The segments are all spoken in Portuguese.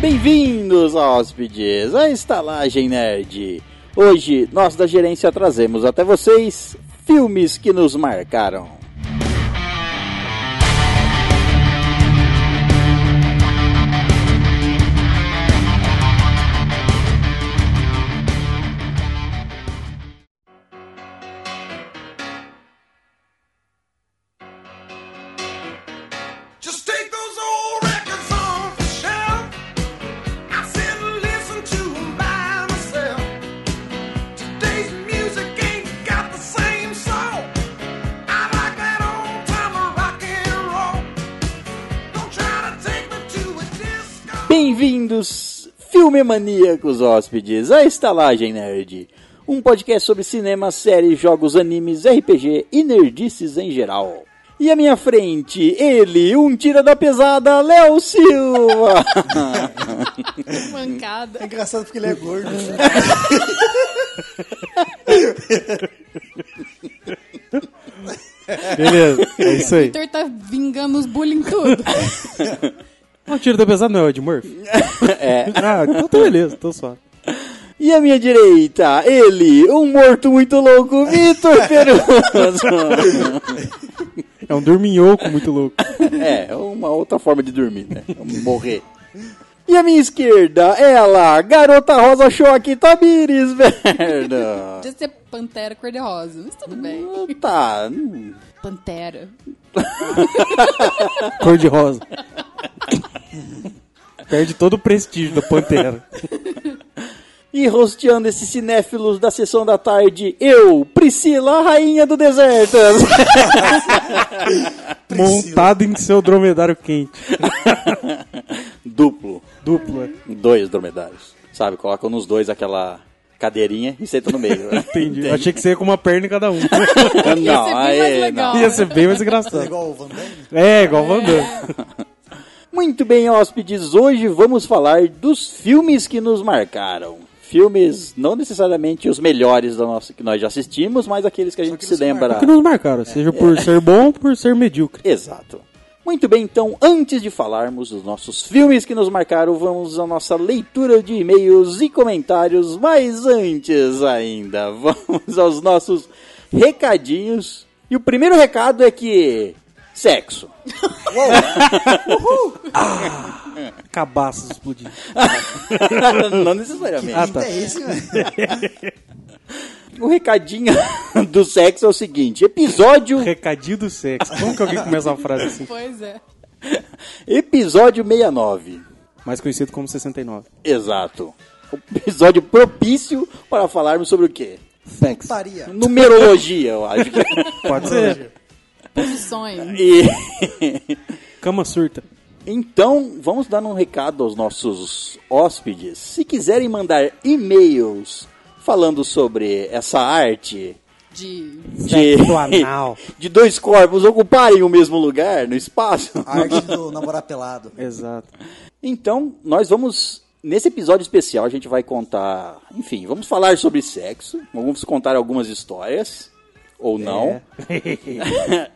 Bem-vindos, hóspedes, à Estalagem Nerd. Hoje, nós da gerência trazemos até vocês filmes que nos marcaram. Just take those old records off the shelf. I sit and listen to 'em by myself. Today's music ain't got the same soul. I like that old time rock and roll. Don't try to take me to a disco. Bem-vindos, filme maníacos, hóspedes, à Estalagem Nerd. Um podcast sobre cinema, séries, jogos, animes, RPG e nerdices em geral. E à minha frente, ele, um tira da pesada, Léo Silva. Mancada. É engraçado porque ele é gordo. Beleza, é isso aí. Vitor tá vingando os bullying tudo. O tiro da pesada não é o Ed Murphy? É. Ah, então tá beleza, tô só. E à minha direita, ele, um morto muito louco, Vitor Peruso. É um dorminhoco muito louco. É, uma outra forma de dormir, né? Morrer. E à minha esquerda, ela, garota rosa choque Tamires, merda. Podia ser Pantera cor-de-rosa, mas tudo bem. Tá, hum, Pantera. Cor de rosa. Perde todo o prestígio da Pantera. E rosteando esses cinéfilos da sessão da tarde, eu, Priscila, a rainha do deserto. Montado em seu dromedário quente. Duplo. Dupla. Dois dromedários. Sabe, colocam nos dois aquela cadeirinha e senta no meio. Entendi. Eu Achei que você ia com uma perna em cada um. Não, mais aí, legal. não. Ia ser bem mais É engraçado. igual o Van Damme. É, igual o Van Damme. Muito bem, hóspedes, hoje vamos falar dos filmes que nos marcaram. Filmes não necessariamente os melhores da nossa, que nós já assistimos, mas aqueles que a gente que se nos lembra. Que nos marcaram, seja por ser bom ou por ser medíocre. Exato. Muito bem, então, antes de falarmos dos nossos filmes que nos marcaram, vamos à nossa leitura de e-mails e comentários, mas antes ainda, vamos aos nossos recadinhos. E o primeiro recado é que sexo. Cabaças explodindo. não necessariamente. Ah, tá. É esse, velho. O recadinho do sexo é o seguinte: episódio, Recadinho do sexo. Como que alguém começa uma frase assim? Pois é. episódio 69. Mais conhecido como 69. Exato. O Episódio propício para falarmos sobre o quê? Sexo. Putaria. Numerologia, eu acho que. é. Pode ser. Posições. E- Cama surta. Então, vamos dar um recado aos nossos hóspedes. Se quiserem mandar e-mails falando sobre essa arte De. de, Sexo anal. de dois corpos ocuparem o mesmo lugar no espaço, A arte do namorar pelado. Exato. Então, nós vamos. Nesse episódio especial, a gente vai contar. Enfim, vamos falar sobre sexo. Vamos contar algumas histórias. Ou não.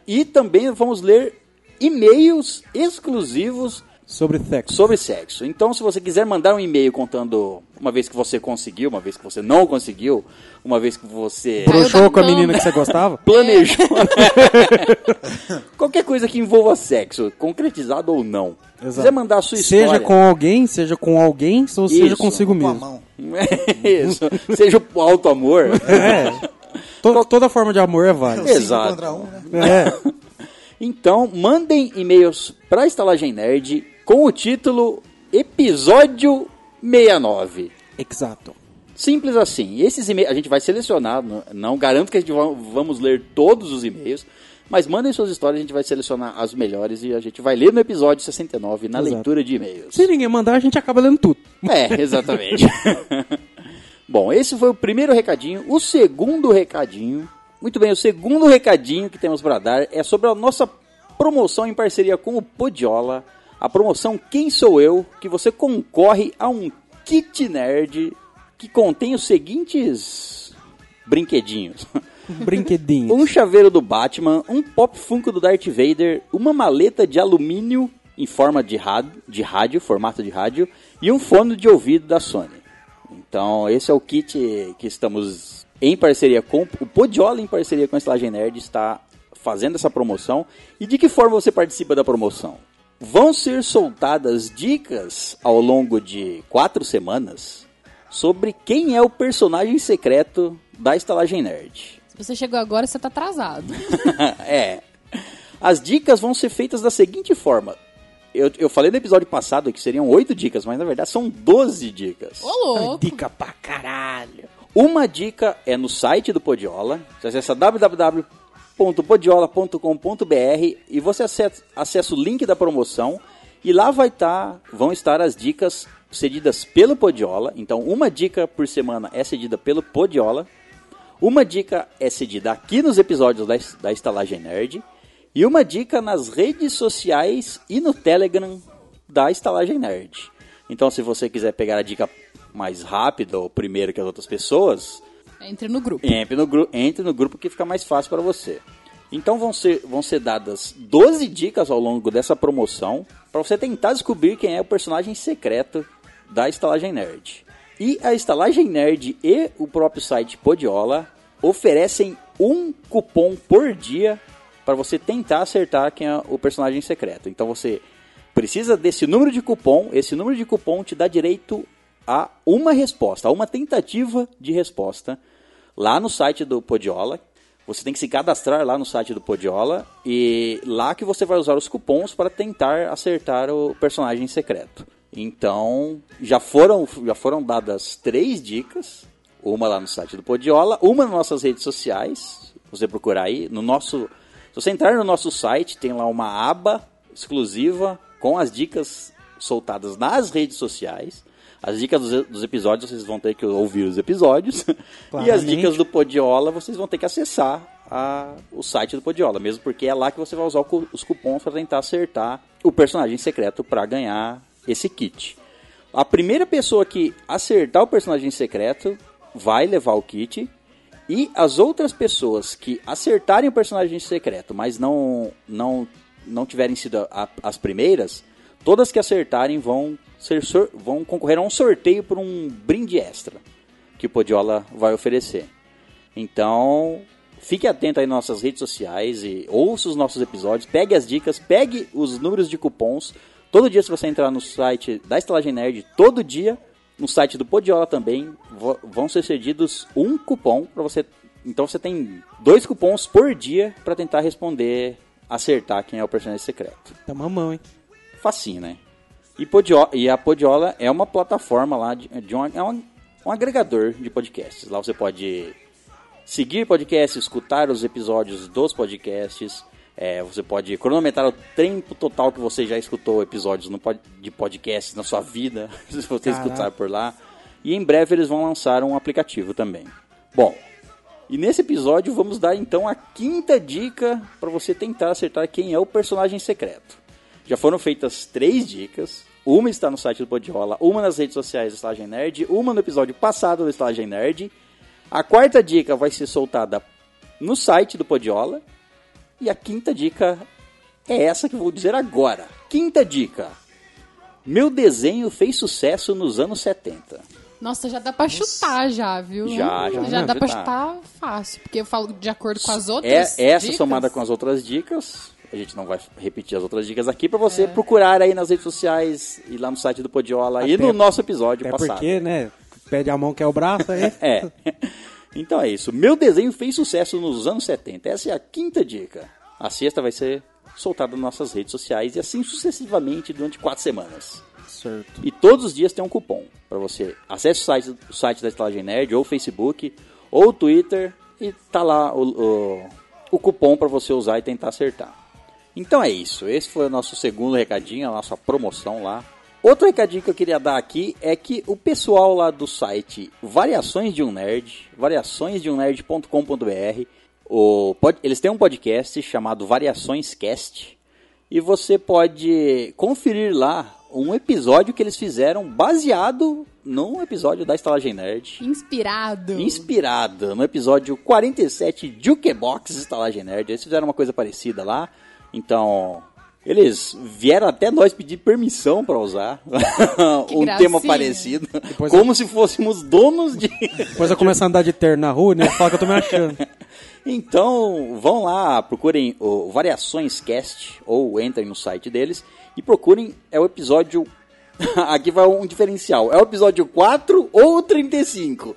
e também vamos ler e-mails exclusivos Sobre sexo. sobre sexo. Então, se você quiser mandar um e-mail contando uma vez que você conseguiu, uma vez que você não conseguiu, uma vez que você Broxou da com a cama. menina que você gostava? planejou. Qualquer coisa que envolva sexo, concretizado ou não. Se quiser mandar a sua história. Seja com alguém, seja com alguém, ou seja Isso, consigo Com a mesmo. mão. É Isso. Seja o alto amor. É. To- toda forma de amor é válida. É o Exato. cinco contra um, né? É. Então, mandem e-mails pra Estalagem Nerd com o título Episódio 69. Exato. Simples assim. Esses e-mails a gente vai selecionar, não, não garanto que a gente va- vamos ler todos os e-mails, mas mandem suas histórias, a gente vai selecionar as melhores e a gente vai ler no episódio 69 na Exato. leitura de e-mails. Se ninguém mandar, a gente acaba lendo tudo. É, exatamente. Bom, esse foi o primeiro recadinho. O segundo recadinho, muito bem, o segundo recadinho que temos para dar é sobre a nossa promoção em parceria com o Podiola, a promoção Quem Sou Eu, que você concorre a um kit nerd que contém os seguintes brinquedinhos. Um brinquedinho. Um chaveiro do Batman, um pop funko do Darth Vader, uma maleta de alumínio em forma de, ra- de rádio, formato de rádio, e um fone de ouvido da Sony. Então, esse é o kit que estamos em parceria com. O Podiola, em parceria com a Estelagem Nerd, está fazendo essa promoção. E de que forma você participa da promoção? Vão ser soltadas dicas ao longo de quatro semanas sobre quem é o personagem secreto da Estalagem Nerd. Se você chegou agora, você tá atrasado. é. As dicas vão ser feitas da seguinte forma. Eu, eu falei no episódio passado que seriam oito dicas, mas na verdade são 12 dicas. Ô, Um louco. Dica pra caralho. Uma dica é no site do Podiola. Você acessa www.podiola.com.br e você acessa, acessa o link da promoção e lá vai tá, vão estar as dicas cedidas pelo Podiola. Então, uma dica por semana é cedida pelo Podiola. Uma dica é cedida aqui nos episódios da, da Estalagem Nerd. E uma dica nas redes sociais e no Telegram da Estalagem Nerd. Então, se você quiser pegar a dica mais rápida ou primeiro que as outras pessoas, Entre no grupo. entre no, gru- entre no grupo que fica mais fácil para você. Então vão ser, vão ser dadas 12 dicas ao longo dessa promoção para você tentar descobrir quem é o personagem secreto da Estalagem Nerd. E a Estalagem Nerd e o próprio site Podiola oferecem um cupom por dia para você tentar acertar quem é o personagem secreto. Então você precisa desse número de cupom, esse número de cupom te dá direito a uma resposta, a uma tentativa de resposta lá no site do Podiola. Você tem que se cadastrar lá no site do Podiola e lá que você vai usar os cupons para tentar acertar o personagem secreto. Então, já foram, já foram dadas três dicas, uma lá no site do Podiola, uma nas nossas redes sociais, você procurar aí, no nosso, se você entrar no nosso site, tem lá uma aba exclusiva com as dicas soltadas nas redes sociais. As dicas dos, dos episódios, vocês vão ter que ouvir os episódios. E as Claramente. dicas do Podiola, vocês vão ter que acessar a- o site do Podiola, mesmo porque é lá que você vai usar o cu- os cupons para tentar acertar o personagem secreto para ganhar esse kit. A primeira pessoa que acertar o personagem secreto vai levar o kit. E as outras pessoas que acertarem o personagem secreto, mas não não não tiverem sido a- a- as primeiras, todas que acertarem vão ser sor- vão concorrer a um sorteio por um brinde extra que o Podiola vai oferecer. Então, fique atento aí nas nossas redes sociais e ouça os nossos episódios, pegue as dicas, pegue os números de cupons. Todo dia, se você entrar no site da Estalagem Nerd, todo dia, no site do Podiola também, vo- vão ser cedidos um cupom para você. Então você tem dois cupons por dia para tentar responder, acertar quem é o personagem secreto Tá mamão, hein? facinho, né? E, Podio- e a Podiola é uma plataforma lá, de, de um, é um, um agregador de podcasts. Lá você pode seguir podcasts, escutar os episódios dos podcasts. é, você pode cronometrar o tempo total que você já escutou episódios no pod- de podcasts na sua vida, se você Caraca. escutar por lá. E em breve eles vão lançar um aplicativo também. Bom, e nesse episódio vamos dar então a quinta dica para você tentar acertar quem é o personagem secreto. Já foram feitas três dicas. Uma está no site do Podiola, uma nas redes sociais do Estalagem Nerd, uma no episódio passado do Estalagem Nerd. A quarta dica vai ser soltada no site do Podiola. E a quinta dica é essa que eu vou dizer agora. Quinta dica. Meu desenho fez sucesso nos anos 70. Nossa, já dá pra chutar já, viu? Já, já, já dá pra tá. chutar fácil. Porque eu falo de acordo com as É, outras essa dicas. somada com as outras dicas. A gente não vai repetir as outras dicas aqui pra você procurar aí nas redes sociais e lá no site do Podiola e Até- no nosso episódio Até passado. porque, né? Pede a mão que é o braço aí. É. Então é isso. Meu desenho fez sucesso nos anos 70. Essa é a quinta dica. A sexta vai ser soltada nas nossas redes sociais e assim sucessivamente durante quatro semanas. Certo. E todos os dias tem um cupom para você. Acesse o site, o site da Estalagem Nerd, ou o Facebook, ou o Twitter, e tá lá o, o, o cupom para você usar e tentar acertar. Então é isso. Esse foi o nosso segundo recadinho, a nossa promoção lá. Outro recadinho que eu queria dar aqui é que o pessoal lá do site Variações de um Nerd, um variaçõesdeumnerd.com.br, o pod- eles têm um podcast chamado Variações Cast, e você pode conferir lá um episódio que eles fizeram baseado num episódio da Estalagem Nerd. Inspirado. Inspirado no episódio 47 Jukebox Estalagem Nerd. Eles fizeram uma coisa parecida lá. Então, Eles vieram até nós pedir permissão para usar um gracinha. tema parecido, Depois- como se fôssemos donos de. Depois eu começo a andar de terno na rua, né? Fala que eu tô me achando. Então, vão lá, procurem o Variações Cast ou entrem no site deles e procurem é o episódio aqui vai um diferencial. É o episódio 4 ou 35.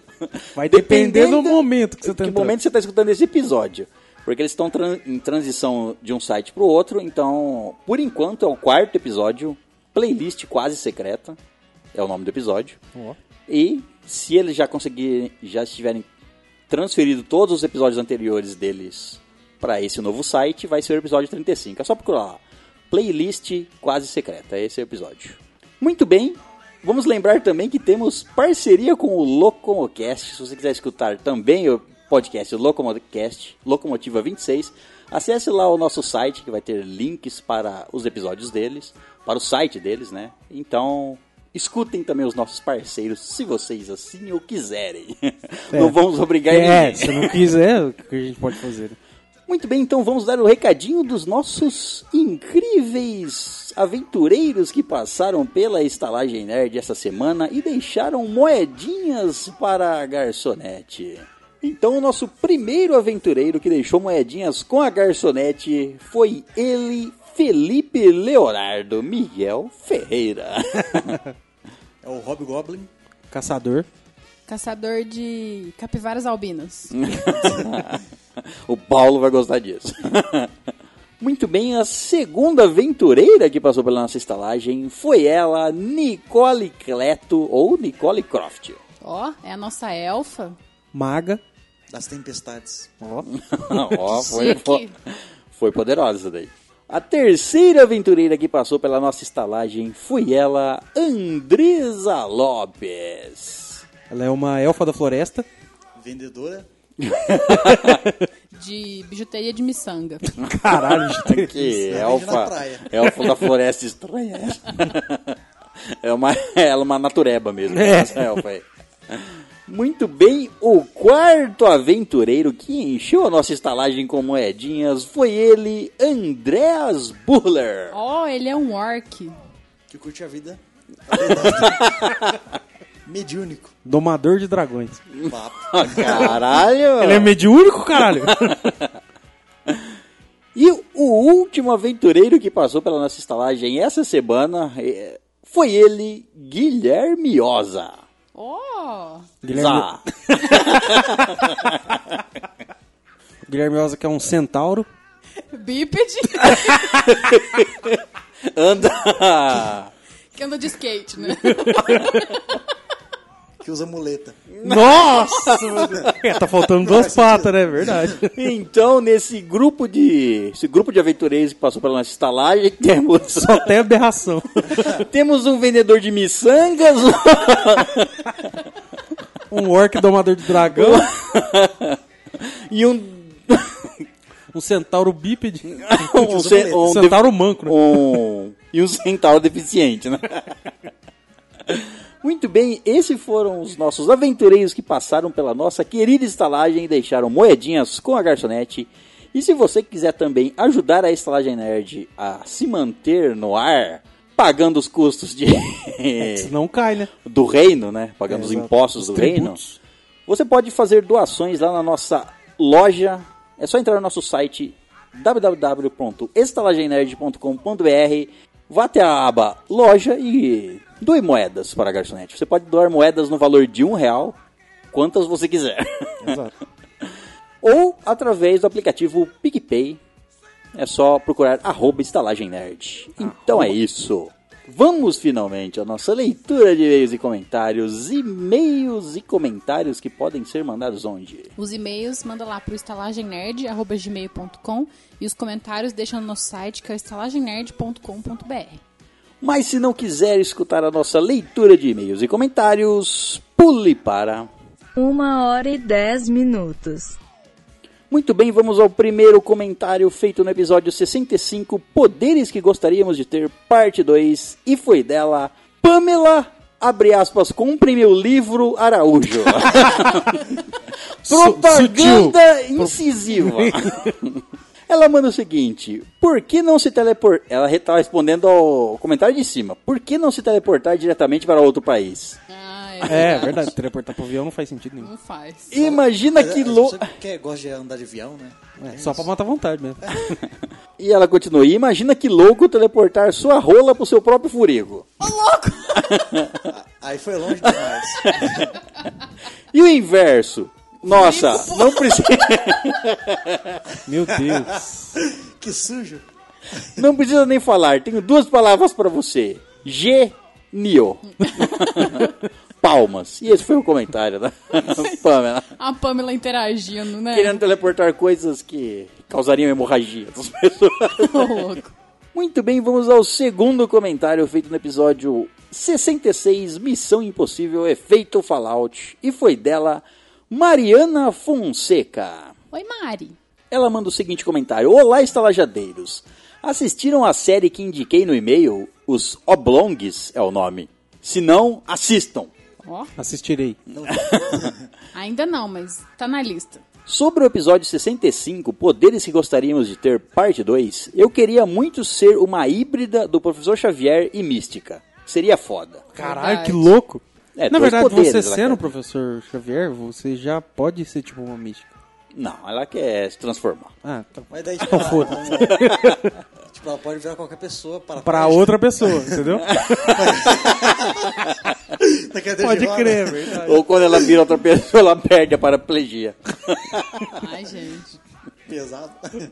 Vai depender do Dependendo- momento que você tá que entrando. momento você está escutando esse episódio. Porque eles estão tran- em transição de um site para o outro, então, por enquanto, é o quarto episódio, Playlist Quase Secreta, é o nome do episódio. Ó. E se eles já conseguirem, já estiverem transferido todos os episódios anteriores deles para esse novo site, vai ser o episódio 35. É só procurar lá, Playlist Quase Secreta, esse é o episódio. Muito bem, vamos lembrar também que temos parceria com o Locomocast. Se você quiser escutar também o podcast Locomocast, Locomotiva 26, acesse lá o nosso site que vai ter links para os episódios deles, para o site deles, né? Então, escutem também os nossos parceiros, se vocês assim o quiserem. Não vamos obrigar É, ninguém. se não quiser, o que a gente pode fazer? né? Muito bem, então vamos dar o recadinho dos nossos incríveis aventureiros que passaram pela estalagem nerd essa semana e deixaram moedinhas para a garçonete. Então, o nosso primeiro aventureiro que deixou moedinhas com a garçonete foi ele, Felipe Leonardo Miguel Ferreira. É o Rob Goblin. Caçador. Caçador de capivaras albinas. o Paulo vai gostar disso. Muito bem, a segunda aventureira que passou pela nossa estalagem foi ela, Nicole Cleto, ou Nicole Croft. Ó, é a nossa elfa. Maga. Das tempestades. Ó. Ó, foi, Chique. foi, foi poderosa essa daí. A terceira aventureira que passou pela nossa estalagem foi ela, Andresa Lopes. Ela é uma elfa da floresta. Vendedora. De bijuteria de miçanga. Caralho, gente. Que Ela vive na elfa, praia. elfa é da floresta estranha. É uma, ela é uma natureba mesmo, É. essa elfa aí. Muito bem, o quarto aventureiro que encheu a nossa estalagem com moedinhas foi ele, Andreas Buller. Ó, ele é um orc. Que curte a vida. A verdade. Mediúnico. Domador de dragões. Papo. Ah, Caralho! Ele é mediúnico, caralho? E o último aventureiro que passou pela nossa estalagem essa semana eh, foi ele, Guilherme Oza. Ó, Guilherme, Zá. Guilherme Osa, que é um centauro. bípede Anda! que anda de skate, né? Que usa muleta. Nossa! É, tá faltando duas Faz sentido. patas, né? Verdade. Então, nesse grupo de. Esse grupo de aventureiros que passou pela nossa estalagem, temos, Só tem aberração. temos um vendedor de miçangas, Um orc domador de dragão. e um. Um centauro bípede. um, ce- Um um def- centauro manco, né? um- e um centauro deficiente, né? Muito bem, esses foram os nossos aventureiros que passaram pela nossa querida estalagem e deixaram moedinhas com a garçonete. E se você quiser também ajudar a Estalagem Nerd a se manter no ar, pagando os custos de. Senão cai, né? do reino, né? Pagando É. os É, Exato. impostos Os do tributos. reino. Você pode fazer doações lá na nossa loja. É só entrar no nosso site www.estalagenerd.com.br. Vá até a aba loja e doe moedas para a garçonete. Você pode doar moedas no valor de um real, quantas você quiser. Exato. Ou através do aplicativo PicPay. É só procurar arroba estalagem nerd. Então é isso. Vamos finalmente à nossa leitura de e-mails e comentários. E-mails e comentários que podem ser mandados onde? Os e-mails manda lá pro estalagemnerd.gmail.com e os comentários deixa no nosso site que é o estalagemnerd.com.br. Mas se não quiser escutar a nossa leitura de e-mails e comentários, pule para. Uma hora e dez minutos. Muito bem, vamos ao primeiro comentário feito no episódio 65, Poderes que Gostaríamos de Ter, parte 2, e foi dela, Pamela, abre aspas, compre meu livro Araújo. Su- sutil. Propaganda incisiva. Ela manda o seguinte: por que não se teleportar? Ela está respondendo ao comentário de cima: por que não se teleportar diretamente para outro país? Ah, É, verdade. Teleportar pro avião não faz sentido nenhum. Não faz. É, Imagina que louco. Você quer, gosta de andar de avião, né? É, só pra matar a vontade mesmo. E ela continua: "E imagina que louco teleportar sua rola pro seu próprio furigo. Aí foi longe demais. E o inverso? Nossa, não precisa. Meu Deus. que sujo. Não precisa nem falar. Tenho duas palavras pra você. Genio. Palmas. E esse foi o comentário da Pamela. A Pamela interagindo, né? Querendo teleportar coisas que causariam hemorragia das pessoas. Ô, louco. Muito bem, vamos ao segundo comentário feito no episódio 66, Missão Impossível, Efeito Fallout. E foi dela, Mariana Fonseca. Oi, Mari. Ela manda o seguinte comentário: Olá, estalajadeiros. Assistiram a série que indiquei no e-mail? Os Oblongs é o nome. Se não, assistam. Ó, Assistirei. ainda não, mas tá na lista. Sobre o episódio 65, Poderes que Gostaríamos de Ter, parte 2, eu queria muito ser uma híbrida do Professor Xavier e Mística. Seria foda. Caralho, que Verdade. louco. É, Na dois verdade, poderes, você ela sendo o quer. professor Xavier, você já pode ser tipo uma mística. Não, ela quer se transformar. Ah, tá. Mas daí, tipo, ela, foda-se. tipo, ela pode virar qualquer pessoa para Pra outra pessoa, entendeu? outra. pode crer, é velho. Ou quando ela vira outra pessoa, ela perde a paraplegia. Ai, gente. Pesado.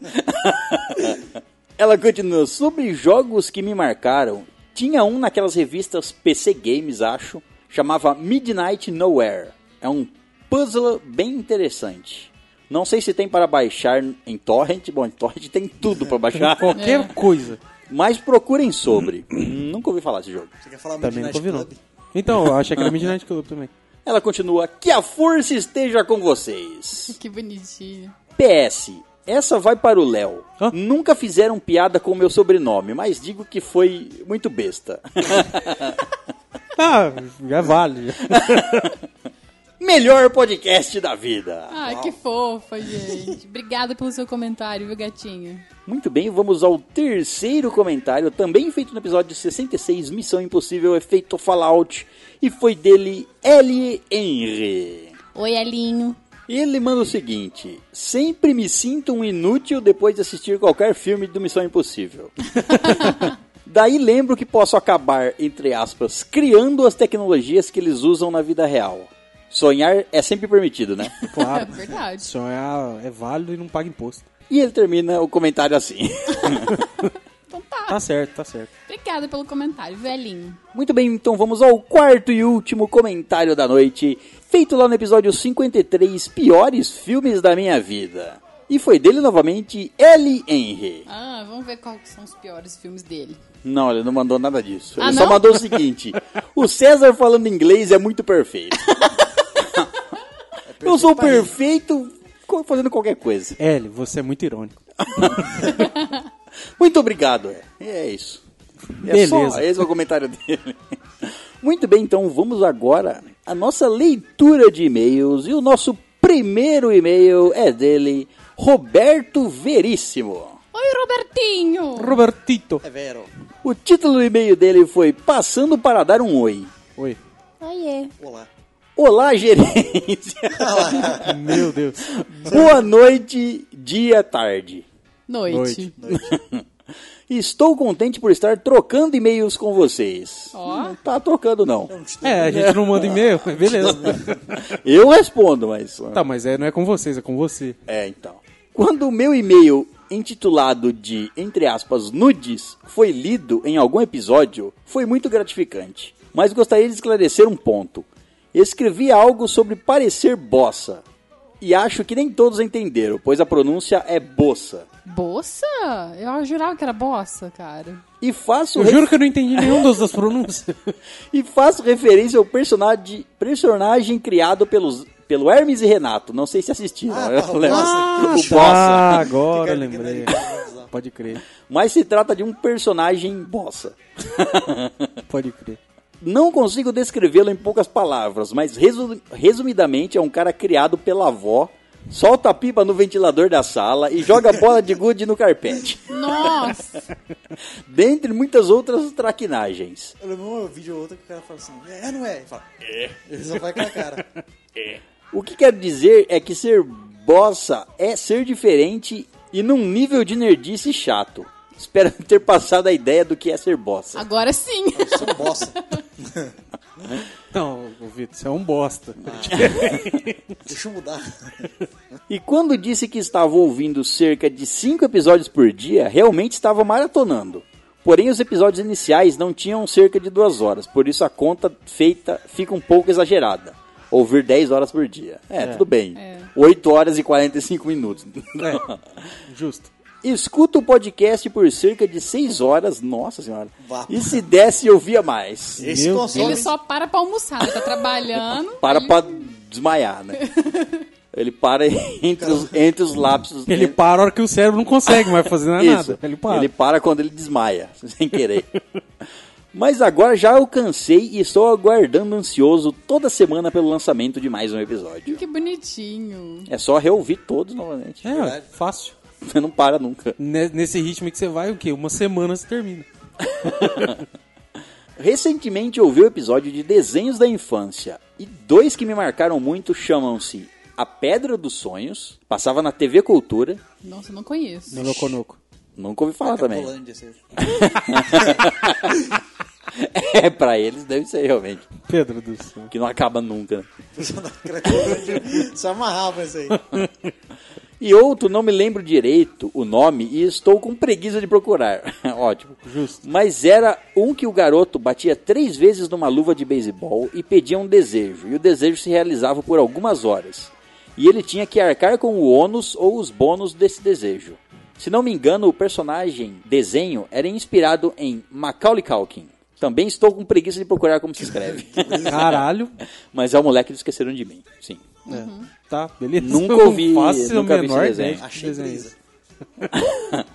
Ela continua sobre jogos que me marcaram. Tinha um naquelas revistas PC Games, acho, chamava Midnight Nowhere. É um puzzle bem interessante. Não sei se tem para baixar em torrent, bom, em torrent tem tudo para baixar, Qualquer É. coisa. mas procurem sobre. Nunca ouvi falar desse jogo. Você quer falar Também nunca Midnight ouvi, não. Club? Então, eu achei que era Midnight Club também. Ela continua: "Que a força esteja com vocês". Que bonitinho. PS, essa vai para o Léo. Hã? Nunca fizeram piada com o meu sobrenome, mas digo que foi muito besta. Ah, já vale. Melhor podcast da vida. Ai, que fofa, gente. Obrigada pelo seu comentário, viu, gatinho? Muito bem, vamos ao terceiro comentário, também feito no episódio 66, Missão Impossível, Efeito Fallout, e foi dele L. Henry. Oi, Elinho. Ele manda o seguinte: sempre me sinto um inútil depois de assistir qualquer filme do Missão Impossível. Daí lembro que posso acabar, entre aspas, criando as tecnologias que eles usam na vida real. Sonhar é sempre permitido, né? É Claro. verdade. Sonhar é válido e não paga imposto. E ele termina o comentário assim. Então tá. Tá certo, tá certo. Obrigada pelo comentário, velhinho. Muito bem, então vamos ao quarto e último comentário da noite, feito lá no episódio 53, Piores Filmes da Minha Vida. E foi dele novamente, L. Henry. Ah, vamos ver quais são os piores filmes dele. Não, ele não mandou nada disso. Ele Ah, só não? mandou o seguinte: o César falando inglês é muito perfeito. Eu sou perfeito co- fazendo qualquer coisa. L, você é muito irônico. Muito obrigado. é. É isso. É Só, Beleza. esse é o comentário dele. Muito bem, então vamos agora à nossa leitura de e-mails. E o nosso primeiro e-mail é dele, Roberto Veríssimo. Oi, Robertinho. Robertito. É vero. O título do e-mail dele foi Passando para Dar um Oi. Oi. Olá. Olá, gerência. Meu Deus. Boa noite, dia, tarde. Noite. Estou contente por estar trocando e-mails com vocês. Ó. Não tá trocando, não. É, a gente não manda e-mail, mas beleza. Eu respondo, mas. Tá, mas é, não é com vocês, é com você. É, então. Quando o meu e-mail intitulado de, entre aspas, nudes foi lido em algum episódio, foi muito gratificante. Mas gostaria de esclarecer um ponto. Escrevi algo sobre parecer bossa. E acho que nem todos entenderam, pois a pronúncia é bossa. Bossa? Eu jurava que era bossa, cara. E faço Eu juro que eu não entendi nenhum dos das pronúncias. e faço referência ao personagem, personagem criado pelos, pelo Hermes e Renato. Não sei se assistiram. Ah, eu tá, lembro. nossa. o Bossa. Ah, agora eu Fica- né? fica lembrei. na- Pode crer, Mas se trata de um personagem bossa. pode crer. Não consigo descrevê-lo em poucas palavras, mas resu- resumidamente é um cara criado pela avó solta a pipa no ventilador da sala e joga bola de gude no carpete. Nossa! Dentre muitas outras traquinagens. Eu lembro um vídeo ou outro que o cara fala assim, é, não é? Ele fala, é. Ele só vai com a cara. O que quero dizer é que ser bossa é ser diferente e num nível de nerdice chato. Espero ter passado a ideia do que é ser bossa. Agora sim! Eu sou um bosta. Não, ô, Vitor, você é um bosta. Ah. Deixa eu mudar. E quando disse que estava ouvindo cerca de 5 episódios por dia, realmente estava maratonando. Porém, os episódios iniciais não tinham cerca de 2 horas, por isso a conta feita fica um pouco exagerada. Ouvir 10 horas por dia. É, tudo bem. 8 horas e 45 minutos. É, justo. Escuta o podcast por cerca de 6 horas, nossa senhora. Vá. E se desse, eu via mais. Esse Meu consome. Ele só para pra almoçar, ele tá trabalhando. Para pra desmaiar, né? Ele para entre os, entre os lapsos. né? Ele para a hora que o cérebro não consegue mais fazer mais Isso. nada. Ele para. quando ele desmaia, sem querer. Mas agora já alcancei e estou aguardando ansioso toda semana pelo lançamento de mais um episódio. Que bonitinho. É só reouvir todos novamente. É, ué, fácil. Você não para nunca. Ne- Nesse ritmo que você vai, o quê? Uma semana você termina. Recentemente ouvi o episódio de Desenhos da Infância e dois que me marcaram muito chamam-se A Pedra dos Sonhos, passava na TV Cultura, Nossa, eu não conheço. Nonoconoco. nunca ouvi falar também. Polândia, assim. É, pra eles deve ser realmente, Pedro do céu. que não acaba nunca. né? Só amarrava isso aí. E outro, não me lembro direito o nome e estou com preguiça de procurar. Ótimo. Justo. Mas era um que o garoto batia três vezes numa luva de beisebol e pedia um desejo, e o desejo se realizava por algumas horas. E ele tinha que arcar com o ônus ou os bônus desse desejo. Se não me engano, o personagem desenho era inspirado em Macaulay Culkin. Também estou com preguiça de procurar como se escreve. Caralho. Mas é o moleque que esqueceram de mim, sim. É. Tá, beleza. Nunca Eu não ouvi- faço a nunca vi esse menor desenho. ideia de que Achei desenho é brisa. esse.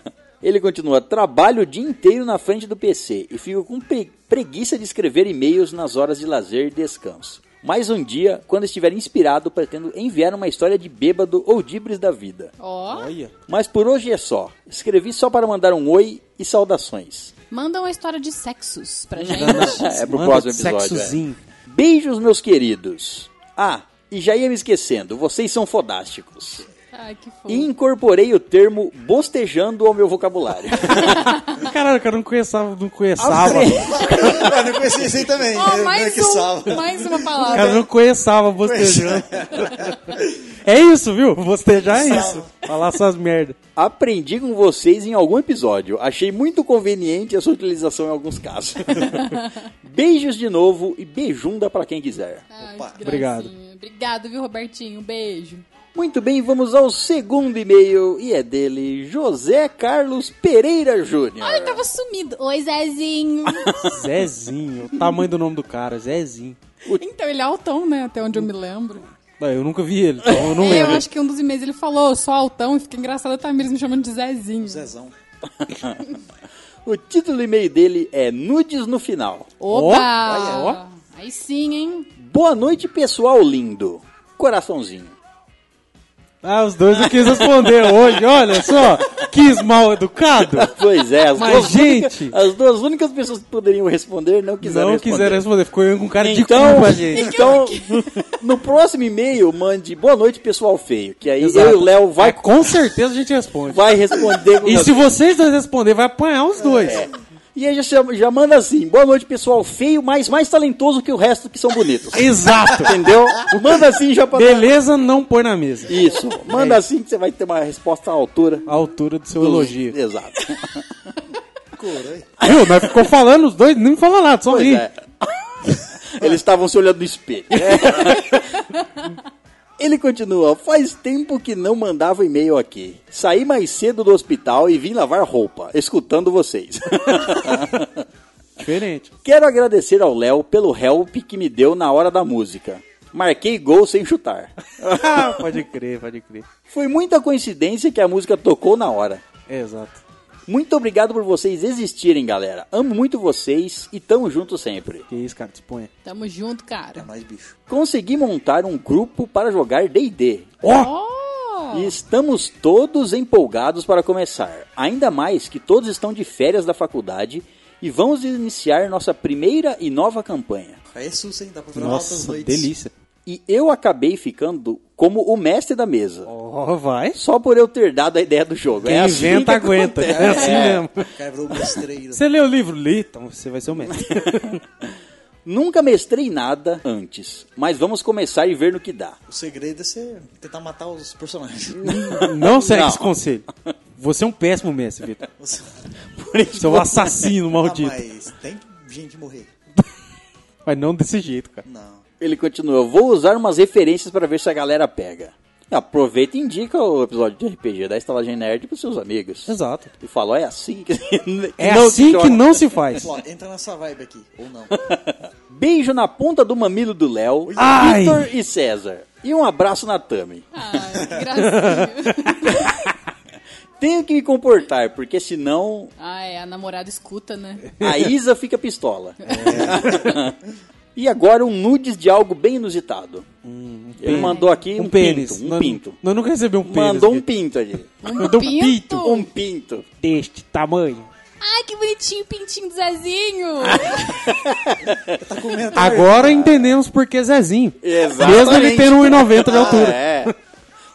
Ele continua: trabalho o dia inteiro na frente do PC e fico com pre- preguiça de escrever e-mails nas horas de lazer e descanso. Mais um dia, quando estiver inspirado, pretendo enviar uma história de bêbado ou dibres da vida. Ó, Olha. Mas por hoje é só. Escrevi só para mandar um oi e saudações. manda uma história de sexos pra gente. É pro Manda próximo de episódio. é. Sexozinho. Beijos, meus queridos. Ah, e já ia me esquecendo, vocês são fodásticos. Ai, que fofo. E incorporei o termo bostejando ao meu vocabulário. Caralho, cara, eu não conheçava, não conheçava. Eu não conhecia esse aí também. Ó, Eu- eu mais, é que salva. um, mais um. uma O cara palavra. não conheçava bostejando. É isso, viu? Bostejar é isso. Falar suas merdas. Aprendi com vocês em algum episódio. Achei muito conveniente a sua utilização em alguns casos. Beijos de novo e beijunda pra quem quiser. Ai, Opa, que obrigado. gracinha. Obrigado, viu, Robertinho? Beijo. Muito bem, vamos ao segundo e-mail e é dele José Carlos Pereira Júnior. Ai, eu tá tava sumido. Oi, Zezinho. Zezinho. O tamanho do nome do cara, Zezinho. então, ele é altão, né? Até onde eu me lembro. Não, eu nunca vi ele, então eu não É, eu lembro. acho que um dos e-mails ele falou, eu sou altão, e fica engraçado a Tamires me chamando de Zezinho. Zezão. O título do e-mail dele é Nudes no Final. Opa! Olha, Aí sim, hein? Boa noite, pessoal lindo. Coraçãozinho. Ah, os dois eu quis responder hoje, olha só. Quis mal educado. Pois é, as, Mas, duas, gente- únicas, as duas únicas pessoas que poderiam responder não quiseram não responder. quiseram responder, ficou eu com cara de Então, culpa, gente. então no próximo e-mail, mande boa noite, pessoal feio. Que aí Exato. eu e o Léo vai, Mas Ah, com certeza a gente responde. vai responder. com E nós. se vocês dois responder, vai apanhar os dois. É, E aí já, chama- já manda assim: boa noite, pessoal feio, mas mais talentoso que o resto que são bonitos. Exato. Entendeu? Manda assim já pra. Beleza, não põe na mesa. Isso. Manda assim que você vai ter uma resposta à altura. A altura do seu elogio. Exato. Coroi. Viu? Mas ficou falando os dois, nem fala nada, só Pois ri. é. Eles estavam se olhando no espelho. Ele continua, faz tempo que não mandava e-mail aqui. Saí mais cedo do hospital e vim lavar roupa, escutando vocês. Diferente. Quero agradecer ao Léo pelo help que me deu na hora da música. Marquei gol sem chutar. Ah, pode crer, pode crer. Foi muita coincidência que a música tocou na hora. É, exato. Muito obrigado por vocês existirem, galera. Amo muito vocês e tamo junto sempre. Que isso, cara, disponha. Tamo junto, É cara. nóis, bicho. Consegui montar um grupo para jogar D&D. Ó, Ó, só. E estamos todos empolgados para começar. Ainda mais que todos estão de férias da faculdade e vamos iniciar nossa primeira e nova campanha. Aí é susto, hein? Dá pra virar altas Nossa, noites. delícia. E eu acabei ficando como o mestre da mesa. Ó, vai. Só por eu ter dado a ideia do jogo. Quem é assim inventa, que aguenta. acontece. É assim mesmo. O cara virou mestreiro. Você leu o livro? Li, então você vai ser o mestre. Nunca mestrei nada antes, mas vamos começar e ver no que dá. O segredo é você tentar matar os personagens. Não segue Não. esse conselho. Você é um péssimo mestre, Vitor. Você... Você é um assassino maldito. Ah, mas tem gente morrer. Mas não desse jeito, cara. Não. Ele continua, vou usar umas referências para ver se a galera pega. Aproveita e indica o episódio de RPG da Estalagem Nerd pros seus amigos. Exato. E falou, é assim que... É não assim joga." que não se faz. Ó, entra nessa vibe aqui, ou não. Beijo na ponta do mamilo do Léo, é. Ai. Vitor e César. E um abraço na Tami. Ai, que gracinha. Tenho que me comportar, porque senão Ai, a namorada escuta, né? a Isa fica pistola. e agora um nudes de algo bem inusitado. Hum, Ele mandou aqui um, pênis. pinto. Um Nós- pinto. Nós nunca recebemos um pênis. Mandou um aqui. pinto ali. Mandou um pinto. pito Um pinto. deste tamanho. Ai, que bonitinho o pintinho do Zezinho. Tá comendo. Agora entendemos por que Zezinho. Exatamente. Mesmo ele tendo 1,90 de Ah, altura. é.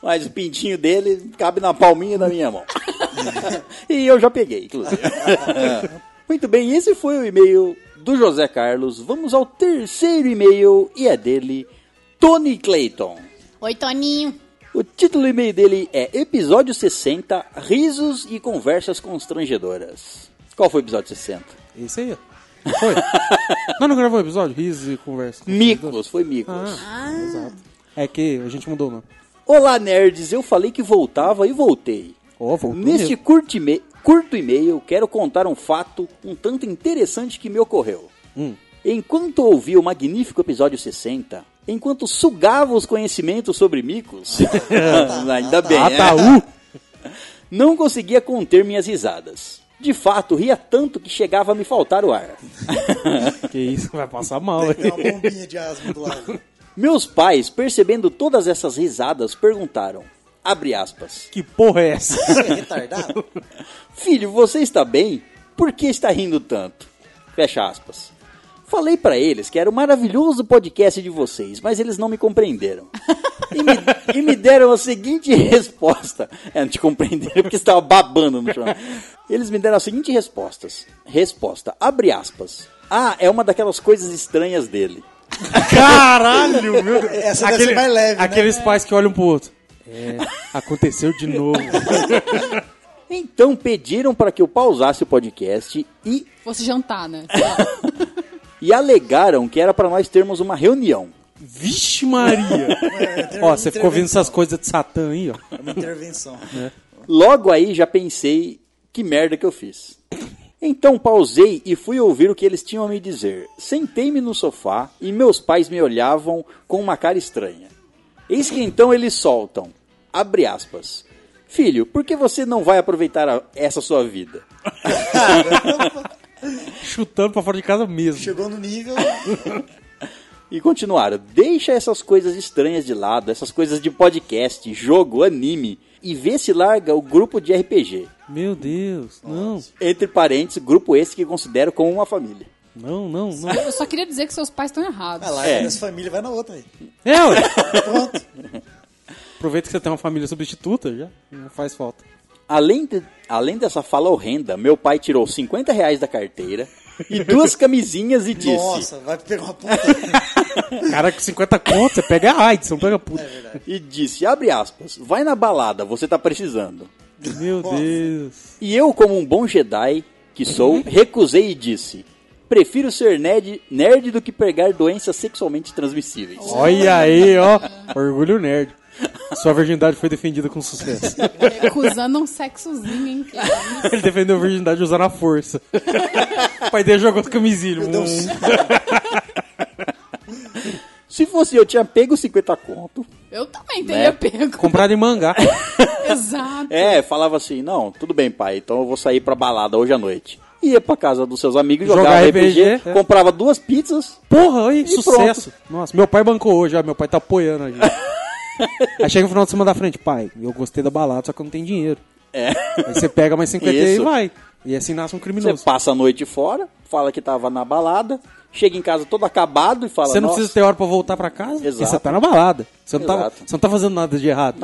Mas o pintinho dele cabe na palminha da minha mão. e eu já peguei, inclusive. Muito bem, esse foi o e-mail do José Carlos. Vamos ao terceiro e-mail e é dele, Tony Clayton. Oi, Toninho. O título do e-mail dele é Episódio 60, Risos e Conversas Constrangedoras. Qual foi o episódio 60? Isso aí. ó. Foi. Nós não gravamos o episódio? Riso e conversa. Hum. Micos, foi Ah. Micos. É que a gente mudou o nome. Olá, nerds, eu falei que voltava e voltei. Ó, voltou Neste mesmo. curto e-mail, curto e-mail, quero contar um fato um tanto interessante que me ocorreu. Hum. Enquanto ouvia o magnífico episódio 60, enquanto sugava os conhecimentos sobre micos, ainda bem, né? Ataú. não conseguia conter minhas risadas. De fato, ria tanto que chegava a me faltar o ar. Que isso, vai passar mal. Tem uma bombinha de asma do lado. Meus pais, percebendo todas essas risadas, perguntaram, abre aspas, Que porra é essa? Você é retardado? Filho, você está bem? Por que está rindo tanto? Fecha aspas. Falei pra eles que era o maravilhoso podcast de vocês, mas eles não me compreenderam. E me, e me deram a seguinte resposta. É, não te compreenderam porque estava babando no chão. Eles me deram a seguinte respostas. Resposta, abre aspas. Ah, é uma daquelas coisas estranhas dele. Caralho, meu Deus. Essa deve ser mais leve, né? Aqueles pais que olham pro outro. É, aconteceu de novo. Então pediram para que eu pausasse o podcast e Fosse jantar, né? e alegaram que era para nós termos uma reunião. Vixe Maria. ó, você ficou ouvindo essas coisas de Satã aí, ó. É uma intervenção. É. Logo aí já pensei que merda que eu fiz. Então pausei e fui ouvir o que eles tinham a me dizer. Sentei-me no sofá e meus pais me olhavam com uma cara estranha. Eis que então eles soltam, abre aspas, Filho, por que você não vai aproveitar a- essa sua vida? Chutando pra fora de casa mesmo. Chegou no nível. E continuaram, deixa essas coisas estranhas de lado, essas coisas de podcast, jogo, anime, e vê se larga o grupo de RPG. Meu Deus. Não, Entre parênteses, grupo esse que considero como uma família. não, não, não. Eu só queria dizer que seus pais estão errados. Vai lá, É. nessa família, vai na outra aí. É, ué. Pronto. Aproveita que você tem uma família substituta já. Não faz falta. Além, de- além dessa fala horrenda, meu pai tirou 50 reais da carteira e duas camisinhas e disse: Nossa, vai pegar uma puta. Cara, com 50 conto, você pega a AIDS, você não pega puta. e disse, abre aspas, vai na balada, você tá precisando. Meu Deus. E eu, como um bom Jedi que Uhum. sou, recusei e disse: prefiro ser nerd, nerd do que pegar doenças sexualmente transmissíveis. Olha aí, ó. Orgulho nerd. Sua virgindade foi defendida com sucesso. Recusando um sexozinho, hein? Que isso? Ele defendeu a virgindade usando a força. o pai dele jogou as camisilhas. Meu Hum. Deus. Se fosse eu, tinha pego 50 conto. Eu também Né? teria pego. Comprado em mangá. Exato. É, falava assim: não, tudo bem, pai, então eu vou sair pra balada hoje à noite. Ia pra casa dos seus amigos, Jogar jogava RPG, RPG, é. comprava duas pizzas. Porra, aí, E sucesso. Nossa, meu pai bancou hoje, ó. Meu pai tá apoiando a gente. Aí chega no final de semana da frente, pai, eu gostei da balada, só que eu não tenho dinheiro. Aí você pega mais 50 e É. Isso. vai. E assim nasce um Você criminoso. passa a noite fora, fala que tava na balada, chega em casa todo acabado e fala. Você não "Nossa, precisa ter hora pra voltar pra casa, porque Exato. você tá na balada. Você não, tá, Exato. você não tá fazendo nada de errado.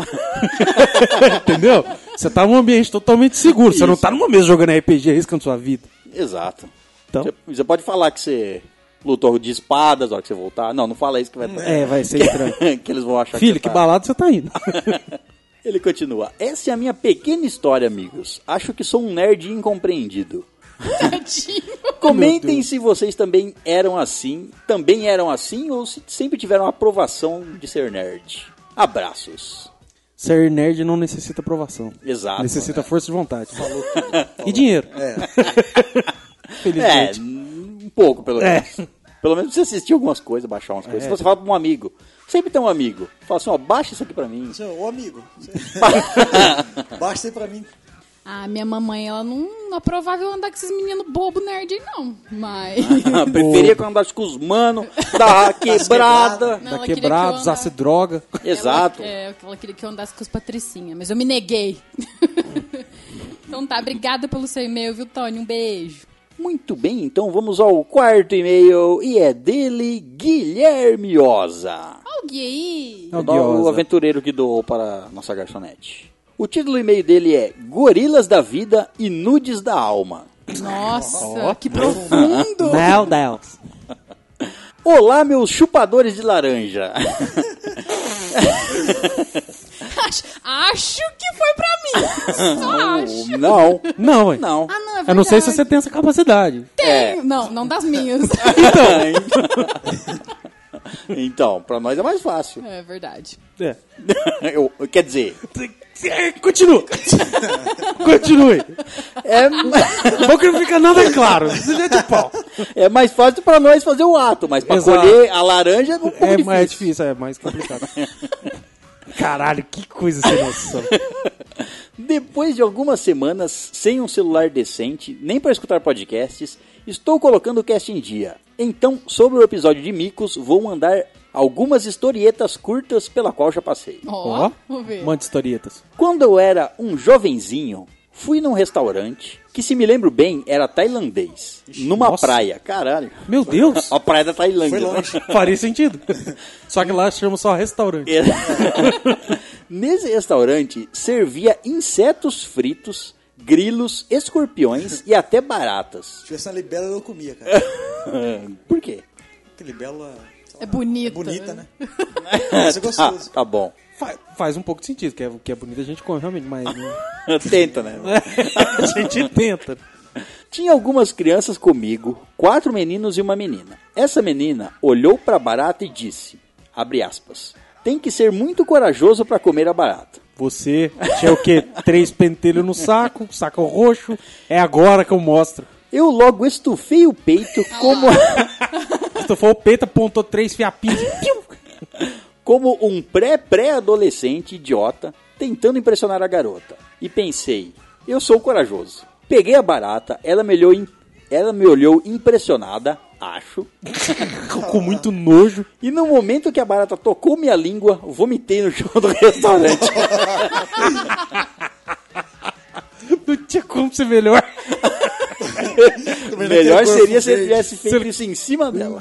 Entendeu? Você tá num ambiente totalmente seguro. Você não tá numa mesa jogando RPG, arriscando sua vida. Exato. Então. Você, você pode falar que você lutou de espadas na hora que você voltar. Não, não fala isso que vai. É, vai ser estranho. que eles vão achar Filho, você que tá- balada você tá indo? Ele continua. Essa é a minha pequena história, amigos. Acho que sou um nerd incompreendido. Tadinho. Comentem se vocês também eram assim, também eram assim ou se sempre tiveram aprovação de ser nerd. Abraços. Ser nerd não necessita aprovação. Exato, Necessita força de vontade. E dinheiro. É. Felizmente. É, um pouco pelo menos. Pelo menos você assistir algumas coisas, baixar umas coisas. Se você fala pra um amigo, sempre tem um amigo. Fala assim, ó, baixa isso aqui pra mim. Seu- Ô amigo, você- baixa isso aí pra mim. Ah, minha mamãe, ela não, não aprovava eu andar com esses meninos bobo nerd aí, não. Mas. Ah, preferia que eu andasse com os mano, da quebrada. Não, Tá ela queria que eu quebrado, andasse- usasse droga. Exato. Ela, é, ela queria que eu andasse com os patricinha, mas eu me neguei. então tá, obrigada pelo seu e-mail, viu, Tony? Um beijo. Muito bem, então vamos ao quarto e-mail e é dele, Guilherme Oza. Alguém aí? Não, é O guiosa. aventureiro que doou para a nossa garçonete. O título do e-mail dele é Gorilas da Vida e Nudes da Alma. Nossa, que profundo! Meu Deus. Olá, meus chupadores de laranja. acho, acho que foi pra mim. Só acho. Não, Não, ué. não. Ah, não, é verdade. Eu não sei se você tem essa capacidade. É. Não, não das minhas. Então, pra nós é mais fácil. é verdade. É. Eu- quer dizer, Continua. Continue. é, Bom que não fica nada claro. Isso já é de pau. é mais fácil pra nós fazer o ato, mas pra Exato. colher a laranja é um pouco É difícil. mais difícil, é mais complicado. Caralho, que coisa sem noção. Depois de algumas semanas sem um celular decente, nem para escutar podcasts, estou colocando o cast em dia. Então, sobre o episódio de Micos, vou mandar algumas historietas curtas pela qual já passei. Ó, Ó, vamos ver. manda historietas. Quando eu era um jovenzinho, fui num restaurante que, se me lembro bem, era tailandês. numa nossa. praia. Caralho. Meu Deus. A praia da Tailândia. Foi longe. Faria sentido. Só que lá chama só restaurante. né? Nesse restaurante servia insetos fritos, grilos, escorpiões e até baratas. Se tivesse uma libela, eu comia, cara. Por quê? Porque libela sei lá, É bonita. bonita, né? Isso é gostoso. Tá, tá bom. Fa- faz um pouco de sentido, que é, que é bonito a gente come realmente, mas né, Tenta, né? a gente tenta. Tinha algumas crianças comigo, quatro meninos e uma menina. Essa menina olhou para a barata e disse, abre aspas, tem que ser muito corajoso para comer a barata. Você tinha o quê? Três pentelhos no saco, saco roxo. É agora que eu mostro. Eu logo estufei o peito como, Estufou o peito, apontou três fiapinhos. Piu! como um pré-pré-adolescente idiota tentando impressionar a garota. E pensei, eu sou corajoso. Peguei a barata, ela me olhou, im- ela me olhou impressionada, acho, Com muito nojo. E no momento que a barata tocou minha língua, vomitei no chão do restaurante. Não tinha como ser melhor. Também não Melhor tem gosto seria se ele verde. tivesse feito isso em cima dela.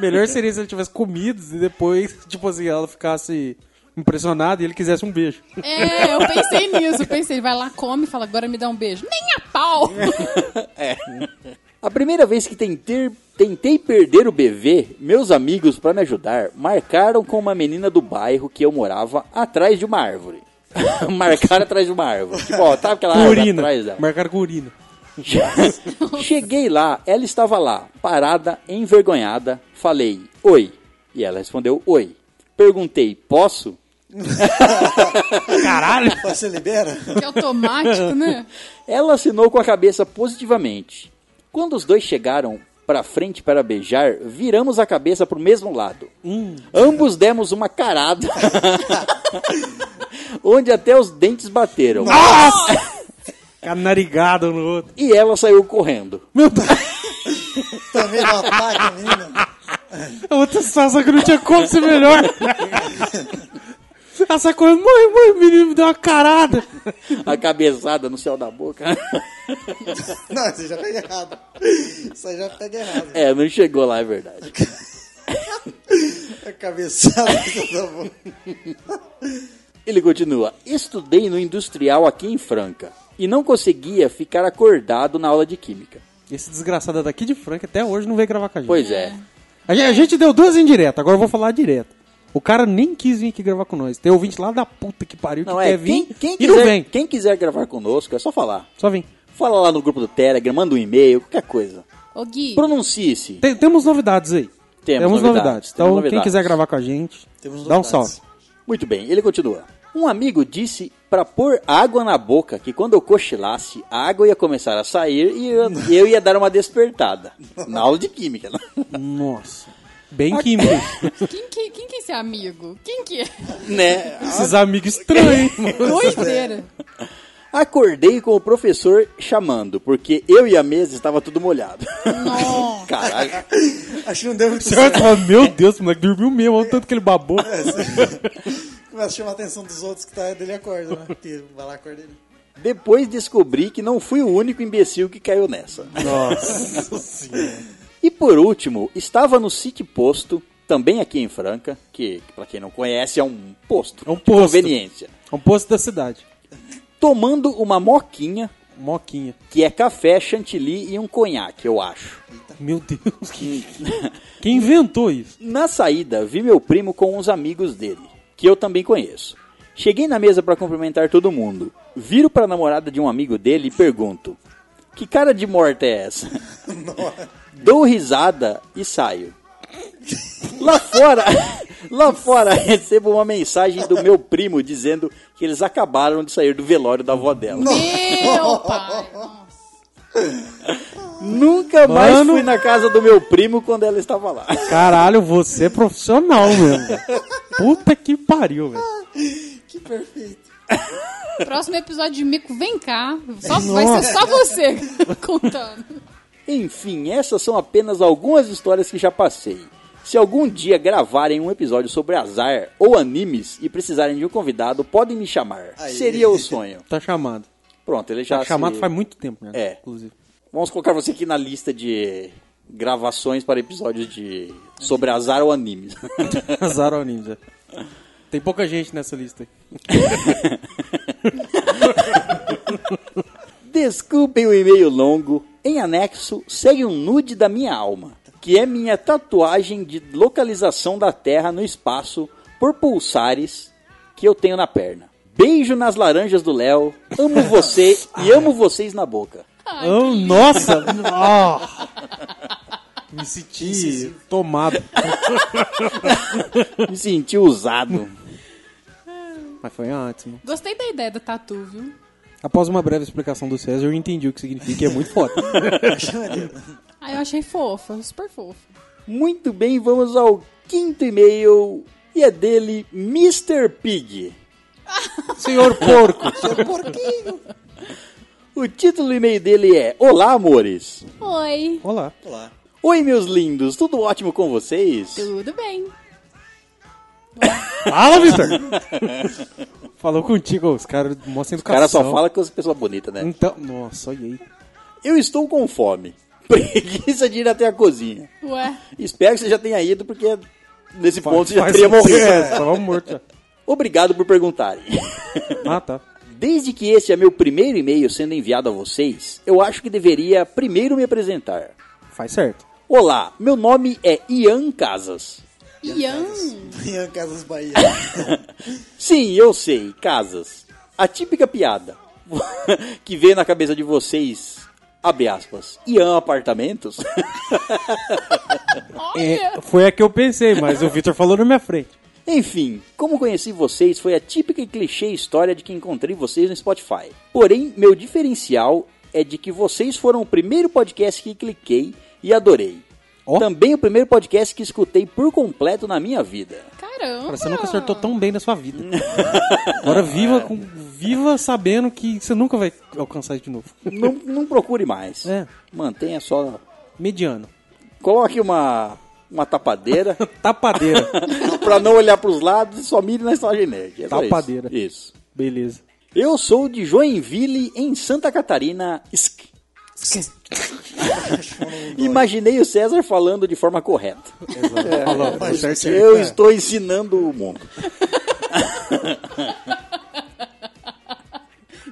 Melhor seria se ele tivesse comido e depois, tipo assim, ela ficasse impressionada e ele quisesse um beijo. É, eu pensei nisso. Eu pensei, vai lá, come e fala, agora me dá um beijo. Nem a pau! A primeira vez que tentei, tentei perder o bebê, meus amigos, pra me ajudar, marcaram com uma menina do bairro que eu morava atrás de uma árvore. Marcaram atrás de uma árvore. Tipo, ó, tava aquela Com árvore urina. atrás dela. Marcar com urina. Cheguei lá, ela estava lá, parada, envergonhada. Falei, oi. E ela respondeu, oi. Perguntei, posso? Caralho! Você libera? Que é automático, né? Ela assinou com a cabeça positivamente. Quando os dois chegaram pra frente para beijar, viramos a cabeça pro mesmo lado. Hum. Ambos demos uma carada. onde até os dentes bateram. Ficar narigado um no outro. E ela saiu correndo. Meu Deus! Também não ataca, menina. A outra sensação que não tinha como ser melhor. Ela sai correndo, mãe, mãe, o menino me deu uma carada. A cabeçada no céu da boca. Não, você já pega errado. Isso aí já pega errado. É, não chegou lá, é verdade. A cabeçada tá da boca. Ele continua: Estudei no industrial aqui em Franca e não conseguia ficar acordado na aula de química. Esse desgraçado daqui de Franca até hoje não veio gravar com a gente. Pois é. Hum. A gente, a gente deu duas indiretas, agora eu vou falar direto. O cara nem quis vir aqui gravar com nós. Tem ouvinte lá da puta que pariu Não que é, quer quem, vir quem, e não quiser, vem. quem quiser gravar conosco, é só falar. Só vem. Fala lá no grupo do Telegram, manda um e-mail, qualquer coisa. Ô Gui, Pronuncie-se. Tem- temos novidades aí. Temos novidades, temos Então, quem novidades. quiser gravar com a gente, Temos dá um novidades. salve. Muito bem, ele continua. Um amigo disse pra pôr água na boca que quando eu cochilasse, a água ia começar a sair e eu, eu ia dar uma despertada. Na aula de química. né? Nossa. Bem químico. quem, que, quem que é esse amigo? Quem que é? né? Esses amigos estranhos, hein, mano. Doideira. Acordei com o professor chamando, porque eu e a mesa estava tudo molhado. Nossa. Caralho. Acho que não deu muito Você vai certo. falar, meu Deus, o moleque dormiu mesmo, olha o tanto que ele babou. É, Começa a chamar a atenção dos outros que tá dele acorda, né? Porque vai lá acorda ele. Depois descobri que não fui o único imbecil que caiu nessa. Nossa senhora. E por último, estava no SIC Posto, também aqui em Franca, que, que pra quem não conhece, é um posto. É um de posto. Conveniência. É um posto da cidade. Tomando uma moquinha, Moquinha. que é café, chantilly e um conhaque, eu acho. Hum. Meu Deus, que... quem inventou isso? Na saída, vi meu primo com uns amigos dele, que eu também conheço. Cheguei na mesa pra cumprimentar todo mundo. Viro pra namorada de um amigo dele e pergunto: Que cara de morta é essa? Dou risada e saio. Lá fora, lá fora recebo uma mensagem do meu primo dizendo que eles acabaram de sair do velório da avó dela. Meu pai. Nossa. Nunca mais Mano. fui na casa do meu primo quando ela estava lá. Caralho, você é profissional mesmo. velho. Puta que pariu, velho. Que perfeito. Próximo episódio de Mico, vem cá. Só- vai ser só você contando. Enfim, essas são apenas algumas histórias que já passei. Se algum dia gravarem um episódio sobre azar ou animes e precisarem de um convidado, podem me chamar. Aí. Seria o sonho. Tá chamado. Pronto, ele já. Tá chamado se- faz muito tempo, né? É. Inclusive. Vamos colocar você aqui na lista de gravações para episódios de sobre azar ou animes. Azar ao ninja. Tem pouca gente nessa lista aí. Desculpem o e-mail longo. Em anexo, segue um nude da minha alma, que é minha tatuagem de localização da Terra no espaço por pulsares que eu tenho na perna. Beijo nas laranjas do Léo. Amo você e amo vocês na boca. Oh, nossa! Ah. Me senti tomado. Me senti usado. Mas foi ótimo. Gostei da ideia da tatu, viu? Após uma breve explicação do César, eu entendi o que significa e é muito foda. Ah, eu achei fofa, super fofa. Muito bem, vamos ao quinto e-mail e é dele, Mr. Pig. Senhor porco! O título do e-mail dele é Olá, amores. Oi, Olá. Olá. Oi, meus lindos, tudo ótimo com vocês? tudo bem? Fala, Victor! Falou contigo, os caras mostram O cara educação. só fala com as pessoas bonitas, né? Então, nossa, olha aí. Eu estou com fome. Preguiça de ir até a cozinha. Ué, Espero que você já tenha ido, porque nesse ponto você já Faz teria sentido, morrido. É, tava morto já. Obrigado por perguntarem. Ah, tá. Desde que esse é meu primeiro e-mail sendo enviado a vocês, eu acho que deveria primeiro me apresentar. Faz certo. Olá, meu nome é Ian Casas. Ian. Hum. Ian Casas Bahia. Sim, eu sei, Casas. A típica piada que veio na cabeça de vocês, abre aspas, Ian Apartamentos? É, foi a que eu pensei, mas o Victor falou na minha frente. Enfim, como conheci vocês foi a típica e clichê história de que encontrei vocês no Spotify. Porém, meu diferencial é de que vocês foram o primeiro podcast que cliquei e adorei. Ó. Também o primeiro podcast que escutei por completo na minha vida. Caramba. Cara, você nunca acertou tão bem na sua vida. Agora viva, com, viva sabendo que você nunca vai alcançar isso de novo. Não, não procure mais. É. Mantenha só. Mediano. Coloque uma uma tapadeira, Tapadeira. pra não olhar pros lados e só mire na estalagem nerd. É só isso. Tapadeira. Isso. Beleza. Eu sou de Joinville, em Santa Catarina. Isc. Imaginei o César falando de forma correta. Falou, É. Mas certo. você- Eu estou ensinando o mundo.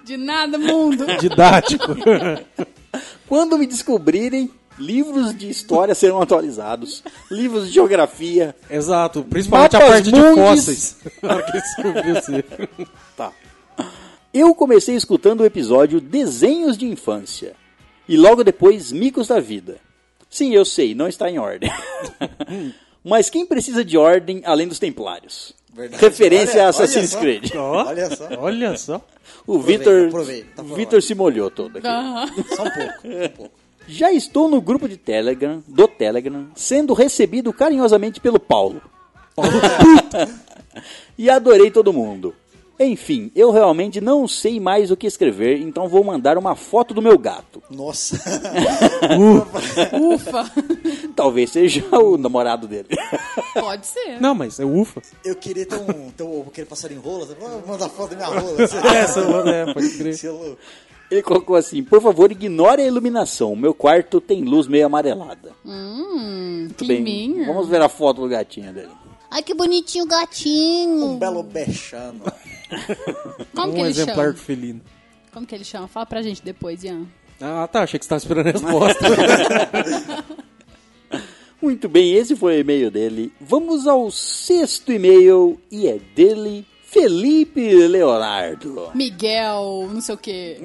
De nada, mundo. Didático. Quando me descobrirem, livros de história serão atualizados, livros de geografia. Exato. Principalmente a Mapas parte de mundis. fósseis. Na hora que ele descobriu isso. Tá. Eu comecei escutando o episódio Desenhos de Infância e logo depois Micos da Vida. Sim, eu sei, não está em ordem. Mas quem precisa de ordem além dos Templários? Verdade. Referência Olha- a Assassin's olha só. Creed. Ó, Olha só. Olha só. O Aproveita, Vitor aproveita, tá o falando. Vitor se molhou todo aqui. Aham. Só um pouco, só um pouco. Já estou no grupo de Telegram, do Telegram, sendo recebido carinhosamente pelo Paulo. e adorei todo mundo. Enfim, eu realmente não sei mais o que escrever, então vou mandar uma foto do meu gato. Nossa. Ufa. Talvez seja o namorado dele. Pode ser. Não, mas é ufa. Eu queria ter um. Ter um aquele passarinho rola. sabe? Ah, Manda foto da minha rola. Você Essa, é, pode crer. você é louco. Ele colocou assim: por favor, ignore a iluminação. Meu quarto tem luz meio amarelada. Hum, Muito bem. climinho. Vamos ver a foto do gatinho dele. Ai, que bonitinho o gatinho. Um belo bechano. Como que um ele exemplar chama? do felino. Como que ele chama? Fala pra gente depois, Ian. Ah, tá. Achei que você tava esperando a resposta. Muito bem, esse foi o e-mail dele. Vamos ao sexto e-mail e é dele, Felipe Leonardo. Miguel, não sei o quê.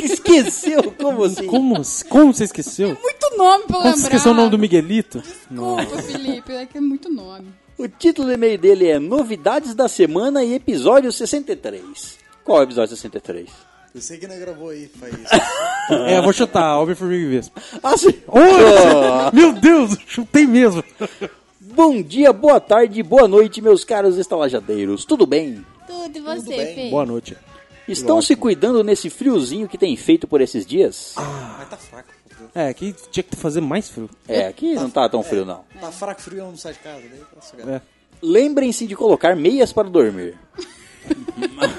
Esqueceu como assim? como, como você esqueceu? Muito nome pra eu Como lembrar. você esqueceu o nome do Miguelito? Desculpa, Felipe. É que é muito nome. O título do e-mail dele é Novidades da Semana e Episódio 63. Qual é o episódio 63? Eu sei que não gravou aí, faz É, eu vou chutar. Homem, formiga e vespa. Ah, sim. Olha! Meu Deus, chutei mesmo. Bom dia, boa tarde, boa noite, meus caros estalajadeiros. Tudo bem? Tudo e você, bem. Fê? Boa noite. Estão se cuidando nesse friozinho que tem feito por esses dias? Mas tá fraco. pô. É, aqui tinha que fazer mais frio. É, aqui não tá tão frio não. Tá fraco, frio, eu não sai de casa. Daí tá sossegado. É. Lembrem-se de colocar meias para dormir.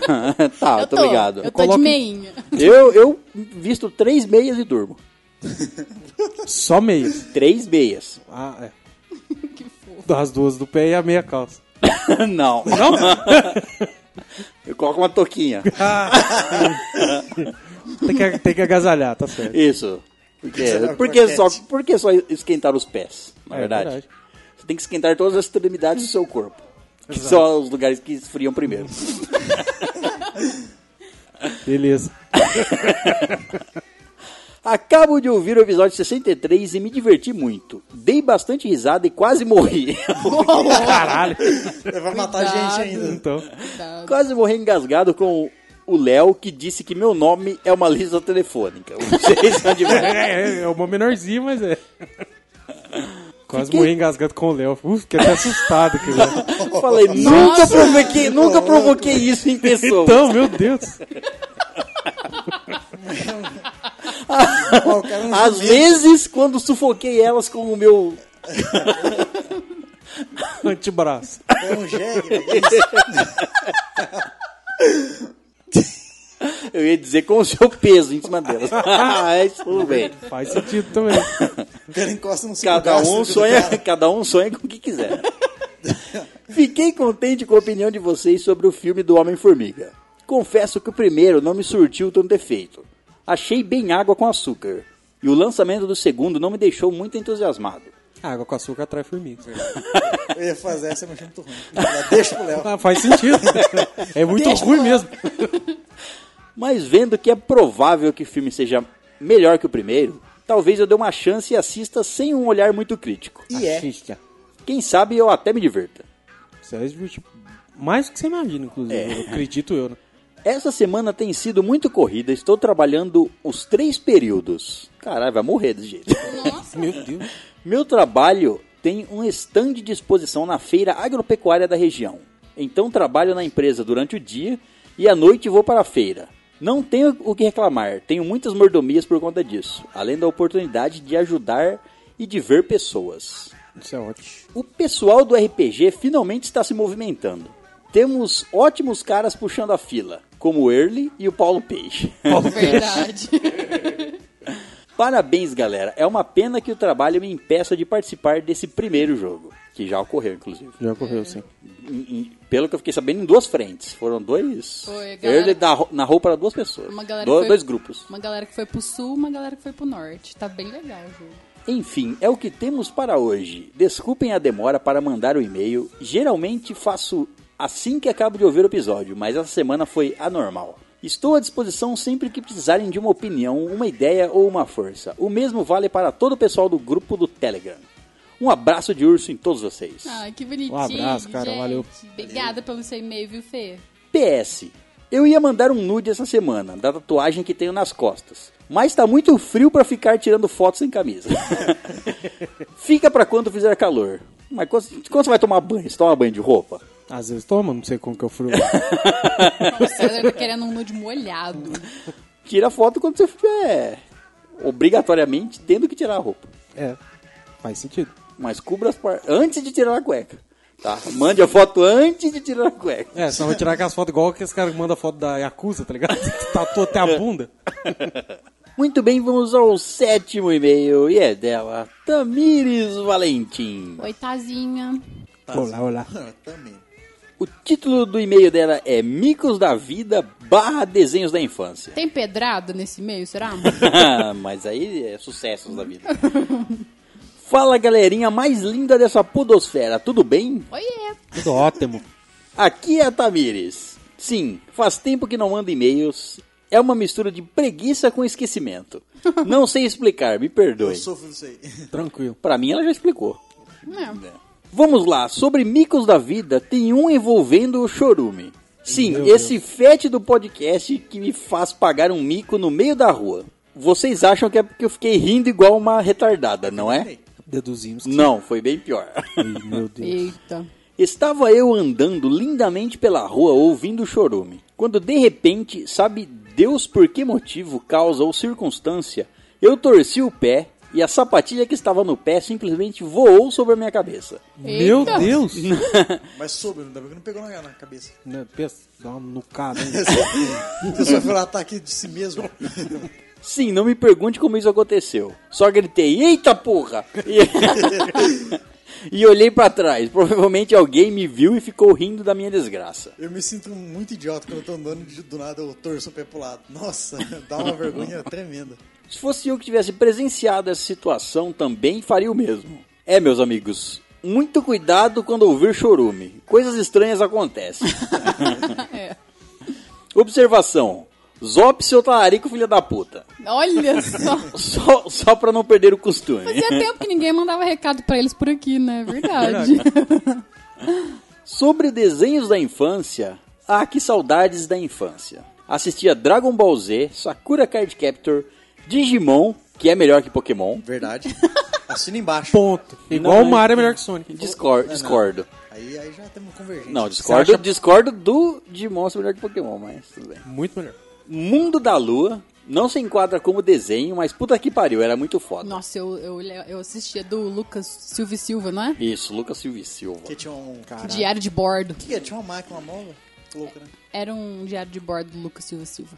tá, eu muito tô. obrigado. Eu tô Coloca- de meinha. Eu, eu visto três meias e durmo. Só meia. Três meias. Ah, é. As duas do pé e a meia calça. Não. eu coloco uma toquinha. Tem que, tem que agasalhar, tá certo. Isso. Porque, Será porque, croquete? só, porque só esquentar os pés, na tá É, verdade. verdade. Você tem que esquentar todas as extremidades do seu corpo. Que são os lugares que esfriam primeiro. Beleza. Acabo de ouvir o episódio 63 e me diverti muito. Dei bastante risada e quase morri. Caralho. Ele vai matar a Cuidado. gente ainda. Então, Tá. Quase morri engasgado com o Léo que disse que meu nome é uma lista telefônica. Vocês são demais. é, é uma menorzinha, mas é. Quase morri engasgado com o Léo. Uf, fiquei até assustado. né? Que Eu Falei, nunca provoquei, nunca provoquei isso em pessoa. então, meu Deus. Ó, o Então, cara não Às vezes, quando sufoquei elas com o meu. Antebraço. é um jegue. velho. Eu ia dizer com o seu peso em cima delas. Mas tudo bem. Faz sentido também. O cara encosta no seu Cada braço, um, do cara. sonha, cada um sonha com o que quiser. Fiquei contente com a opinião de vocês sobre o filme do Homem-Formiga. Confesso que o primeiro não me surtiu tanto defeito. Achei bem água com açúcar. E o lançamento do segundo não me deixou muito entusiasmado. Ah, Água com açúcar atrai formiga. Eu ia fazer essa, mas é muito ruim. Mas Deixa pro Léo. Ah, faz sentido. É muito ruim mesmo. Mas vendo que é provável que o filme seja melhor que o primeiro, talvez eu dê uma chance e assista sem um olhar muito crítico. E é. Xista. Quem sabe eu até me divirta. Isso é tipo, mais do que você imagina, inclusive. Eu acredito eu, né? Essa semana tem sido muito corrida, estou trabalhando os três períodos. Caralho, vai morrer desse jeito. Nossa, Meu Deus. Meu trabalho tem um stand de exposição na feira agropecuária da região. Então trabalho na empresa durante o dia e à noite vou para a feira. Não tenho o que reclamar, tenho muitas mordomias por conta disso, além da oportunidade de ajudar e de ver pessoas. Isso é ótimo. O pessoal do RPG finalmente está se movimentando. Temos ótimos caras puxando a fila, como o Early e o Paulo Peixe. é Verdade. Parabéns, galera. É uma pena que o trabalho me impeça de participar desse primeiro jogo, que já ocorreu, inclusive. Já ocorreu, sim. Em- em- pelo que eu fiquei sabendo, em duas frentes. Foram dois. Foi, galera- Early da ro- narrou para duas pessoas. Uma galera Do- foi- Dois grupos. Uma galera que foi pro sul, uma galera que foi pro norte. Tá bem legal o jogo. Enfim, é o que temos para hoje. Desculpem a demora para mandar o e-mail. Geralmente faço assim que acabo de ouvir o episódio, mas essa semana foi anormal. Estou à disposição sempre que precisarem de uma opinião, uma ideia ou uma força. O mesmo vale para todo o pessoal do grupo do Telegram. Um abraço de urso em todos vocês. Ai, que bonitinho. Um abraço, cara, gente. valeu. Obrigada pelo seu e-mail, viu, Fê? PS. Eu ia mandar um nude essa semana, da tatuagem que tenho nas costas. Mas tá muito frio pra ficar tirando fotos sem camisa. Fica pra quando fizer calor. Mas quando, quando você vai tomar banho? Você toma banho de roupa? Às vezes toma, não sei como que eu fui. O César tá querendo um nude molhado. Tira foto quando você estiver obrigatoriamente tendo que tirar a roupa. é, faz sentido. Mas cubra as partes antes de tirar a cueca. Tá? Mande a foto antes de tirar a cueca. É, senão vai tirar aquelas fotos igual que esse cara que manda foto da Yakuza, tá ligado? Tatua até a bunda. Muito bem, vamos ao sétimo e-mail. E é dela, Tamires Valentim. Oi, Tazinha. Olá, olá. Ah, Também. O título do e-mail dela é Micos da Vida barra Desenhos da Infância. Tem pedrada nesse e-mail, será? Ah, Mas aí é sucessos da vida. Fala galerinha mais linda dessa podosfera, tudo bem? Oiê. Tudo ótimo. Aqui é a Tamires. Sim, faz tempo que não mando e-mails. É uma mistura de preguiça com esquecimento. Não sei explicar, me Eu perdoe. sofro disso aí. Tranquilo. Pra mim ela já explicou. Não. Vamos lá, sobre micos da vida, tem um envolvendo o chorume. Sim, esse fete do podcast que me faz pagar um mico no meio da rua. Vocês acham que é porque eu fiquei rindo igual uma retardada, não é? Deduzimos que... Não, foi bem pior. Ih, Meu Deus. Eita. Estava eu andando lindamente pela rua ouvindo o chorume, quando de repente, sabe Deus por que motivo, causa ou circunstância, eu torci o pé e a sapatilha que estava no pé simplesmente voou sobre a minha cabeça. Meu Eita. Deus. Mas sobre, ainda bem que não pegou na, na cabeça. Não, Pensa, dá uma nucada. hein? Você sofreu um ataque de si mesmo. Sim, não me pergunte como isso aconteceu. Só gritei, eita porra! E, e olhei pra trás. Provavelmente alguém me viu e ficou rindo da minha desgraça. Eu me sinto muito idiota quando eu tô andando de, do nada eu torço o pé pro lado. Nossa, dá uma vergonha tremenda. Se fosse eu que tivesse presenciado essa situação, também faria o mesmo. É, meus amigos, muito cuidado quando ouvir chorume. Coisas estranhas acontecem. É. Observação. Zop seu talarico, filha da puta. Olha só. Só, só pra não perder o costume. Fazia tempo que ninguém mandava recado pra eles por aqui, né? Verdade. Sobre desenhos da infância, ah, que saudades da infância. Assistia Dragon Ball Z, Sakura Card Captor, Digimon, que é melhor que Pokémon. Verdade. Assina embaixo. Ponto. Igual Não, o Mario é melhor que o Sonic. Discor- discordo. Aí, aí já temos convergência. Não, discordo, discordo do Digimon ser melhor que Pokémon, mas tudo bem. Muito melhor. Mundo da Lua, não se enquadra como desenho, mas puta que pariu, era muito foda. Nossa, eu, eu, eu assistia do Lucas Silva e Silva, não é? Isso, Lucas Silva e Silva. Porque tinha um cara. Diário de bordo. Que é? Tinha uma máquina, uma mola. Louca, né? Era um diário de bordo do Lucas Silva e Silva.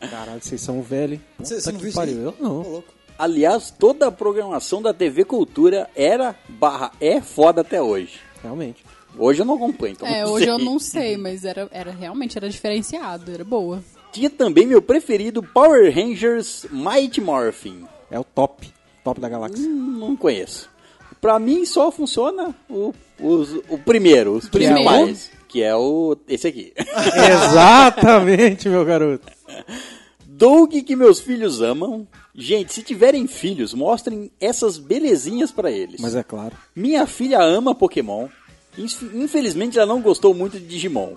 Caralho, vocês são velhos. hein? Você Puta não que viu isso? aí? pariu. Eu Ô, não. louco. Aliás, toda a programação da TV Cultura era barra é foda até hoje. Realmente. Hoje eu não acompanho, então É, hoje eu sei. não sei, mas era, era realmente era diferenciado, era boa. Tinha também meu preferido Power Rangers Mighty Morphin. É o top. Top da galáxia. Hum, Não conheço. Pra mim só funciona o, os- o primeiro, os Primeiro. principais, que é o esse aqui. Exatamente, meu garoto. Doug que meus filhos amam. Gente, se tiverem filhos, mostrem essas belezinhas pra eles. Mas é claro. Minha filha ama Pokémon. Inf- Infelizmente ela não gostou muito de Digimon.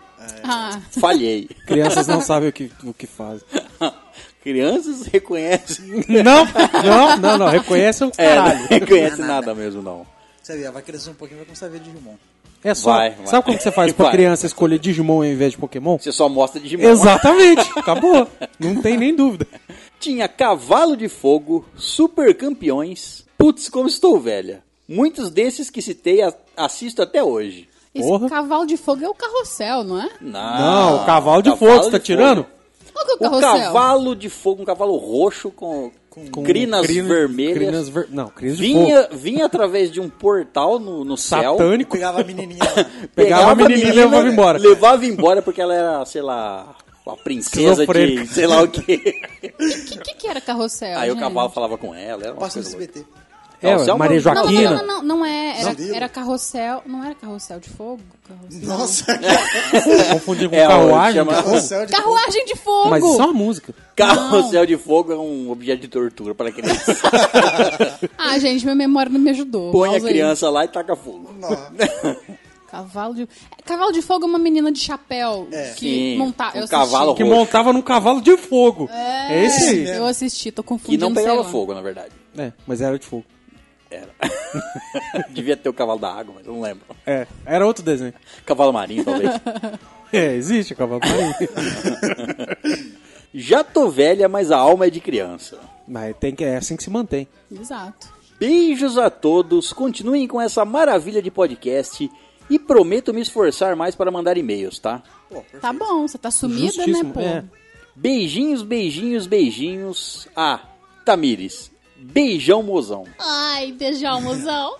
Ah, Falhei. Crianças não sabem o que, o que fazem. Crianças reconhecem. Não, não, não, não. Reconhece o É, não caralho. reconhece nada mesmo não. Você vê, vai crescer um pouquinho, vai começar a ver Digimon. É só. Vai, vai. Sabe como você faz pra Vai. criança escolher Digimon ao invés de Pokémon? Você só mostra Digimon. Exatamente. Acabou. Não tem nem dúvida. Tinha Cavalo de Fogo, Super Campeões, Putz, como estou velha. Muitos desses que citei a- assisto até hoje. Esse Porra. cavalo de fogo é o carrossel, não é? Ah, Não, o cavalo de fogo, você tá tirando? Qual que é o O carrossel? cavalo de fogo, um cavalo roxo com, Com crinas crina- vermelhas. crinas ver- Não, crinas de fogo. vinha, vinha através de um portal no, no céu. Satânico. Pegava a menininha lá. Pegava a menina e levava embora. Levava embora porque ela era, sei lá, uma princesa de Esquizofrênica. sei lá o quê. O que, que, que era carrossel? Aí o gente? cavalo falava com ela. Era uma Passa no coisa louca. SBT. É, Não, Maria Selma- Não, não, não, Joaquina. não, não, não é. Era, Não. era carrossel. Não era carrossel de fogo? Carrossel. Nossa, Confundi com É, ó, carruagem. chama- de fogo. céu de Carruagem de fogo! Mas isso é uma música. Carrossel de fogo é um objeto de tortura para criança. Ah, gente, minha memória não me ajudou. Põe a Pausa aí. criança lá e taca fogo. Nossa. Cavalo de... Cavalo de fogo é uma menina de chapéu que Sim, monta... um eu assisti. cavalo Que Roxo. montava num cavalo de fogo. É, esse aí. Eu assisti, tô Que confundindo. não sei pegava lá. fogo, na verdade. É, mas era de fogo. Devia ter o cavalo da água, mas eu não lembro. É, era outro desenho. Cavalo marinho, talvez. É, existe o cavalo marinho. Já tô velha, mas a alma é de criança. mas tem que, é assim que se mantém. Exato. Beijos a todos, continuem com essa maravilha de podcast e prometo me esforçar mais para mandar e-mails, tá? Tá bom, você tá sumida, Justíssimo, né, pô? é. Beijinhos, beijinhos, beijinhos. Ah, Tamires. Beijão, mozão. Ai, beijão, mozão.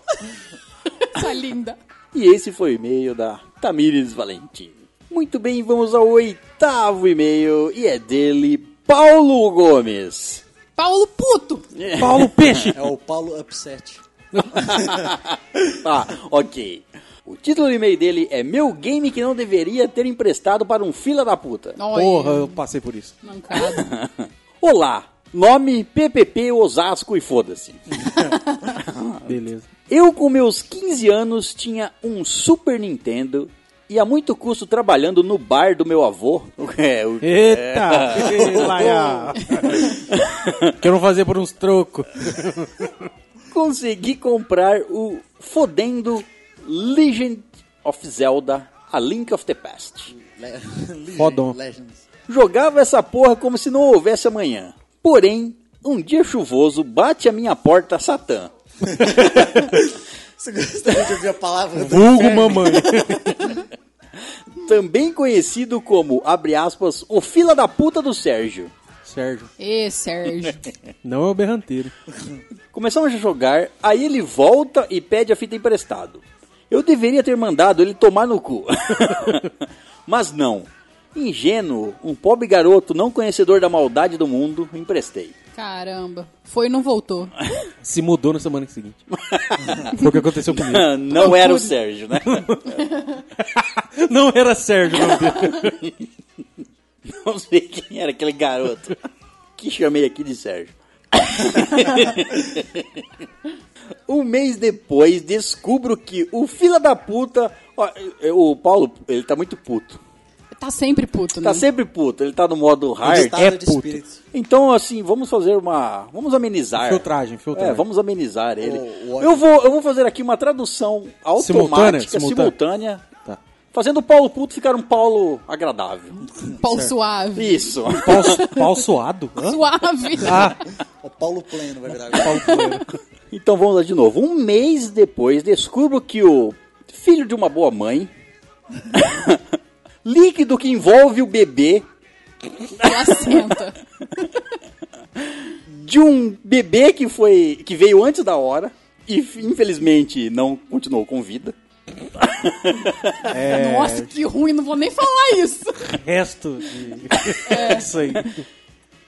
Sua linda. E esse foi o e-mail da Tamires Valentim. Muito bem, vamos ao oitavo e-mail e é dele, Paulo Gomes. Paulo puto! Paulo Peixe. É o Paulo Upset. Tá, ok. O título do e-mail dele é Meu game que não deveria ter emprestado para um fila da puta. Olha, Porra, eu passei por isso. mancada. Olá, nome PPP Osasco e foda-se. Ah. Beleza. Eu com meus 15 anos tinha um Super Nintendo e a muito custo trabalhando no bar do meu avô. É, o- Eita! Laia. que eu não fazia por uns trocos. consegui comprar o fodendo Legend of Zelda, a Link of the Past. Le- Legend- Fodão. Legends. Jogava essa porra como se não houvesse amanhã. Porém, um dia chuvoso bate a minha porta Satã. Você gostaria de ouvir a palavra? do Vulgo inferno? mamãe. Também conhecido como, abre aspas, o fila da puta do Sérgio. Sérgio. Ê, Sérgio. Não é o berranteiro. Começamos a jogar, aí ele volta e pede a fita emprestado. Eu deveria ter mandado ele tomar no cu. Mas não. Ingênuo, um pobre garoto não conhecedor da maldade do mundo, emprestei. Caramba. Foi e não voltou. Se mudou na semana seguinte. Foi o que aconteceu comigo. não era o Sérgio, né? Não era Sérgio, não. Vamos ver quem era aquele garoto que chamei aqui de Sérgio. um mês depois, descubro que o fila da puta. ó, o Paulo, ele tá muito puto. Tá sempre puto, né? Tá sempre puto, ele tá no modo hard. Estado é de puto. espírito. Então, assim, vamos fazer uma. Vamos amenizar. Filtragem, filtragem. É, vamos amenizar ele. O- o- eu, vou, eu vou fazer aqui uma tradução automática, Simultânea? simultânea. Simultânea. Tá. Fazendo o Paulo puto ficar um Paulo agradável. Paulo suave. Isso. Pau, pau suado? Hã? Suave. Ah. O Paulo Pleno vai virar agora. Pau poeira. Então vamos lá de novo. Um mês depois, descubro que o filho de uma boa mãe. líquido que envolve o bebê Placenta. de um bebê que foi que veio antes da hora e infelizmente não continuou com vida. É. Nossa, que ruim, não vou nem falar isso. Resto de. É Isso aí.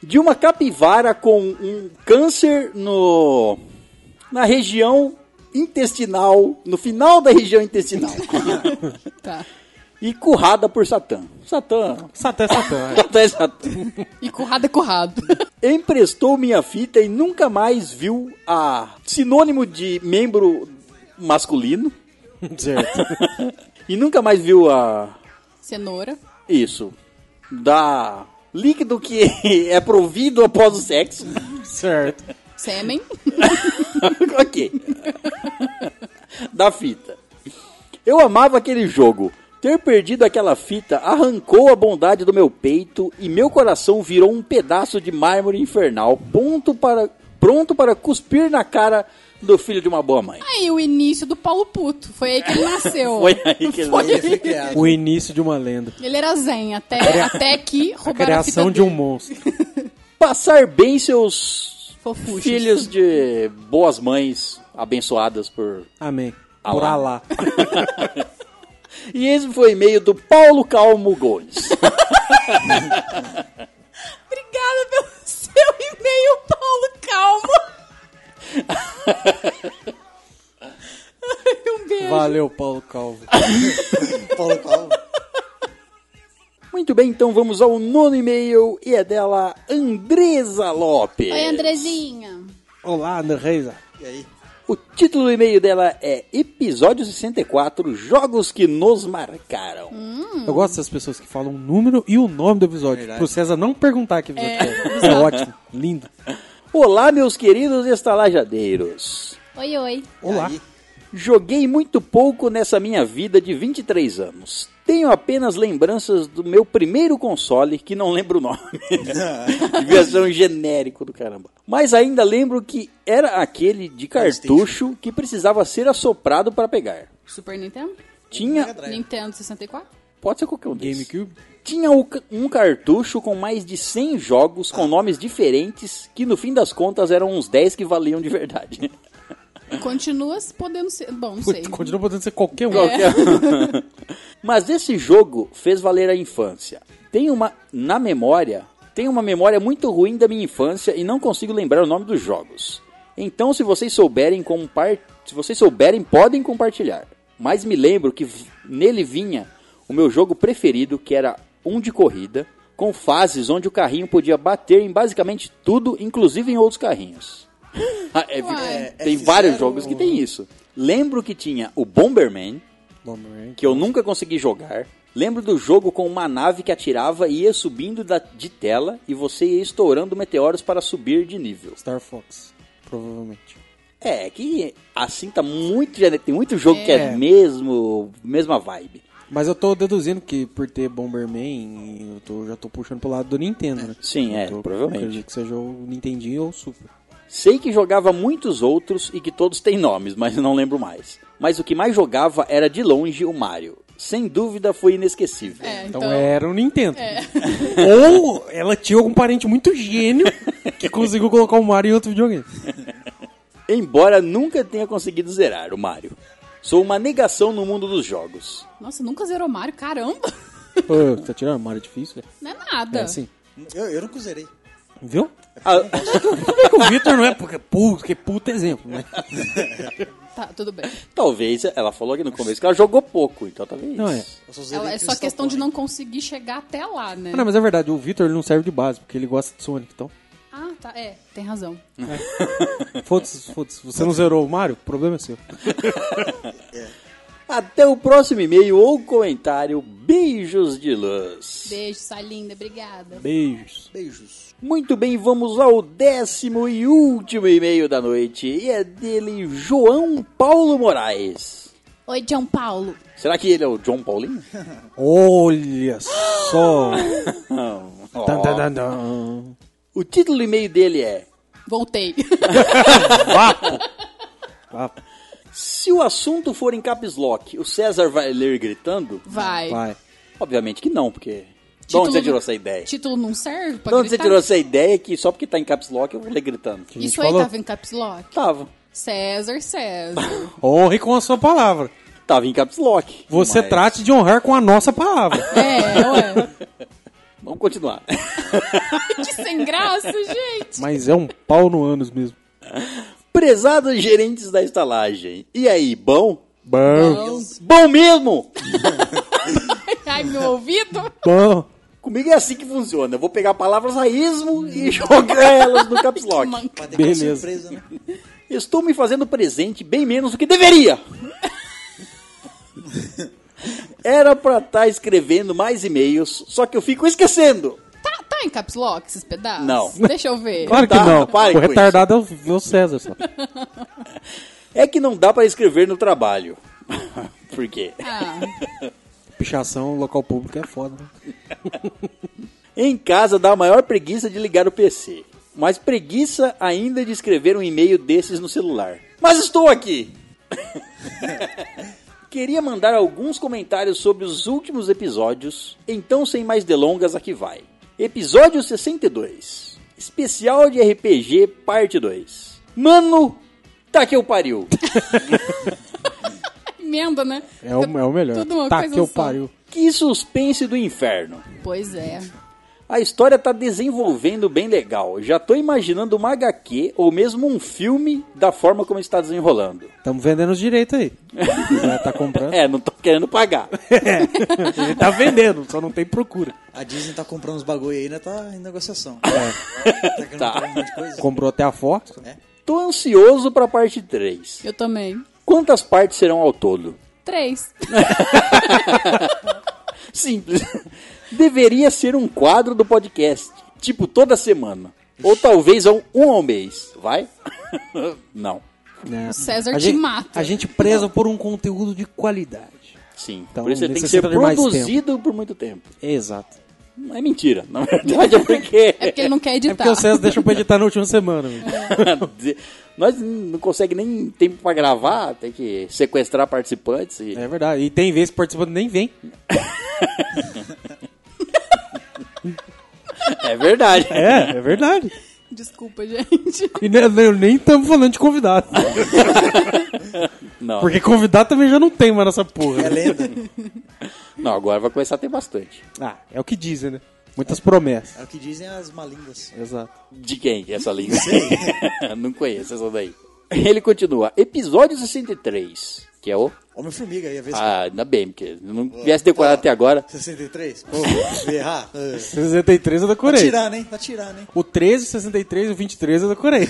de uma capivara com um câncer no na região intestinal, no final da região intestinal Tá. e currada por Satã. Satã, Satã, é satã. é. Satã, é Satã. E currado é currado. Emprestou minha fita e nunca mais viu a sinônimo de membro masculino é. Certo. e nunca mais viu a Cenoura. isso da líquido que é provido após o sexo. Certo. Sêmen. ok. é. da fita. Eu amava aquele jogo. Ter perdido aquela fita arrancou a bondade do meu peito e meu coração virou um pedaço de mármore infernal, pronto para, pronto para cuspir na cara do filho de uma boa mãe. Aí o início do Paulo Puto. Foi aí que ele nasceu. Foi aí que ele Foi nasceu. Foi criado. O início de uma lenda. Ele era zen, até, até que A roubaram a, criação fita de um dele. monstro. Passar bem seus Fofuchos. filhos de boas mães abençoadas por. Amém. Alá. Por Alá. E esse foi o e-mail do Paulo Calmo Gomes. Obrigada pelo seu e-mail, Paulo Calmo. Ai, um beijo. Valeu, Paulo Calvo. Paulo Paulo. Muito bem, então vamos ao nono e-mail e é dela Andresa Lopes. Oi, Andrezinha. Olá, Andresa. E aí? O título do e-mail dela é Episódio 64 Jogos que nos marcaram. Eu gosto dessas pessoas que falam o número e o nome do episódio. Verdade. Pro César não perguntar que episódio é. É ótimo. Lindo. Olá, meus queridos estalajadeiros. Oi, oi. Olá. Aí? Joguei muito pouco nessa minha vida de 23 anos. Tenho apenas lembranças do meu primeiro console, que não lembro o nome. Devia ser um genérico do caramba. Mas ainda lembro que era aquele de cartucho que precisava ser assoprado para pegar. Super Nintendo? é Tinha. Nintendo 64? Pode ser qualquer um desses. GameCube. Tinha o ca- um cartucho com mais de 100 jogos com nomes diferentes, que no fim das contas eram uns 10 que valiam de verdade. Continua podendo ser. Bom, não sei. Putz, continua podendo ser qualquer um. Qualquer um. Mas esse jogo fez valer a infância. Tem uma na memória, tem uma memória muito ruim da minha infância e não consigo lembrar o nome dos jogos. Então, se vocês souberem compar, se vocês souberem, podem compartilhar. Mas me lembro que v- nele vinha o meu jogo preferido, que era um de corrida, com fases onde o carrinho podia bater em basicamente tudo, inclusive em outros carrinhos. Ah, é, Uai. tem É, vários fizeram- jogos que tem isso. Lembro que tinha o Bomberman, Bom, né? que eu nunca consegui jogar. Lembro do jogo com uma nave que atirava e ia subindo da- de tela e você ia estourando meteoros para subir de nível. Star Fox, provavelmente. É, que assim tá muito genérico. Tem muito jogo que é É. mesmo, mesma vibe. Mas eu tô deduzindo que por ter Bomberman, eu tô, já tô puxando pro lado do Nintendo, né? Sim, Eu é, tô- provavelmente. Acredito que seja o Nintendinho ou o Super. Sei que jogava muitos outros e que todos têm nomes, mas eu não lembro mais. Mas o que mais jogava era de longe o Mario. Sem dúvida foi inesquecível. É, então. Então, era o Nintendo. Ou ela tinha algum parente muito gênio que conseguiu colocar o Mario em outro videogame. Embora nunca tenha conseguido zerar o Mario. Sou uma negação no mundo dos jogos. Nossa, nunca zerou Mario, caramba! Pô, tá tirando Mario é difícil, velho? Não é nada. É assim. Eu, eu nunca zerei. Viu? Ah, Como é que o Victor não é porque puto, que puto exemplo, né? Tá, tudo bem. Talvez, ela falou aqui no começo que ela jogou pouco, então talvez. Não é. Eu só zerei Ela, é só Crystal questão de Pony. não conseguir chegar até lá, né? Ah, Não, mas é verdade, o Victor ele não serve de base, porque ele gosta de Sonic, então. Ah, tá. É, tem razão. Foda-se, foda-se. Você não zerou o Mario? O problema é seu. Até o próximo e-mail ou comentário. Beijos de luz. Beijo, sai linda, obrigada. Beijos. Beijos. Muito bem, vamos ao décimo e último e-mail da noite. E é dele, João Paulo Moraes. Oi, João Paulo. Será que ele é o John Paulinho? Olha só. Não. Dun, dun, dun, dun. O título do e-mail dele é Voltei. Ah, Se o assunto for em caps lock, o César vai ler gritando? Vai. vai. Obviamente que não, porque... De Título onde você do- tirou essa ideia? De Título não serve pra onde você gritar? tirou essa ideia que só porque tá em caps lock eu vou ler gritando? gente Isso aí falou? tava em caps lock? Tava. César, César. Honre com a sua palavra. Tava em caps lock. Você mas- trate de honrar com a nossa palavra. é, ué. Vamos continuar. Que sem graça, gente. Mas é um pau no ânus mesmo. Prezados gerentes da estalagem. E aí, bom? Bom, Bom mesmo! Ai, meu ouvido. bom. Comigo é assim que funciona. Eu vou pegar palavras raísmo e jogar elas no caps lock. Vai ter que Beleza. ser surpresa, né? Estou me fazendo presente bem menos do que deveria. Era pra estar escrevendo mais e-mails, só que eu fico esquecendo. Tá, tá em caps lock esses pedaços? Não. Deixa eu ver. Claro que Tá, não. pare O com retardado é o- é o César, sabe? É que não dá pra escrever no trabalho. Por quê? Ah, Pichação, local público é foda. Né? Em casa dá a maior preguiça de ligar o PC, mas preguiça ainda de escrever um e-mail desses no celular. Mas estou aqui! Queria mandar alguns comentários sobre os últimos episódios, então sem mais delongas aqui vai. Episódio 62, especial de RPG parte 2. Mano, tá que eu pariu. Emenda, né? É o, é o melhor. Tudo uma tá coisa que eu um só. pariu. Que suspense do inferno. Pois é. A história tá desenvolvendo bem legal. Já tô imaginando uma HQ ou mesmo um filme da forma como está desenrolando. Estamos vendendo os direitos aí. Já tá comprando. É, não tô querendo pagar. Ele tá vendendo, só não tem procura. A Disney tá comprando uns bagulho aí, né? Tá em negociação. É. Tá querendo Tá. comprar um monte de coisa. É. Comprou até a Fox. Tô ansioso pra parte 3. Eu também. Quantas partes serão ao todo? Três. Simples. Deveria ser um quadro do podcast. Tipo, toda semana. Ou talvez um, um ao mês. Vai? Não. Né? César a te gente, mata. A gente preza por um conteúdo de qualidade. Sim. Então, por isso ele tem que ser necessita de mais produzido por muito tempo. Exato. Não é mentira. Na verdade, é porque. É porque ele não quer É editar. porque o César deixa pra editar na última semana. viu? Nós não consegue nem tempo pra gravar, tem que sequestrar participantes. E... É verdade. E tem vezes que o participante nem vem. É verdade. É, é verdade. Desculpa, gente. E ne- ne- nem estamos falando de convidado. Não, Porque convidado também já não tem mais nessa porra. né? É lenda. não, agora vai começar a ter bastante. Ah, é o que dizem, né? Muitas promessas. É o que dizem as malindas. Exato. De quem que é essa língua? não conheço essa daí. Ele continua. Episódio 63, que é o... Homem-formiga, ia ver se... Ah, ainda bem, porque se não tivesse decorado até agora... 63? Pô, se errar. ah, 63 é da Tá Coreia. tirando, hein? Tá tirando, hein? O 13, o 63 e o 23 é da Coreia.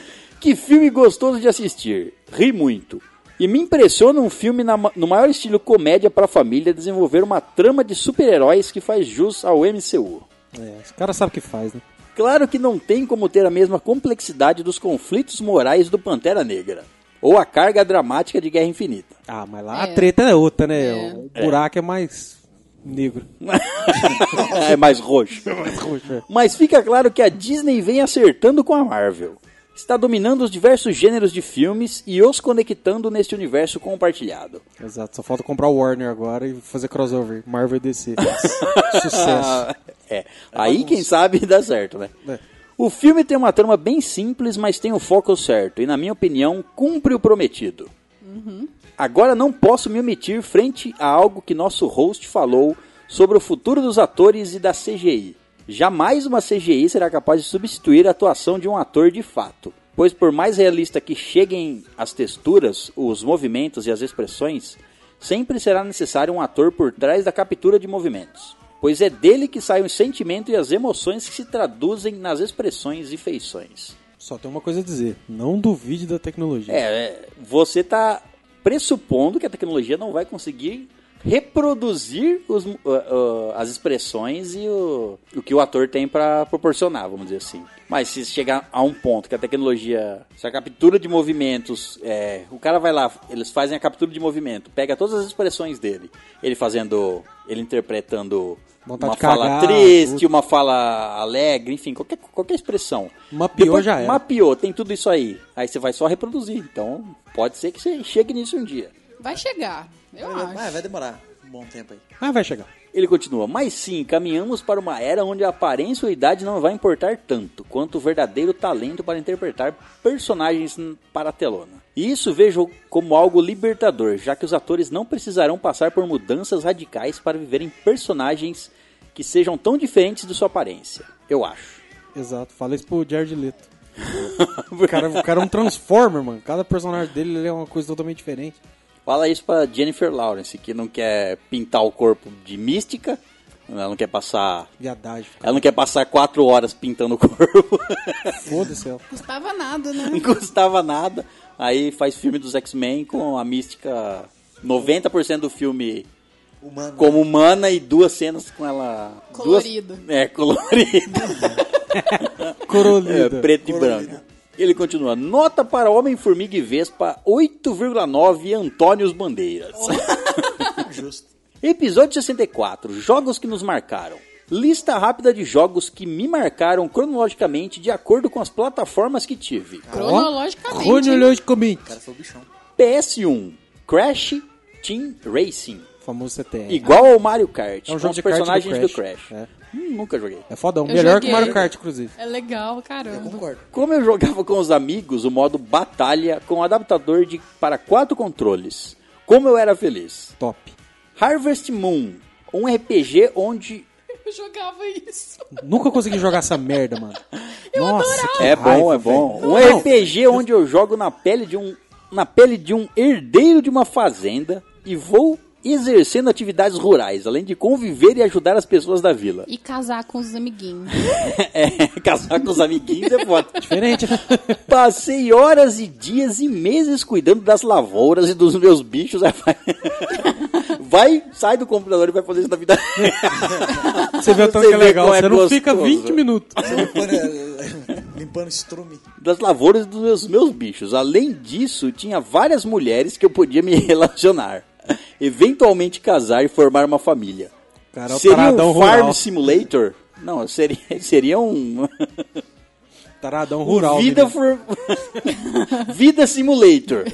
Que filme gostoso de assistir. Ri muito. E me impressiona um filme na ma- no maior estilo comédia pra família desenvolver uma trama de super-heróis que faz jus ao MCU. é, os caras sabem o que faz, né? Claro que não tem como ter a mesma complexidade dos conflitos morais do Pantera Negra, ou a carga dramática de Guerra Infinita. Ah, mas lá É. a treta é outra, né? É. O buraco é mais negro. é mais roxo. Mas fica claro que a Disney vem acertando com a Marvel. Está dominando os diversos gêneros de filmes e os conectando neste universo compartilhado. Exato, só falta comprar o Warner agora e fazer crossover. Marvel e DC. Sucesso. É, aí quem sabe dá certo, né? É. O filme tem uma trama bem simples, mas tem o foco certo e, na minha opinião, cumpre o prometido. Agora não posso me omitir frente a algo que nosso host falou sobre o futuro dos atores e da CGI. Jamais uma CGI será capaz de substituir a atuação de um ator de fato, pois por mais realista que cheguem as texturas, os movimentos e as expressões, sempre será necessário um ator por trás da captura de movimentos, pois é dele que saem o sentimento e as emoções que se traduzem nas expressões e feições. Só tem uma coisa a dizer: não duvide da tecnologia. É, é, você tá pressupondo que a tecnologia não vai conseguir reproduzir os, uh, uh, as expressões e o, o que o ator tem pra proporcionar, vamos dizer assim. Mas se chegar a um ponto que a tecnologia, se a captura de movimentos, é, o cara vai lá, eles fazem a captura de movimento, pega todas as expressões dele, ele fazendo, ele interpretando Vontade uma de fala cagar, triste, puta. uma fala alegre, enfim, qualquer, qualquer expressão. Mapeou, Depois- já era. Mapeou, tem tudo isso aí. Aí você vai só reproduzir. Então, pode ser que você chegue nisso um dia. Vai chegar. Eu Vai, vai- acho. vai demorar um bom tempo aí. Mas Ah, vai chegar. Ele continua, mas sim, caminhamos para uma era onde a aparência ou idade não vai importar tanto quanto o verdadeiro talento para interpretar personagens n- para a telona. E isso vejo como algo libertador, já que os atores não precisarão passar por mudanças radicais para viverem personagens que sejam tão diferentes de sua aparência, eu acho. Exato, fala isso pro Jared Leto. O cara, o cara é um Transformer, mano. Cada personagem dele ele é uma coisa totalmente diferente. Fala isso pra Jennifer Lawrence, que não quer pintar o corpo de mística, ela não quer passar. Viadagem. Ela não quer passar quatro horas pintando o corpo. Foda-se. ela. Custava nada, né? não custava nada. Aí faz filme dos X-Men com a mística 90% do filme Humano. como humana e duas cenas com ela. Colorido. Duas, é, colorido. É, Corolida. preto e Colorido. branco. Ele continua. Nota para Homem-Formiga e Vespa 8,9 e Antônios Bandeiras. é Justo. Episódio 64, jogos que nos marcaram. Lista rápida de jogos que me marcaram cronologicamente de acordo com as plataformas que tive. Cronologicamente. Cronologicamente. cara foi o bichão. PS1, Crash Team Racing. O famoso CTR. Igual ao Mario Kart, É um com jogo os de kart do personagens do Crash. Crash. Hum, nunca joguei. É fodão. Eu Melhor que joguei. Mario Kart, inclusive. É legal, caramba. Concordo. Como eu jogava com os amigos o modo batalha com adaptador de, para quatro controles. Como eu era feliz. Top. Harvest Moon, um RPG onde Eu jogava isso. Nunca consegui jogar essa merda, mano. Eu Nossa, adorava. que é bom, raiva, é bom. velho. Um Não, RPG onde eu jogo na pele de um na pele de um herdeiro de uma fazenda e vou exercendo atividades rurais, além de conviver e ajudar as pessoas da vila. E casar com os amiguinhos. É, casar com os amiguinhos é foda. Diferente. Passei horas e dias e meses cuidando das lavouras e dos meus bichos. Aí Vai, vai, sai do computador e vai fazer isso na vida. real. Você vê o tanto Você que é vê legal. como é Você não fica gostoso. 20 minutos. Limpando, eh, limpando estrume. das lavouras e dos meus, meus bichos. Além disso, tinha várias mulheres que eu podia me relacionar. Eventualmente casar e formar uma família. Cara, é o seria taradão um Farm rural. Simulator? Não, seria, seria um... Taradão rural. Vida, menino. for... Vida Simulator.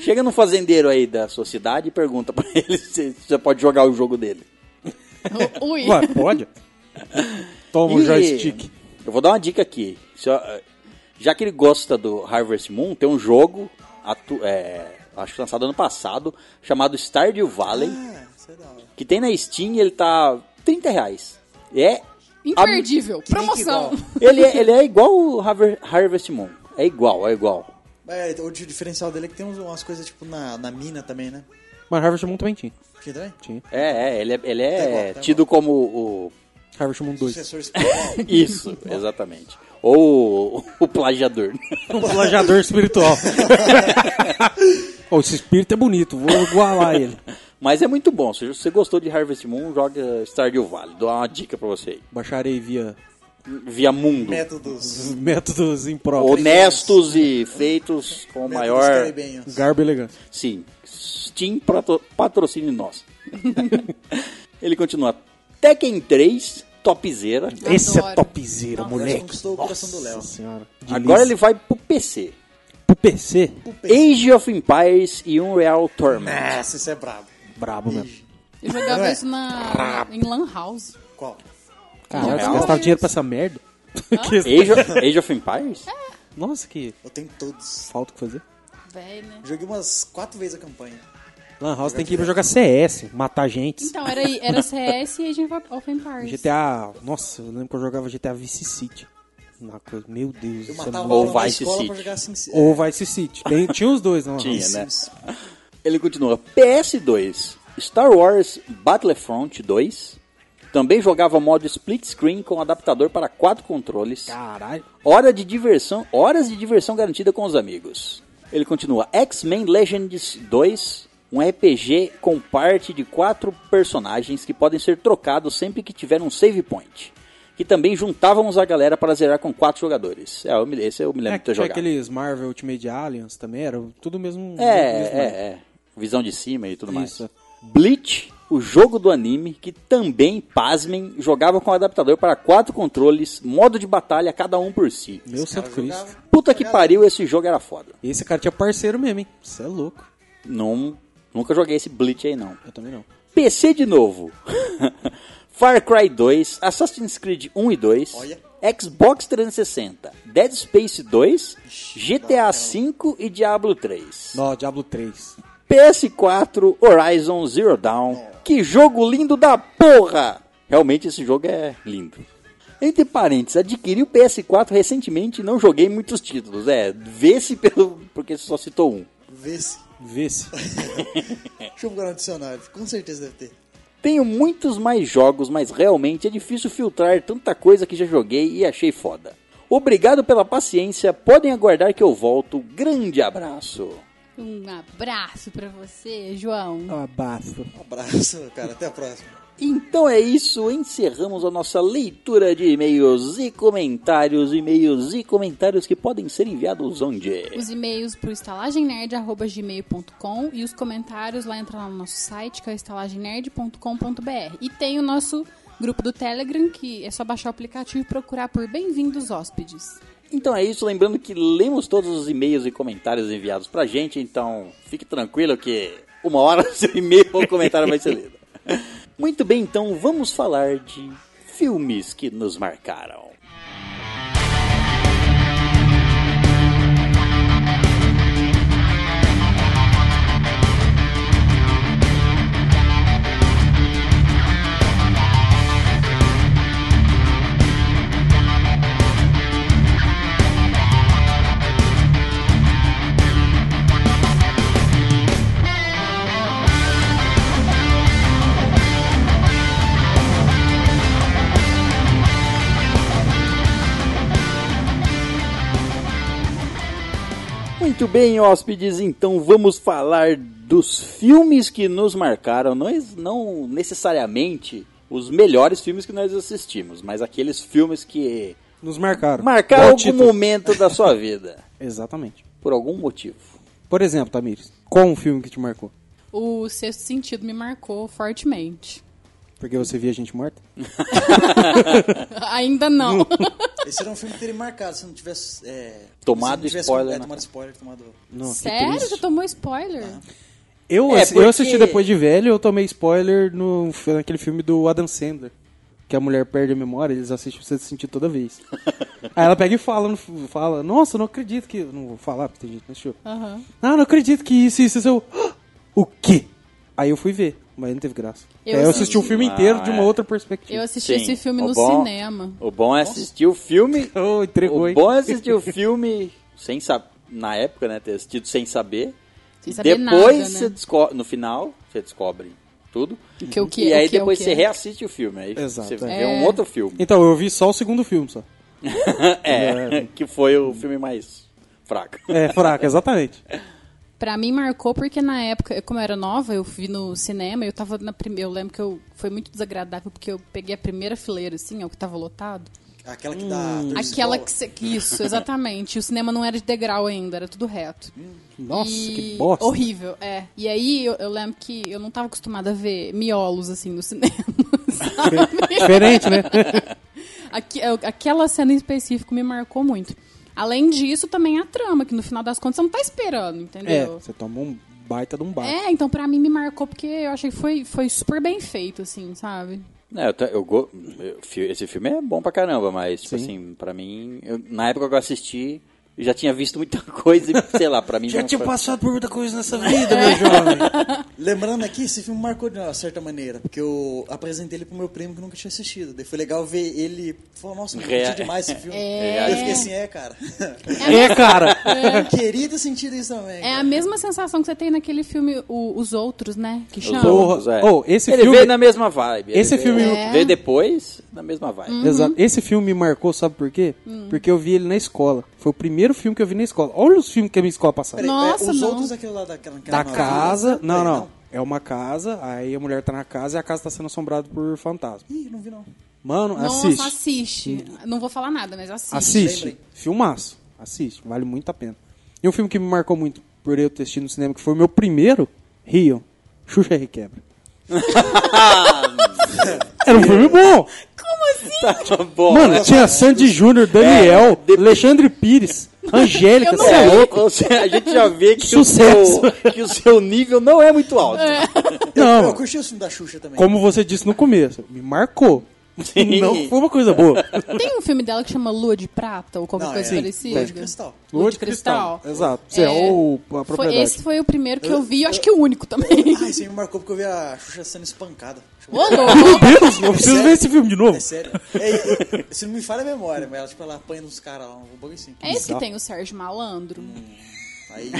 Chega num fazendeiro aí da sua cidade e pergunta pra ele se você pode jogar o jogo dele. Ui. Ué, pode? Toma um E joystick. Eu vou dar uma dica aqui. Se, ó, Já que ele gosta do Harvest Moon, tem um jogo, atu- é, acho que lançado ano passado, chamado Stardew Valley, Ah, isso é da hora. que tem na Steam e ele tá 30 reais. É, Imperdível. Que link Promoção. igual. ele, é, ele é igual o Harver- Harvest Moon. É igual, é igual. Mas o di- diferencial dele é que tem uns- umas coisas tipo na, na mina também, né? Mas Harvest Moon também tinha. Tinha também? Tinha. É, é, ele é, ele é Tá igual, tá tido como o, Harvest Moon 2. Sucessor espiritual. Isso, exatamente. Ou o- o plagiador. Um planejador espiritual. Ô, esse espírito é bonito. Vou igualar ele. Mas é muito bom. Se você gostou de Harvest Moon, joga Stardew Valley. Dou uma dica pra você. aí. Baixarei via Via mundo. Hum, Métodos. métodos impróprios. Honestos e feitos com o métodos maior... caribenhos. Garbo elegante. Sim, Steam patro- patrocine nós. Ele continua. Tekken 3, topzera. Esse é Adoro. topzera, Agora moleque. conquistou o coração do Léo. senhora. Agora ele vai pro PC. Pro PC. Age of Empires e Unreal Tournament. Nossa, isso é brabo. Brabo mesmo. Eu Não jogava é? isso na, em Lan House. Qual? Caralho, você Real? gastava dinheiro pra essa merda? Que- Age of, Age of Empires? Nossa, que Eu tenho todos. falta o que fazer. Velho, né? Joguei umas quatro vezes a campanha. Lan House tem que ir pra jogar CS, matar gente. Então, era, era CS e Agent of Empires. GTA. Nossa, eu lembro que eu jogava GTA Vice City. Uma coisa, meu Deus. isso Eu é matava muito- Ou o aluno na Vice escola pra City. jogar assim. Ou Vice City. Tem- tinha os dois, não? Tinha, né? Sims. Ele continua. PS2, Star Wars Battlefront 2. Também jogava modo split screen com adaptador para quatro controles. Caralho. Hora de diversão, horas de diversão garantida com os amigos. Ele continua. X-Men Legends 2, um RPG com parte de quatro personagens que podem ser trocados sempre que tiver um save point. Que também juntávamos a galera para zerar com quatro jogadores. É, eu me- esse eu me lembro É, de ter tinha jogado. aqueles Marvel Ultimate Alliance também, era tudo mesmo. mesmo né? É, é, é. Visão de cima e tudo Isso. mais. Bleach, o jogo do anime, que também, pasmem, jogava com adaptador para quatro controles, modo de batalha, cada um por si. Meu Santo Cristo. Puta que pariu, esse jogo era foda. Esse cara tinha parceiro mesmo, hein? Isso é louco. Não, nunca joguei esse Bleach aí, não. Eu também não. PC de novo. Far Cry 2, Assassin's Creed 1 e 2, Olha. Xbox 360, Dead Space 2, GTA V e Diablo 3. Não, Diablo 3. PS4 Horizon Zero Dawn. Que jogo lindo da porra! Realmente esse jogo é lindo. Entre parênteses, adquiri o PS4 recentemente e não joguei muitos títulos. É, vê-se pelo. porque só citou um. Vê se. Vê-se. É. Deixa eu procurar no dicionário. Com certeza deve ter. Tenho muitos mais jogos, mas realmente é difícil filtrar tanta coisa que já joguei e achei foda. Obrigado pela paciência, podem aguardar que eu volto. Grande abraço. Um abraço pra você, João. Um abraço. Um abraço, cara. Até a próxima. Então é isso, encerramos a nossa leitura de e-mails e comentários, e-mails e comentários que podem ser enviados onde? Os e-mails pro estalagemnerd.gmail.com e os comentários lá entra lá no nosso site, que é o estalagemnerd.com.br. E tem o nosso Grupo do Telegram, que é só baixar o aplicativo e procurar por Bem-vindos Hóspedes. Então é isso, lembrando que lemos todos os e-mails e comentários enviados pra gente, então fique tranquilo que uma hora seu e-mail ou comentário vai ser lido. Muito bem, então vamos falar de filmes que nos marcaram. Muito bem, hóspedes, então vamos falar dos filmes que nos marcaram, não, es- não necessariamente os melhores filmes que nós assistimos, mas aqueles filmes que Nos marcaram. marcaram Qual o algum título? momento da sua vida, Exatamente. por algum motivo. Por exemplo, Tamires, qual um filme que te marcou? O Sexto Sentido me marcou fortemente. Porque você via gente morta? Ainda não. Esse era um filme que teria marcado se não tivesse. É, Tomado se não tivesse- spoiler né? É, na tomado spoiler, tomado. Não, que Sério? triste. Você tomou spoiler? Eu, É, assi- porque- eu assisti depois de velho, eu tomei spoiler no, naquele filme do Adam Sandler. Que a mulher perde a memória, eles assistem o sexto sentido toda vez. Aí ela pega e fala, no- fala, nossa, não acredito que. Não vou falar, porque tem gente que não assistiu. "Ah, Aham. Não, não acredito que isso, isso, isso. Eu, "Ah, o quê? Aí eu fui ver, mas não teve graça. Eu Aí eu assisti- assisti o filme inteiro de uma Ah, é. outra perspectiva. Eu assisti Sim, esse filme o no bom- cinema. O bom é assistir o filme. Oh, entregou, o hein? bom é assistir o filme sem sab... na época, né? Ter assistido sem saber. Sem saber depois nada, né? você descobre. No final, você descobre tudo. O que, o que, e o aí que, o depois que você é. reassiste o filme. Aí Exato, você é. vê um outro filme. Então, eu vi só o segundo filme só. É, que foi o filme mais fraco. É, fraco, exatamente. Pra mim marcou porque na época, como eu era nova, eu vi no cinema, eu tava na primeira, eu lembro que eu foi muito desagradável porque eu peguei a primeira fileira assim, ó, que tava lotado. Aquela que dá. Hum, a torcida Aquela bola. que cê- que isso, exatamente. o cinema não era de degrau ainda, era tudo reto. Nossa, E- que bosta. Horrível, é. E aí eu, eu lembro que eu não tava acostumada a ver miolos assim no cinema. sabe? Diferente, né? Aqui- eu- aquela cena em específico me marcou muito. Além disso, também a trama, que no final das contas você não tá esperando, é, entendeu? você tomou um baita de um bar. É, então pra mim me marcou porque eu achei que foi, foi super bem feito, assim, sabe? Não, É, eu, ta- eu go- eu fi- esse filme é bom pra caramba, mas, tipo Sim. assim, pra mim, eu- na época que eu assisti, eu já tinha visto muita coisa e, sei lá, pra mim. não foi- passado por muita coisa nessa vida, meu jovem. Lembrando aqui, esse filme marcou de uma certa maneira, porque eu apresentei ele pro meu primo que nunca tinha assistido. Daí foi legal ver ele. Falou, nossa, me Rea- curti demais esse filme. É. Daí Eu fiquei assim, é, cara. É, cara. Eu queria ter sentido isso também. É cara. a mesma sensação que você tem naquele filme o- Os Outros, né? Que chama. Outros. Oh, esse É. ele filme- veio na mesma vibe. ele Esse veio- filme- Hum. É. veio depois na mesma vibe. Exato. Esse filme me marcou, sabe por quê? Porque eu vi ele na escola. Foi o primeiro filme que eu vi na escola. Olha os filmes que a minha escola passava. Peraí, Nossa, é, os não. outros é aquele lá daquela, daquela Da novela? casa. Não, Peraí, não. É uma casa, aí a mulher tá na casa e a casa tá sendo assombrada por fantasma. Ih, não vi não. Mano, Nossa, assiste. assiste. Não vou falar nada, mas assiste. Assiste. Lembrei. Filmaço. Assiste. Vale muito a pena. E um filme que me marcou muito por eu ter assistido no cinema, que foi o meu primeiro, Rio. Xuxa Requebra. Era um filme bom. Tá bom. Mano, tinha Sandy Júnior, Daniel, É, de- Alexandre Pires, Angélica, Eu você não- é louco. Você- a gente já vê que, Sucesso. O seu, que o seu nível não é muito alto. Não, Eu mano, curti o filme da Xuxa também. como você disse no começo, me marcou. Sim. Não foi uma coisa boa. Tem um filme dela que chama Lua de Prata ou qualquer assim? Não, coisa é. parecida? Lua de Cristal. Lua de Cristal. Exato. Você é, o, a Foi- propriedade. esse foi o primeiro que eu vi, eu acho que é o único também. Ah, esse aí me marcou porque eu vi a Xuxa sendo espancada. Ô, louco! Meu Deus, eu preciso ver esse filme de novo. É sério. É, é, se não me falha a memória, mas ela, tipo, ela apanha nos caras lá, um bagulho assim. É esse que tem o Sérgio Malandro? Aí,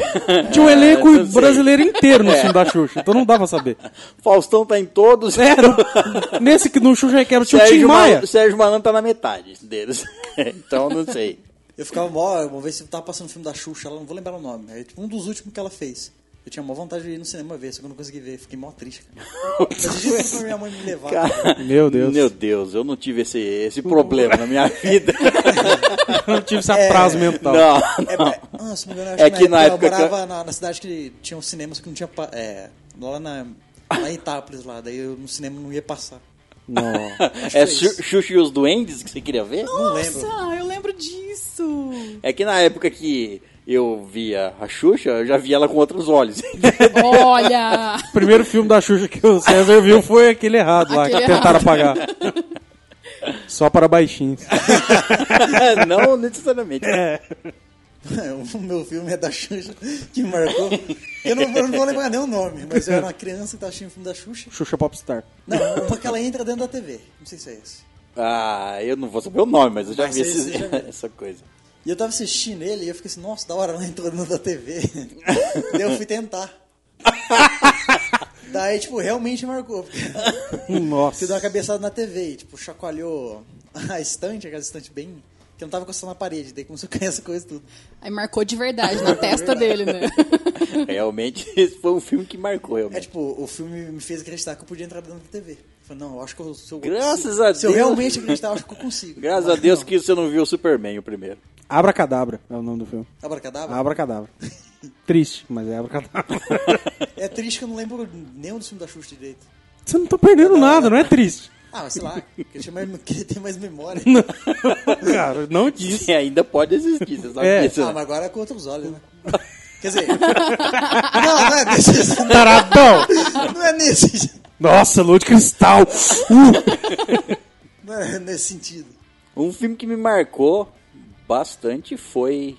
Tinha um elenco eu sei. brasileiro inteiro no filme da Xuxa, então não dá pra saber. Faustão tá em todos. Nesse que no Xuxa Requebra tinha o Tim Sérgio, É, Maia. Malan- Sérgio Malandro tá na metade deles. então não sei. eu ficava mó, uma vez eu tava tá passando o filme da Xuxa, ela não vou lembrar o nome. É tipo, um dos últimos que ela fez. Eu tinha mó vontade de ir no cinema ver, só que eu não consegui ver, fiquei mó triste, cara. Eu pedi pra minha mãe me levar. Meu Deus. Meu Deus, eu não tive esse, esse problema na minha vida. Eu tive esse atraso mental. não. É, é, ah, se não me engano, eu É acho que na época, que eu morava na, na cidade que tinha um cinema, só que não tinha. pa- É, lá na, lá em Itápolis, lá, daí eu, no cinema não ia passar. Não. É foi isso. Xu- Xuxa e os Duendes que você queria ver? Não lembro. Nossa, eu lembro disso. É que na época que eu via a Xuxa, eu já via ela com outros olhos. Olha! O primeiro filme da Xuxa que o César viu foi aquele errado lá, que Aquele tentaram apagar. Só para baixinhos. não necessariamente. É. O meu filme é da Xuxa, que marcou. Eu não, eu não vou lembrar nem o nome, mas eu era uma criança e tava assistindo o filme da Xuxa. Xuxa Popstar. Não, uma que ela entra dentro da TV. Não sei se é esse. Ah, eu não vou saber o nome, mas eu já Mas vi você- esses- você já viu. essa coisa. E eu tava assistindo ele e eu fiquei assim, nossa, da hora, ela entrou dentro da TV. Daí eu fui tentar. Daí, tipo, realmente marcou. Porque eu dei Nossa. uma cabeçada na TV e, tipo, chacoalhou a estante, aquela estante bem... Que eu não tava encostando na parede, daí começou a cair essa coisa e tudo. Aí marcou de verdade na testa dele, né? Realmente, esse foi um filme que marcou, É realmente. tipo, o filme me fez acreditar que eu podia entrar dentro da TV. Eu falei, não, eu acho que eu sou. Graças a Se eu Deus. realmente acreditar, eu acho que eu consigo. Graças a Deus que você não viu o Superman, o primeiro. Abracadabra é o nome do filme. Abracadabra? Abracadabra. Triste, mas é abracadabra. É triste que eu não lembro nenhum dos filmes da Xuxa direito. Você não tá perdendo nada, não é triste. Ah, mas sei lá, que eu tinha mais, queria ter mais memória. Cara, não disso. E ainda pode existir, você sabe É. disso. Ah, né? mas agora é com outros olhos, né? Quer dizer. não, não é nesse. Taradão! Não é nesse. Nossa, lua de cristal! Uh! Não é nesse sentido. Um filme que me marcou bastante foi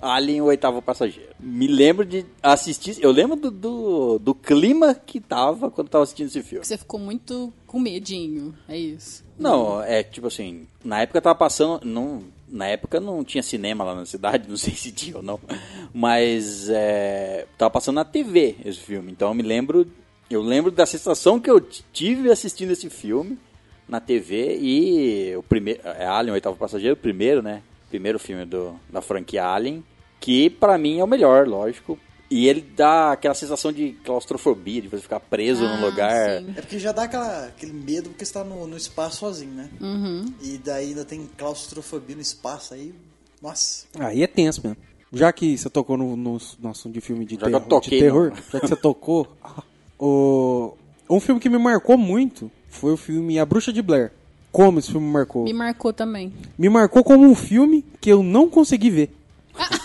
Alien, o oitavo passageiro. Me lembro de assistir... Eu lembro do, do, do clima que tava quando tava assistindo esse filme. Você ficou muito com medinho, é isso. Não, é tipo assim, na época tava passando. Não, na época não tinha cinema lá na cidade, não sei se tinha ou não. Mas é, tava passando na TV esse filme. Então eu me lembro. Eu lembro da sensação que eu t- tive assistindo esse filme na TV e o primeiro. É Alien, o oitavo passageiro, o primeiro, né? Primeiro filme do, da franquia Alien. Que pra mim é o melhor, lógico. E ele dá aquela sensação de claustrofobia, de você ficar preso Ah, num lugar. sim. É porque já dá aquela, aquele medo porque você tá no, no espaço sozinho, né? Uhum. E daí ainda tem claustrofobia no espaço aí. Nossa. Aí é tenso mesmo. Já que você tocou no, no, no assunto de filme de, Já que terror, eu toquei, né? de terror, já que você tocou, o- um filme que me marcou muito foi o filme A Bruxa de Blair. Como esse filme me marcou? Me marcou também. Me marcou como um filme que eu não consegui ver.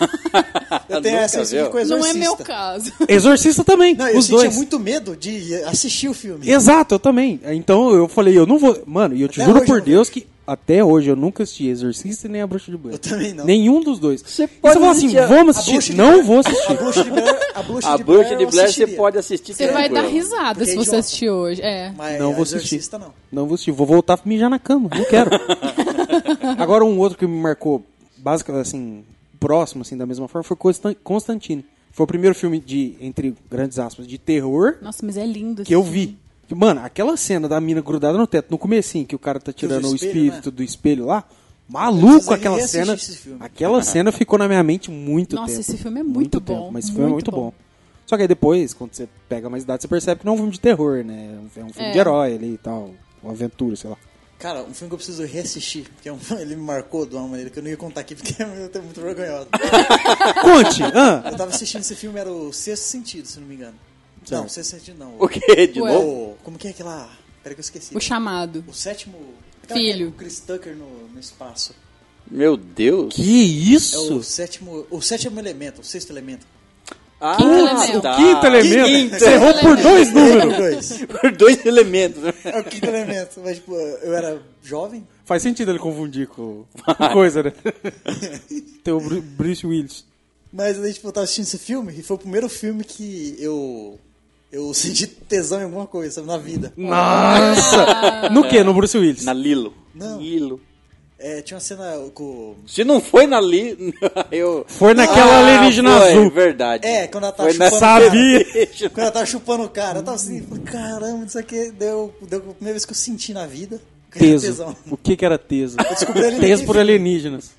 Eu tenho Ah, Nunca essa tipo isso aqui viu? com o Não é Exorcista. meu caso. Exorcista também, Não, eu os sentia dois. muito medo de assistir o filme. Exato, eu também. Então eu falei, eu não vou. Mano, e eu te Até juro hoje eu por não Deus que até hoje eu nunca assisti Exorcista e nem a Bruxa de Blair. Eu também não. Nenhum dos dois. Você E pode fala assim, assistir a- vamos A Bruxa assistir. de Não Blair- vou A assistir. bruxa de Blair, a bruxa A de Bruxa de eu Blair você assistiria. pode assistir Você vai dar tranquilo. risada Porque é se você idiota. assistir hoje. É. Mas Não vou assistir. Exorcista não. Não vou assistir. Vou voltar pra mijar na cama. Não quero. Agora um outro que me marcou, basicamente assim, próximo, assim, da mesma forma, foi Constan- Constantine. Foi o primeiro filme de, entre grandes aspas, de terror Nossa, mas é lindo. que eu vi. Que, Mano, aquela cena da mina grudada no teto, no comecinho, que o cara tá tirando o espelho, espírito né? do espelho lá. Eu Maluco preciso aquela reassistir cena. esse filme. Aquela cena ficou na minha mente muito Nossa, tempo. esse filme é muito bom, tempo, mas esse filme é muito muito bom. Só que aí depois, quando você pega mais idade, você percebe que não é um filme de terror, né? É um filme É. de herói ali e tal. Uma aventura, sei lá. Cara, um filme que eu preciso reassistir, porque é um- ele me marcou de uma maneira que eu não ia contar aqui, porque eu tô muito vergonhoso. Conte! ah, Eu tava assistindo esse filme, era o Sexto Sentido, se não me engano. Não, Sexto Sentido não. O quê? De Ué. novo? O- Como que é aquela... Peraí que eu esqueci. O chamado. O sétimo... aquela que Filho. é O Chris Tucker no, no espaço. Meu Deus. que isso? É o sétimo... O sétimo elemento, o sexto elemento. Ah, Quinto elemento. tá. O quinto elemento. Quinto. Você errou por dois números. Dois. Por dois elementos. né? É o quinto elemento. Mas, tipo, eu era jovem, Faz sentido ele confundir com, com coisa, né? Tem o Bru- Bruce Willis. Mas daí, tipo, eu tava assistindo esse filme e foi o primeiro filme que eu. Eu senti tesão em alguma coisa, sabe, na vida. Nossa! No que? No Bruce Willis? Na Lilo. Não. Lilo. É, tinha uma cena com. Se não foi na Lilo, eu... Ah, Foi naquela alienígena foi, azul. verdade. É, quando ela tava Foi chupando nessa o dedo. Sabia! Quando ela tava chupando o cara, eu tava assim, falei, caramba, isso aqui deu, deu a primeira vez que eu senti na vida. que era Teso. O que que era teso? descobri ele Teso nem por vi. alienígenas.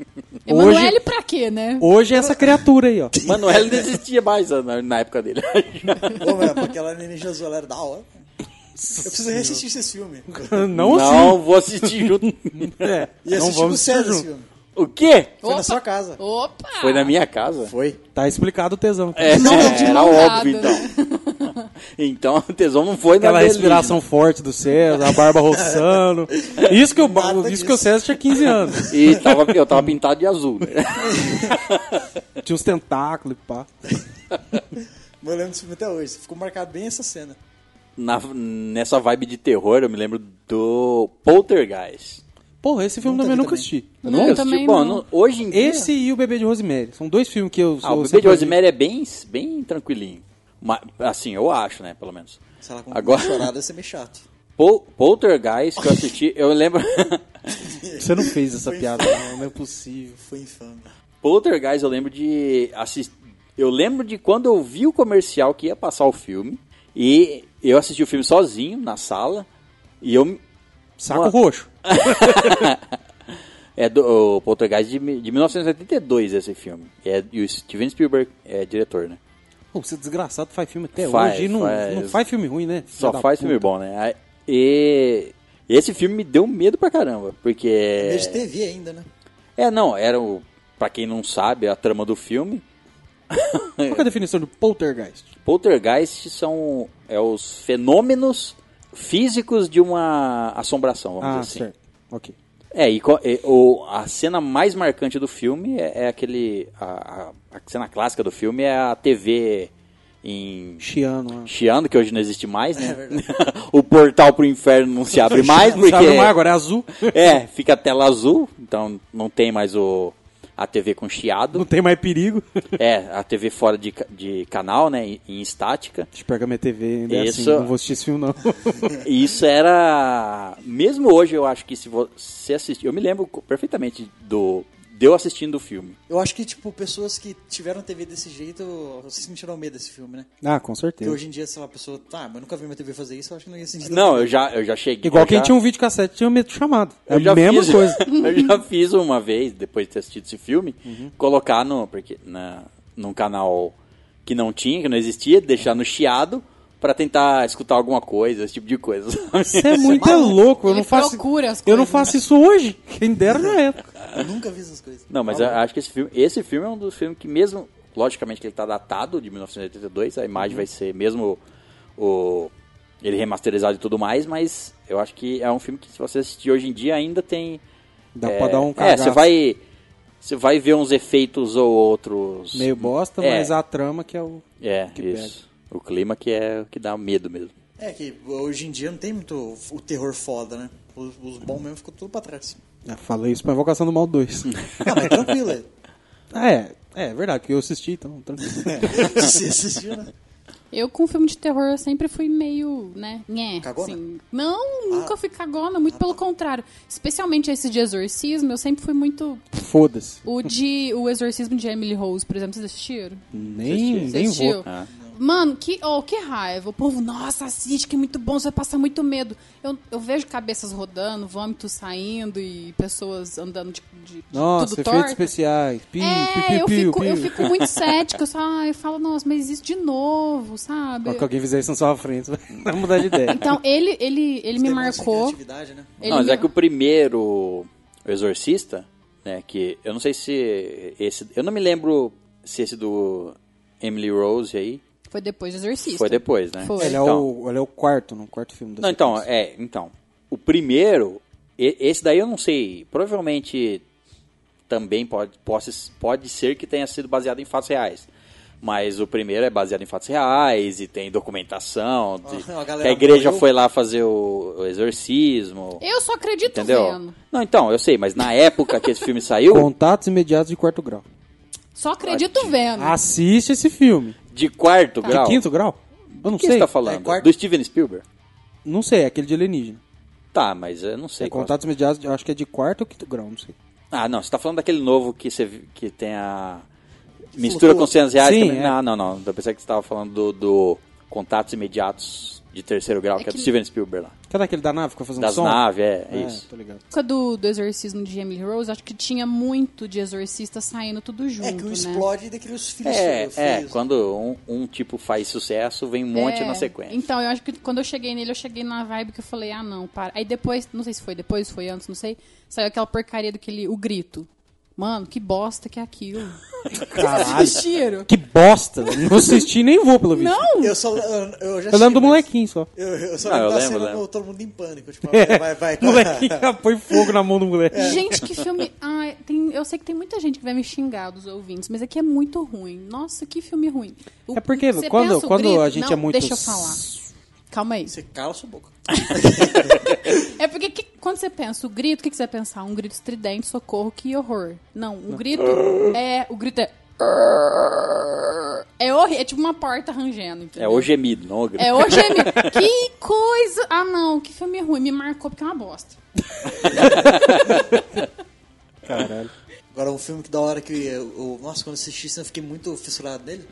Emanuele Hoje, pra quê, né? hoje é essa criatura aí, ó. Manoel não existia mais na, na época dele. Então Ô, meu, porque ela era energia azul, ela era da hora. Eu preciso reassistir esse filme. Não, não vou assistir junto. sim. É, E não assistir com o vamos ser César esse junto. filme. O quê? Foi na sua casa. Opa! Foi na minha casa? Foi. Tá explicado o tesão. É, Não, de era mão dada, óbvio, né? então. Então o tesão não foi Aquela na alienígena. respiração forte do César, a barba roçando. Isso que, o, Nada isso disso. que o César tinha 15 anos. E tava, eu tava pintado de azul. né? Tinha uns tentáculos e pá. Mas eu lembro desse filme até hoje. Ficou marcado bem essa cena. Na- nessa vibe de terror, eu me lembro do Poltergeist. Porra, esse filme Nunca também eu vi nunca também. assisti. Eu Não, nunca eu assisti, também bom, não. não- Hoje em dia... Esse e o Bebê de Rosemary. São dois filmes que eu Ah, o eu bebê de sempre vi. Rosemary é bem, bem tranquilinho. Ma- assim, eu acho, né? Pelo menos. Sei lá, com Agora, Agora... chorada ia ser meio chato. Pol- Poltergeist que eu assisti, eu lembro. Você não fez essa piada, não, não é possível. Foi infame. Poltergeist, eu lembro de. Assist... Eu lembro de quando eu vi o comercial que ia passar o filme. E eu assisti o filme sozinho, na sala. E eu. Saco Uma- roxo. É do, o Poltergeist de, mi- de 1982, esse filme. É, e o Steven Spielberg é diretor, né? Pô, você desgraçado faz filme até Faz, hoje e não faz. não faz filme ruim, né? Só Filha da faz filme puta. bom, né? Aí- E. Esse filme me deu medo pra caramba, porque. É... de TV ainda, né? É, não, era o. Pra quem não sabe, a trama do filme. Qual que é a definição de poltergeist? Poltergeist são é, os fenômenos físicos de uma assombração, vamos ah, dizer assim. certo. Ok. É, e, co- e o, a cena mais marcante do filme é, é aquele. A, a- a cena clássica do filme é a TV em. Chiano. né? Chiando, que hoje não existe mais, né? o portal pro inferno não se abre mais, Não porque. sabe mais, agora é azul. É, fica a tela azul, então não tem mais o a TV com Não chiado. tem mais perigo. É, a TV fora de, ca- de canal, né? Em, em estática. Deixa eu pegar minha TV ainda é assim, Isso. não vou assistir esse filme não. E isso era. Mesmo hoje, eu acho que se você assistir. Eu me lembro co- perfeitamente do. De eu assistindo o filme. Eu acho que, tipo, pessoas que tiveram TV desse jeito, vocês sentiram medo desse filme, né? ah, com Porque certeza. hoje em dia, sei lá, a pessoa, tá, mas eu nunca vi minha TV fazer isso, eu acho que não ia sentir Não, eu já, eu já cheguei. Igual eu quem já, tinha um vídeo cassete tinha medo chamado. É eu a já mesma fiz- coisa. Uhum. eu já fiz uma vez, depois de ter assistido esse filme, colocar no, porque, na, num canal que não tinha, que não existia, deixar no chiado pra tentar escutar alguma coisa, esse tipo de coisa. sabe? Você é muito é louco, eu Ele não faço. procura as Eu não coisas, né? faço isso hoje. Quem dera na época. Eu nunca vi essas coisas. Não, mas eu acho que esse filme, esse filme é um dos filmes que mesmo, logicamente que ele está datado de 1982, a Uhum. imagem vai ser mesmo o ele remasterizado e tudo mais, mas eu acho que é um filme que se você assistir hoje em dia ainda tem Dá é, pra dar um É, cagaço. você vai você vai ver uns efeitos ou outros Meio bosta, É. mas a trama que é o. É, que isso. O clima que é o que dá medo mesmo. É que hoje em dia não tem muito o terror foda, né? Os, os bons mesmo ficam tudo pra trás. Ah, falei isso pra Invocação do Mal 2. Ah, mas tranquilo. é. ah, é. É verdade, que eu assisti, então tranquilo. É. Se assistiu, né? Eu, com filme de terror, eu sempre fui meio, né? Nhé, Cagona? assim. Não, nunca fui cagona, muito pelo contrário. Especialmente esse de exorcismo, eu sempre fui muito. Foda-se. O de. O exorcismo de Emily Rose, por exemplo, vocês assistiram? Nem, Você nem assistiu? vou. Mano, que, oh, que raiva. O povo, nossa, assiste, que é muito bom, você vai passar muito medo. Eu, eu vejo cabeças rodando, vômitos saindo e pessoas andando de, de, de Nossa, tudo efeitos torto. especiais. Piu, piu, É, piu, eu piu, fico, piu. eu fico muito cética, eu, só, eu falo, nossa, mas isso de novo, sabe? Qual que alguém fizer isso na sua frente, vai mudar de ideia. Então, ele, ele, ele me Tem mais marcou. criatividade, né? Ele não, mas me- é que o primeiro o Exorcista, né, que eu não sei se esse, eu não me lembro se esse do Emily Rose aí Foi depois do exorcista. foi depois, né? Foi. Ele, é o, ele é o quarto, não, o quarto filme da Não, então, é, então, o primeiro, e- esse daí eu não sei, provavelmente também pode, possa- pode ser que tenha sido baseado em fatos reais. Mas o primeiro é baseado em fatos reais e tem documentação. de- Ah, a galera que a igreja morreu. foi lá fazer o, o exorcismo. Eu só acredito entendeu? vendo. Não, então, eu sei, mas na época que esse filme saiu, Contatos imediatos de quarto grau. Só acredito vendo. Assiste esse filme. de quarto grau. De Ah, quinto grau? Eu não o que você sei. tá falando? É, quarto- Do Steven Spielberg? Não sei, é aquele de alienígena. Tá, mas eu não sei. É qual- contatos imediatos, eu acho que é de quarto ou quinto grau, não sei. Ah, não, você tá falando daquele novo que você vi- que tem a mistura com cenas reais Sim, também. Ah, é. Não, não, não. Eu pensei que você tava falando do, do contatos imediatos de terceiro grau, que, é do Steven Spielberg lá. Cadê aquele da nave que fica fazendo Das som? naves, é, é É, isso. tô ligado. Na época do, do exorcismo de Emily Rose, acho que tinha muito de exorcista saindo tudo junto, É que o né? explode daquele os filhos É, feios. é, quando um, um tipo faz sucesso, vem um monte É, na sequência. Então, eu acho que quando eu cheguei nele, eu cheguei na vibe que eu falei, ah, não, para. Aí depois, não sei se foi depois, foi antes, não sei, saiu aquela porcaria daquele O Grito. Mano, que bosta que é aquilo. Caralho. Assistiram? Que bosta. Não assisti nem vou, pelo visto. Não! Eu só. Eu, eu já Eu lembro do assisti, mas- molequinho só. Eu, eu só Ah, eu lembro da lembro, cena lembro. com todo mundo em pânico. Tipo, vai, vai, vai. O molequinho põe fogo na mão do moleque. Gente, que filme. Ai, tem- eu sei que tem muita gente que vai me xingar dos ouvintes, mas aqui é muito ruim. Nossa, que filme ruim. O- É porque você quando, pensa o quando grito- a gente Não, é muito. Deixa eu falar. Calma aí. Você cala sua boca. É porque que- quando você pensa o grito, o que, que você vai pensar? Um grito estridente, socorro, que horror. Não, o grito é. O grito é. É, horri- é tipo uma porta rangendo. É entendeu? o gemido, não o grito. É hoje é Que coisa! Ah, não, que filme ruim. Me marcou porque é uma bosta. Agora, um filme que da hora que eu, eu- nossa, quando eu assisti, assim, eu fiquei muito fissurado nele.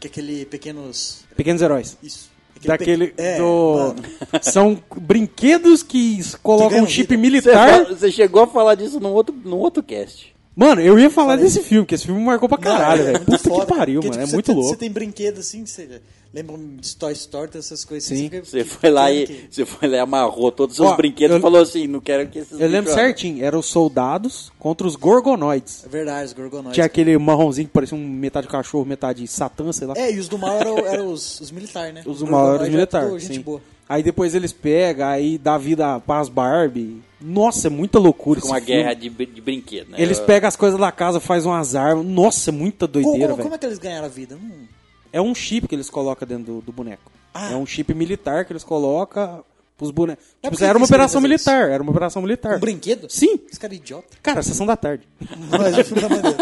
Que é aquele Pequenos. Pequenos heróis. Isso. Aquele Daquele. pequ- É, do... mano. São brinquedos que colocam um Ganham chip Você, vida. militar. fa- você chegou a falar disso num outro, num outro cast. Mano, eu ia falar desse filme, porque esse filme me marcou pra caralho, Não, é velho. muito Puta foda, que pariu, porque, mano. tipo, é você muito tem- louco. Você tem brinquedo assim, que você lembra de Toy Story, tem essas coisas Sim. assim. fica- Você que- foi lá que- e que- você foi lá e amarrou todos os seus Ó, brinquedos eu- e falou assim, não quero que esses Eu lembro bichos- certinho, eram os soldados contra os gorgonoides. É verdade, os Gorgonoides. Tinha aquele marronzinho que parecia um metade cachorro, metade satã, sei lá. É, e os do mal eram, eram os, os militares, né? Os maiores Gorgonoide era tudo militares, Gente sim. boa. Aí depois eles pegam, aí dá vida pras Barbie. Nossa, é muita loucura com esse uma filme. guerra de, br- de brinquedo, né? Eles Eu- pegam as coisas da casa, fazem umas armas. Nossa, é muita Como, doideira, como- velho. como é que eles ganharam a vida? Hum. É um chip que eles colocam dentro do, do boneco. Ah. É um chip militar que eles colocam pros bonecos. Mas por Tipo, que era uma que eles queriam operação fazer isso? militar, era uma operação militar. Um brinquedo? Sim. Esse cara é idiota. Cara, sessão da tarde. Mas o filme tá maneiro.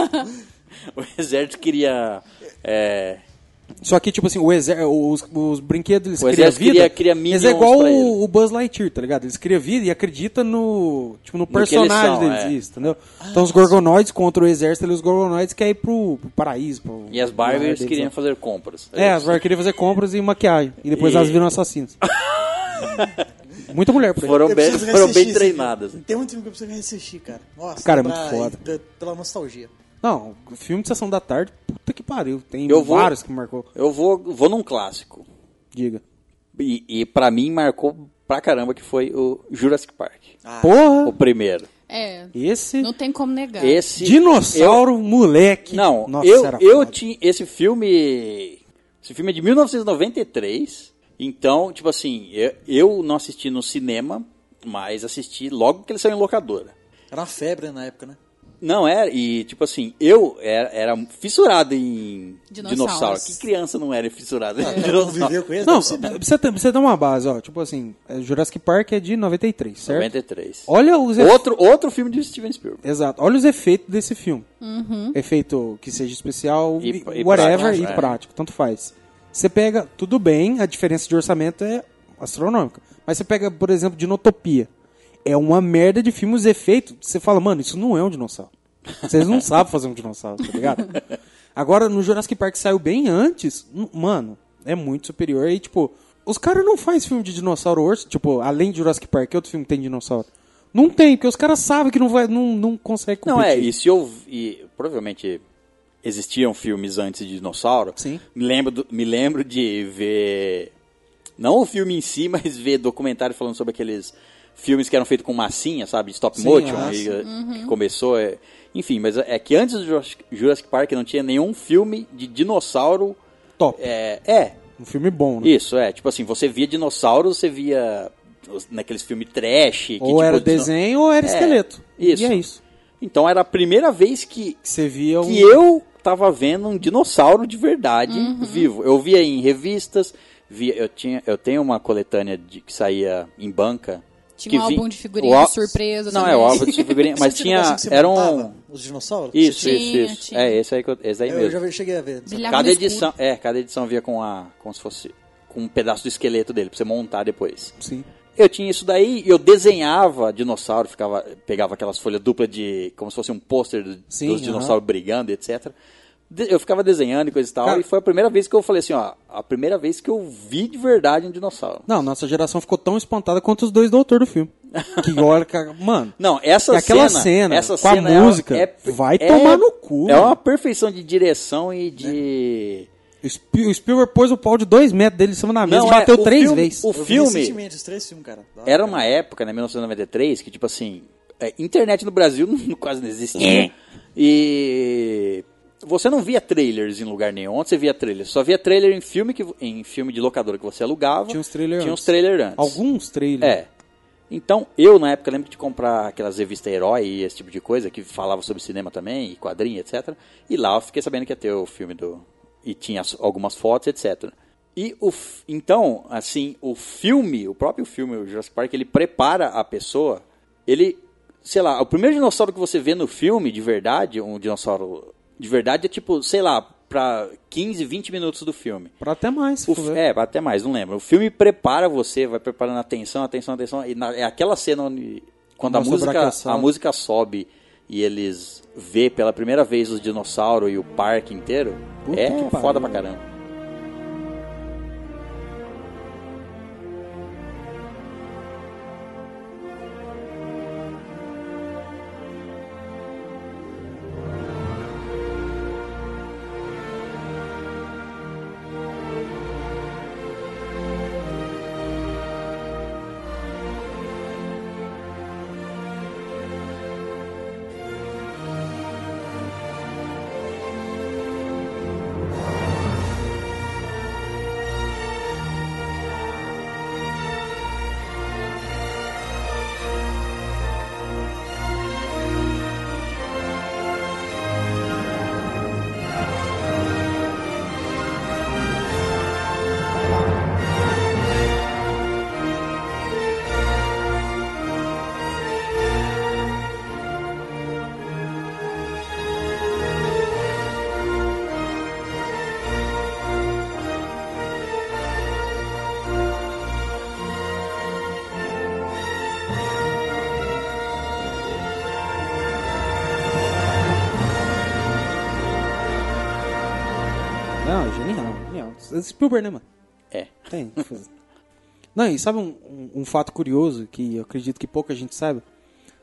O exército queria. é, Só que, tipo assim, o exer- os, os brinquedos, eles O criam exército vida. queria- cria mas é minions igual pra eles. o, o Buzz Lightyear, tá ligado? Eles criam vida e acreditam no, tipo, no que eles personagem são, deles, é. isso, entendeu? Ah, então os Gorgonoides contra o exército, eles, os Gorgonoides querem ir pro, pro paraíso. Pro, e as lugar Barbies deles, queriam lá. fazer compras. É, as Barbie queriam fazer compras e maquiagem. E depois E- elas viram assassinas. Muita mulher por aí. Foram Eu bem, preciso foram bem reassistir né? esse treinadas. filme. Tem muito filme que eu preciso reassistir, cara. Nossa, Cara, é pra- muito foda. e- pe- Pela nostalgia. Não, o filme de Sessão da Tarde, puta que pariu. Tem Eu vou- vários que marcou. Eu vou, vou num clássico. Diga. E, e pra mim marcou pra caramba que foi o Jurassic Park. Porra! O primeiro. É. Esse Não tem como negar. Esse. dinossauro moleque. Eu, não, Nossa, eu, era eu foda. tinha. Esse filme. Esse filme é de 1993. Então, tipo assim, eu, eu não assisti no cinema, mas assisti logo que ele saiu em locadora. Era uma febre né, na época, né? Não era, e tipo assim, eu era, era fissurado em Dinossauros. dinossauro. Que criança não era fissurada É. em Não dinossauro? viveu com tá eles? Não, deve ser pra você, ter- pra você dar uma base, ó. Tipo assim, é, Jurassic Park é de 93, certo? 93. Olha os efe- Outro, outro filme de Steven Spielberg. Exato. Olha os efeitos desse filme. Efeito que seja especial, E- e, e whatever, prático, e é. prático, tanto faz. Você pega, tudo bem, a diferença de orçamento é astronômica. Mas você pega, por exemplo, Dinotopia. É uma merda de filme, os efeitos. Você fala, mano, isso não é um dinossauro. Vocês não sabem fazer um dinossauro, tá ligado? Agora, no Jurassic Park que saiu bem antes, n- mano, é muito superior. E, tipo, os caras não fazem filme de dinossauro hoje. Tipo, além de Jurassic Park, que outro filme que tem dinossauro? Não tem, porque os caras sabem que não, vai, não, não consegue Não, é, isso. e se eu. E, provavelmente existiam filmes antes de dinossauro. Sim. Me lembro, do- me lembro de ver. Não o filme em si, mas ver documentário falando sobre aqueles filmes que eram feitos com massinha, sabe? Stop Sim, motion. ah, e, sim. eh, Que começou. é- enfim, mas é que antes do Jurassic- Jurassic Park não tinha nenhum filme de dinossauro. Top. É, é, Um filme bom, né? isso, é. Tipo assim, você via dinossauros, você via. os- Naqueles filmes trash. Que, ou tipo, era dino- desenho ou era É, esqueleto. isso. E é isso. Então era a primeira vez que Que você via um... que eu tava vendo um dinossauro de verdade Uhum. vivo. Eu via em revistas, via, eu, tinha, eu tenho uma coletânea de, que saía em banca. Tinha que um vi- álbum de figurinha o al- de surpresa Não, também. é o álbum de figurinha, mas Esse tinha. negocinho que você Era um. montava, Os dinossauros? Isso, Tinha, isso, isso. tinha. É, esse aí, que eu- esse aí Eu mesmo. já cheguei a ver. Brilhava Cada no escuro. edição, é, cada edição via com a. Como se fosse. Com um pedaço do esqueleto dele, pra você montar depois. Sim. Eu tinha isso daí e eu desenhava dinossauro, ficava, pegava aquelas folhas duplas de. como se fosse um pôster do- Sim, dos aham. dinossauros brigando, etc. De- eu ficava desenhando e coisa e tal, Cara- e foi a primeira vez que eu falei assim, ó, a primeira vez que eu vi de verdade um dinossauro. Não, nossa geração ficou tão espantada quanto os dois do autor do filme. Que olha, cara, mano... Não, essa E aquela cena, cena, essa com a cena é uma- música, é- vai é- tomar no cu, É. É mano. uma perfeição de direção e de. O Spi- o Spielberg pôs o pau de dois metros dele em cima da mesa Não, e é, bateu o três filme- vezes. o Eu vi filme. recentemente os três filmes, cara. Da hora, Era cara. uma época, né, 1993, que tipo assim, é, internet no Brasil não- quase não existia. E você não via trailers em lugar nenhum. Onde você via trailers? Só via trailer em filme que em filme de locadora que você alugava. Tinha uns trailers Tinha antes. uns trailers antes. Alguns trailers. É. Então, eu na época lembro de comprar aquelas revistas Herói e esse tipo de coisa, que falava sobre cinema também, e quadrinho, etc. E lá eu fiquei sabendo que ia ter o filme do. E tinha as- algumas fotos, etc. E o, f- então, assim, o filme, o próprio filme, o Jurassic Park, ele prepara a pessoa. Ele, sei lá, o primeiro dinossauro que você vê no filme, de verdade, um dinossauro de verdade, é tipo, sei lá, pra 15, 20 minutos do filme. Pra até mais, se O for fi- ver. é, até mais, não lembro. O filme prepara você, vai preparando atenção, atenção, atenção. E na- é aquela cena onde, quando a Começa a música, bracaçar. a música sobe e eles vê pela primeira vez os dinossauros e o parque inteiro. Puta é que pariu. foda pra caramba. Não, é genial, genial. Spielberg, né, mano? É. Tem. o que fazer. Não, e sabe um, um- um fato curioso que eu acredito que pouca gente saiba?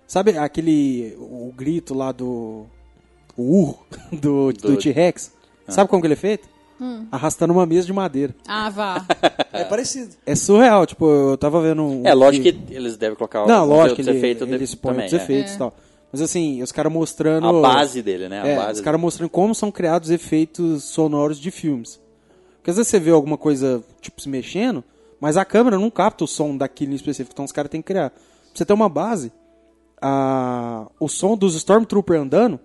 Sabe aquele. o o grito lá do. o urro do, do Do- T-Rex? Ah. Sabe como que ele é feito? Arrastando uma mesa de madeira. Ah, vá. É parecido. É surreal, tipo, eu tava vendo um. É, lógico que- que eles devem colocar Não, os lógico, outros ele, efeitos de- eles põem também, os é. efeitos e tal. Mas assim, os caras mostrando. A base dele, né? A É, base os caras mostrando como são criados efeitos sonoros de filmes. Porque às vezes você vê alguma coisa, tipo, se mexendo, mas a câmera não capta o som daquilo em específico, então os caras têm que criar. Pra você ter uma base, a- o som dos Stormtrooper andando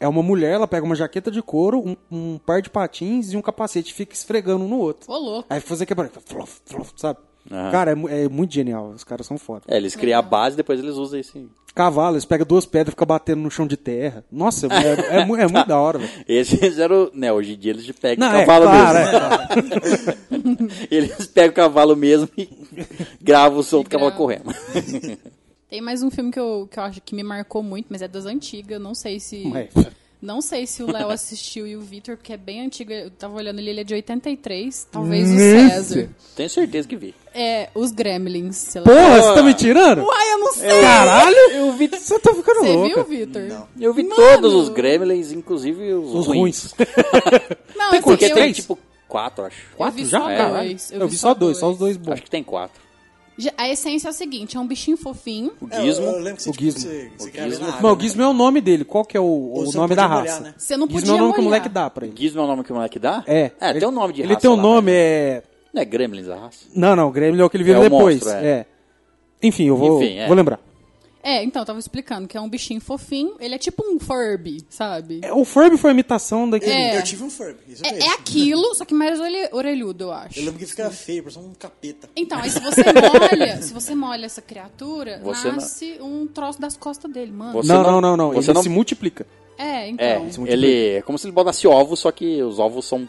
é uma mulher, ela pega uma jaqueta de couro, um, um par de patins e um capacete e fica esfregando um no outro. Ô, louco. Aí fazer quebra, fluff, fluff, sabe? Aham. Cara, é, mu- é muito genial, os caras são foda. É, eles criam a base depois eles usam esse. Cavalo, eles pegam duas pedras e ficam batendo no chão de terra. Nossa, é, é mu- é muito da hora, velho. Esses eram. Né, hoje em dia eles pegam Não, é, cavalo claro, mesmo. é, claro. Eles pegam o cavalo mesmo e gravam o som do cavalo grava. correndo. Tem mais um filme que eu, que eu acho que me marcou muito, mas é das antigas. Não sei se. Ué. Não sei se o Léo assistiu e o Vitor, porque é bem antigo. Eu tava olhando ele, ele é de 83. Talvez o Nossa. César. Tenho certeza que vi. É, os Gremlins, sei lá. Porra, você tá me tirando? Uai, eu não sei! Caralho! Eu vi Você tá ficando Você louco. viu, Vitor? Não. Eu vi Mano! todos os Gremlins, inclusive os, Os ruins. Não, Tem assim, quantos? Porque eu, tem Três? tipo quatro, acho. eu vi só É. dois. Eu vi só dois, só os dois bons. Acho que tem quatro. Já- A essência é o seguinte, é um bichinho fofinho. O É, eu- Gizmo. eu, lembro que você, o Gizmo. você, você O quer ver Gizmo. na água, Mas o né? Gizmo é o nome dele. Qual que é o, o Ou você nome pode da molhar, raça? né? Você não Gizmo podia é o nome que o molhar. moleque dá pra ele. Gizmo é o nome que o moleque dá? É. É, tem um nome de Ele raça tem um lá, nome, né? é... Não é Gremlins a raça? Não, não, o Grêmio é o que ele vira É o depois. monstro, é. é. Enfim, eu vou, Enfim, é. vou lembrar. É, então, eu tava explicando que é um bichinho fofinho. Ele é tipo um Furby, sabe? É, O Furby foi a imitação daquele... É. Eu tive um Furby, isso É, mesmo. é aquilo, só que mais olhe- orelhudo, eu acho. Eu lembro que fica feio, parece um capeta. Então, aí se você molha, se você molha essa criatura, Você não- nasce um troço das costas dele, mano. Você- Não, não, não- não, não. você Ele não- se multiplica. É, então. É, ele é como se ele botasse ovos, só que os ovos são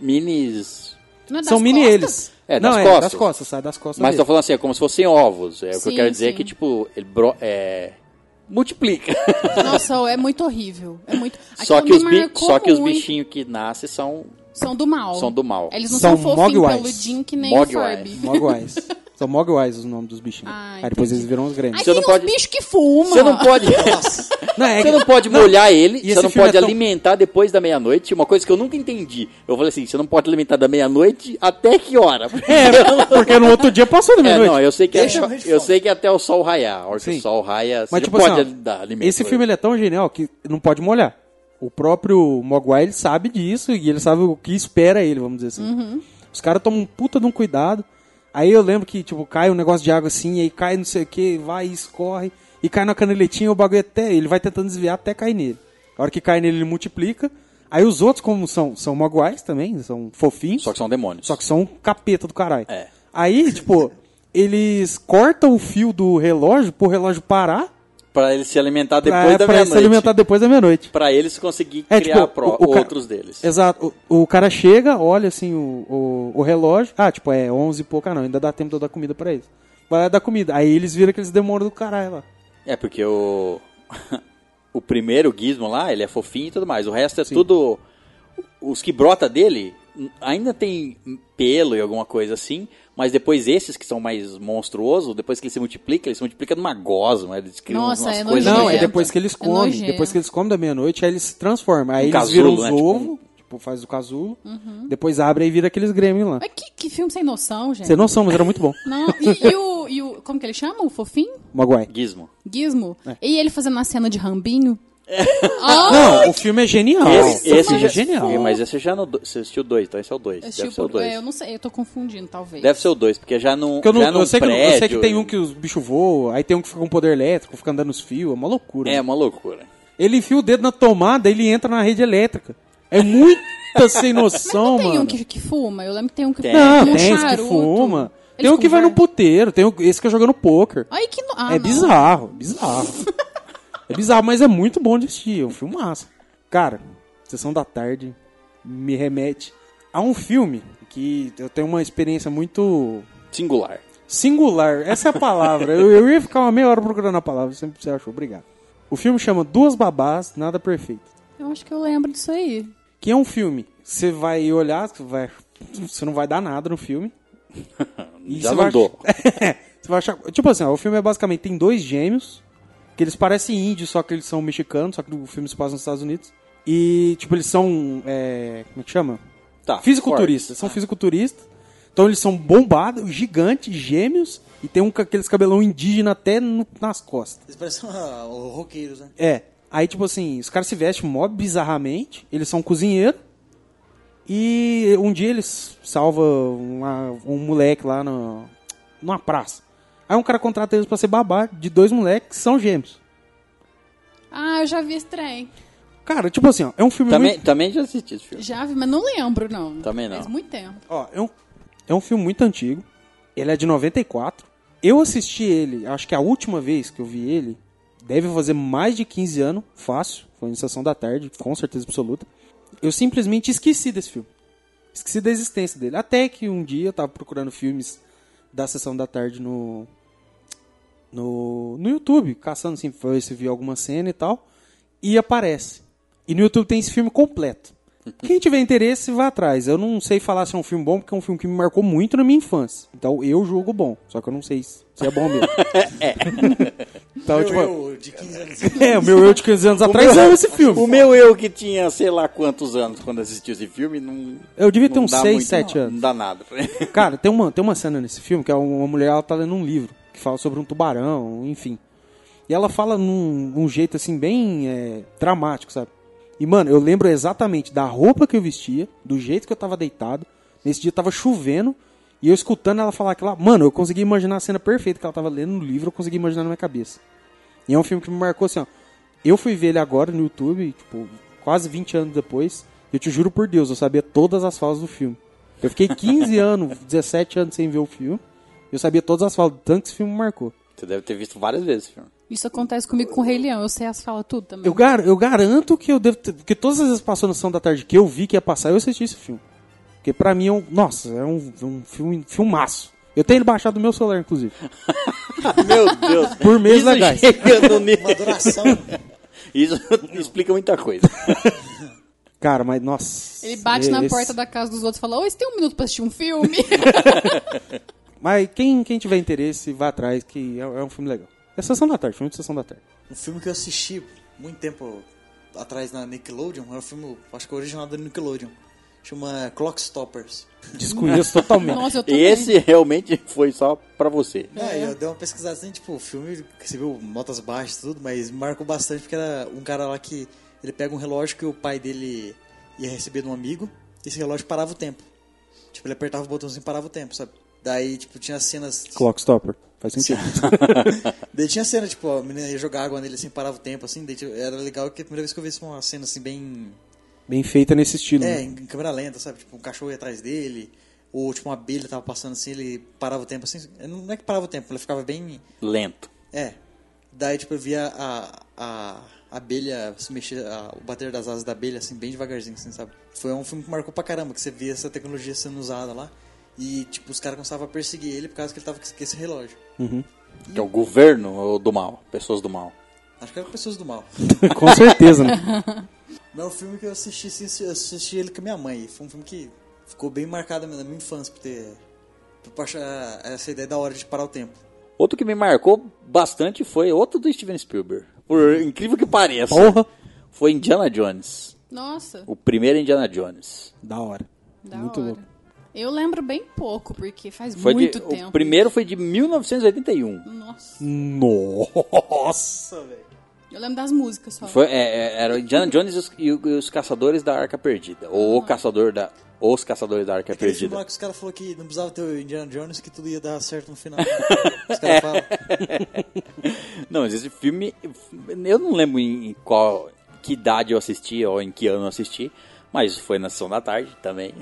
minis. Não é das São mini costas? eles. É, não, das é, costas. das costas. Sai das costas Mas tô dele. falando assim, é como se fossem ovos. É, o que eu Sim, quero dizer é sim. que, tipo, ele bro- é, multiplica. Nossa, é muito horrível. É muito... só Aquilo que, os me bi- marcou só que os muito. bichinhos que nascem são, São do mal. são do mal. Eles não São são, fofinhos, Mogwais. peludinhos que nem o Mogwais. Furby. Mogwais. São Mogwais os nomes dos bichinhos. Ah, Aí depois entendi. eles viram os grandes. Aí Você tem não uns pode- bichos que fumam. Você não pode. Não, é Você que- não pode não, molhar ele, e você esse não filme pode é tão- alimentar depois da meia-noite. Uma coisa que eu nunca entendi. Eu falei assim: você não pode alimentar da meia-noite até que hora? É, porque no outro dia passou da É, meia-noite. não, eu sei que é, Deixa eu morrer de eu fome. sei que é até o sol raiar. A hora que o Sim. sol raia, você Mas, já tipo pode assim, ó, dar alimento. né? esse filme ele é tão genial que não pode molhar. O próprio Mogwai ele sabe disso e ele sabe o que espera ele, vamos dizer assim. Os caras tomam um puta de um cuidado. Aí eu lembro que, tipo, cai um negócio de água assim, aí cai não sei o que, vai e escorre, e cai na caneletinha, o bagulho até. Ele vai tentando desviar até cair nele. A hora que cai nele, ele multiplica. Aí os outros, como são, são Mogwais também, são fofinhos. Só que são demônios. é Só que são um capeta do caralho. É. Aí, tipo, eles cortam o fio do relógio pro relógio parar Pra ele se alimentar pra- depois da É, pra se alimentar meia-noite. depois da meia-noite. Pra eles conseguir É, criar tipo, pro- o- o ca- outros deles. Exato. O, o cara chega, olha assim o, o, o relógio. Ah, tipo, é 11 e pouca, não. Ainda dá tempo de eu dar comida pra eles. Vai lá dar comida. Aí eles viram aqueles demônios do caralho lá. É, porque o. o primeiro Gizmo lá, ele é fofinho e tudo mais. O resto é tudo. Os que brota dele n- ainda tem pelo e alguma coisa assim. Mas depois esses que são mais monstruosos, depois que ele se multiplica, ele se multiplica numa gosma. né? Eles criam Nossa, umas é coisas nojento. Não, é nojentas. depois que eles É comem. nojento. depois que eles comem da meia-noite, aí eles se transformam. Aí Um eles casulo, viram os né, tipo ovos, tipo, faz o casulo. Depois abre e vira aqueles grêmios lá. Mas que, Uhum. é que é? filme sem noção, gente. Você não são, mas era muito bom. Não, e, e o, e o- Como que ele chama? O fofinho? Maguai. Gizmo. Gizmo? E ele fazendo a cena de Rambinho? É. É. Oh! Ah! Não, o filme é genial. Esse, o esse filme já, é genial. É, mas esse já no, do- você assistiu dois, então esse é o dois. Eu, Deve ser tipo, o dois. é, eu não sei, eu tô confundindo, talvez. Deve ser o dois, porque já não. Porque eu, não, já num eu, sei que, eu prédio, sei que tem um que os bichos voam, aí tem um que fica com poder elétrico, fica andando nos fios, é uma loucura. É uma loucura. Ele enfia o dedo na tomada, ele entra na rede elétrica. É muita sem noção, Tem mano. um que, que fuma, eu lembro que tem um que Tem. Não, um tem esse que charuto. fuma. Ele tem o fica que com vai no raiva. puteiro, tem o- esse que é jogando pôquer. Ai, que no... ah, é não. bizarro, bizarro. é bizarro, mas é muito bom de assistir, é um filme massa. Cara, Sessão da Tarde me remete a um filme que eu tenho uma experiência muito Singular. Singular, essa é a palavra. eu, eu ia ficar uma meia hora procurando a palavra, sempre você achou, obrigado. O filme chama Duas Babás, Nada Perfeito. Eu acho que eu lembro disso aí. Que é um filme. Você vai olhar, você vai- você não vai dar nada no filme. E já você vai não dou. ach- você vai achar. Tipo assim, ó, o filme é basicamente tem dois gêmeos, que eles parecem índios, só que eles são mexicanos, só que o filme se passa nos Estados Unidos. E, tipo, eles são. é, como é que chama? Tá. Fisiculturistas. São fisiculturistas. Então eles são bombados, gigantes, gêmeos, e tem um com aqueles cabelão indígena até no- nas costas. Eles parecem ah, o- roqueiros, né? É. Aí, tipo assim, os caras se vestem mó bizarramente, eles são cozinheiros. E um dia eles salvam uma- um moleque lá no, numa praça. Aí um cara contrata eles pra ser babá de dois moleques que são gêmeos. Ah, eu já vi esse trem. Cara, tipo assim, ó, é um filme Também, muito, também já assisti esse filme. Já vi, mas não lembro, não. Também não. Faz muito tempo. ó, é um, é um filme muito antigo. Ele é de 94. Eu assisti ele, acho que a última vez que eu vi ele, deve fazer mais de 15 anos, fácil. Foi em sessão da tarde, com certeza absoluta. Eu simplesmente esqueci desse filme. Esqueci da existência dele. Até que um dia eu tava procurando filmes da sessão da tarde no. no, no YouTube, caçando assim, pra ver se via alguma cena e tal. E aparece. E no YouTube tem esse filme completo. Quem tiver interesse, vá atrás. Eu não sei falar se é um filme bom, porque é um filme que me marcou muito na minha infância. Então eu julgo bom. Só que eu não sei se se é bom mesmo. então, Eu, tipo. eu, de 15 anos. assim, É, o meu eu de 15 anos atrás ama esse filme. O meu eu que tinha sei lá quantos anos quando assisti esse filme, não. Eu devia não ter uns dá seis, muito, sete não. anos. Não dá nada. Cara, tem uma, tem uma cena nesse filme que é uma mulher, ela tá lendo um livro que fala sobre um tubarão, enfim. E ela fala num um jeito assim, bem é, dramático, sabe? E, mano, eu lembro exatamente da roupa que eu vestia, do jeito que eu tava deitado. Nesse dia tava chovendo e eu escutando ela falar aquela. Mano, eu consegui imaginar a cena perfeita que ela tava lendo no livro, eu consegui imaginar na minha cabeça. E é um filme que me marcou assim, ó. Eu fui ver ele agora no YouTube, tipo, quase 20 anos depois. E eu te juro por Deus, eu sabia todas as falas do filme. Eu fiquei 15 anos, 17 anos sem ver o filme. e Eu sabia todas as falas, tanto que esse filme me marcou. Você deve ter visto várias vezes esse filme. Isso acontece comigo com o Rei Leão, eu sei as falas tudo também. Eu, gar eu garanto que eu devo ter. Porque todas as vezes que passou na sessão da tarde que eu vi que ia passar, eu assisti esse filme. Porque pra mim é um. Nossa, é um, um filme, filmaço. Eu tenho ele baixado no meu celular, inclusive. Ah, Meu Deus. Por meses Isso legais. chega no nível- Uma adoração. Isso explica muita coisa. Cara, mas nossa. Ele bate na esse- porta da casa dos outros e fala: Ô, você tem um minuto pra assistir um filme? Mas quem, quem tiver interesse, vá atrás, que é, é um filme legal. É Sessão da Tarde, filme de Sessão da Tarde. Um filme que eu assisti muito tempo atrás na Nickelodeon, é um filme, acho que original da Nickelodeon, chama Clockstoppers. Desconheço totalmente. Nossa, eu também. Esse realmente foi só pra você. Ah, É, eu dei uma pesquisada assim, tipo, o filme recebeu notas baixas e tudo, mas me marcou bastante porque era um cara lá que ele pega um relógio que o pai dele ia receber de um amigo, e esse relógio parava o tempo. Tipo, ele apertava o botãozinho e parava o tempo, sabe? Daí, tipo, tinha cenas. Clockstopper. Faz sentido. Daí tinha cena, tipo, a menina ia jogar água nele assim, parava o tempo, assim, daí tipo, era legal que a primeira vez que eu vi isso, uma cena assim, bem. Bem feita nesse estilo. É, né? então. em câmera lenta, sabe? Tipo, um cachorro ia atrás dele, ou tipo, uma abelha tava passando assim, ele parava o tempo assim. Não é que parava o tempo, ele ficava bem Lento. é. Daí, tipo, eu via a, a, a abelha se mexer, a- o bater das asas da abelha, assim, bem devagarzinho, assim, sabe? Foi um filme que marcou pra caramba, que você via essa tecnologia sendo usada lá. E, tipo, os caras começavam a perseguir ele por causa que ele tava com esse- com esse relógio. Que é o governo ou do mal? Pessoas do mal. Acho que eram pessoas do mal. Com certeza, né? Mas é um filme que eu assisti, sim, eu assisti ele com a minha mãe. Foi um filme que ficou bem marcado na minha infância, por ter... Por achar essa ideia da hora de parar o tempo. Outro que me marcou bastante foi outro do Steven Spielberg. Por incrível que pareça. Porra. Foi Indiana Jones. Nossa, O primeiro Indiana Jones. Da hora. da Muito hora. louco. Eu lembro bem pouco, porque faz Foi de- muito tempo. o primeiro foi de 1981. Nossa. Nossa, velho. Eu lembro das músicas só. Foi, é, é, era o Indiana Jones e os, e o- e os Caçadores da Arca Perdida. Ah. Ou o Caçador da. Os Caçadores da Arca Aquele filme Perdida. lá que os caras falaram que não precisava ter o Indiana Jones, que tudo ia dar certo no final. os caras falam... Não, mas esse filme. Eu não lembro em qual. Que idade eu assisti ou em que ano eu assisti. Mas foi na sessão da tarde também.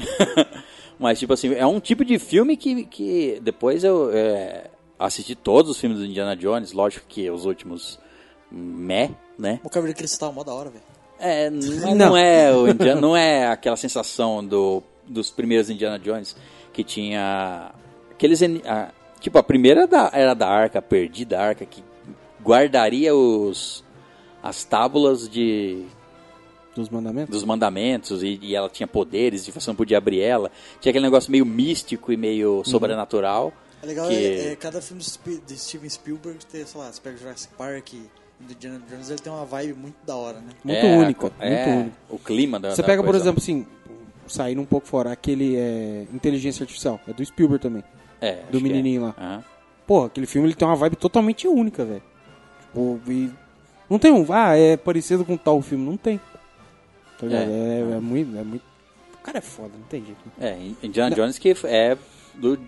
mas, tipo assim, é um tipo de filme que. que depois eu é, assisti todos os filmes do Indiana Jones. Lógico que os últimos. Meh, né? O cabelo de cristal, mó da hora, velho. É, n- mas Não. não é o Indiana, não é aquela sensação do, dos primeiros Indiana Jones que tinha aqueles en- ah, tipo a primeira era da, era da arca perdida, a arca que guardaria os as tábulas de Dos mandamentos? dos mandamentos e, e ela tinha poderes e você não podia abrir ela. Tinha aquele negócio meio místico e meio Uhum. sobrenatural. É legal, que- é, é cada filme do Spi- de Steven Spielberg ter, sei lá, você pega Jurassic Park e do Indiana Jones, ele tem uma vibe muito da hora, né? Muito É, único. é, Muito único. O clima da Você da pega, por coisa. exemplo, assim, saindo um pouco fora, aquele é, Inteligência Artificial. É do Spielberg também. É, acho que é. menininho lá. Aham. Porra, aquele filme ele tem uma vibe totalmente única, velho. Tipo, e não tem um, ah, é parecido com tal filme, não tem. Tá ligado? É, é muito, é muito. O cara é foda, não tem jeito. né? É, Indiana Jones que é do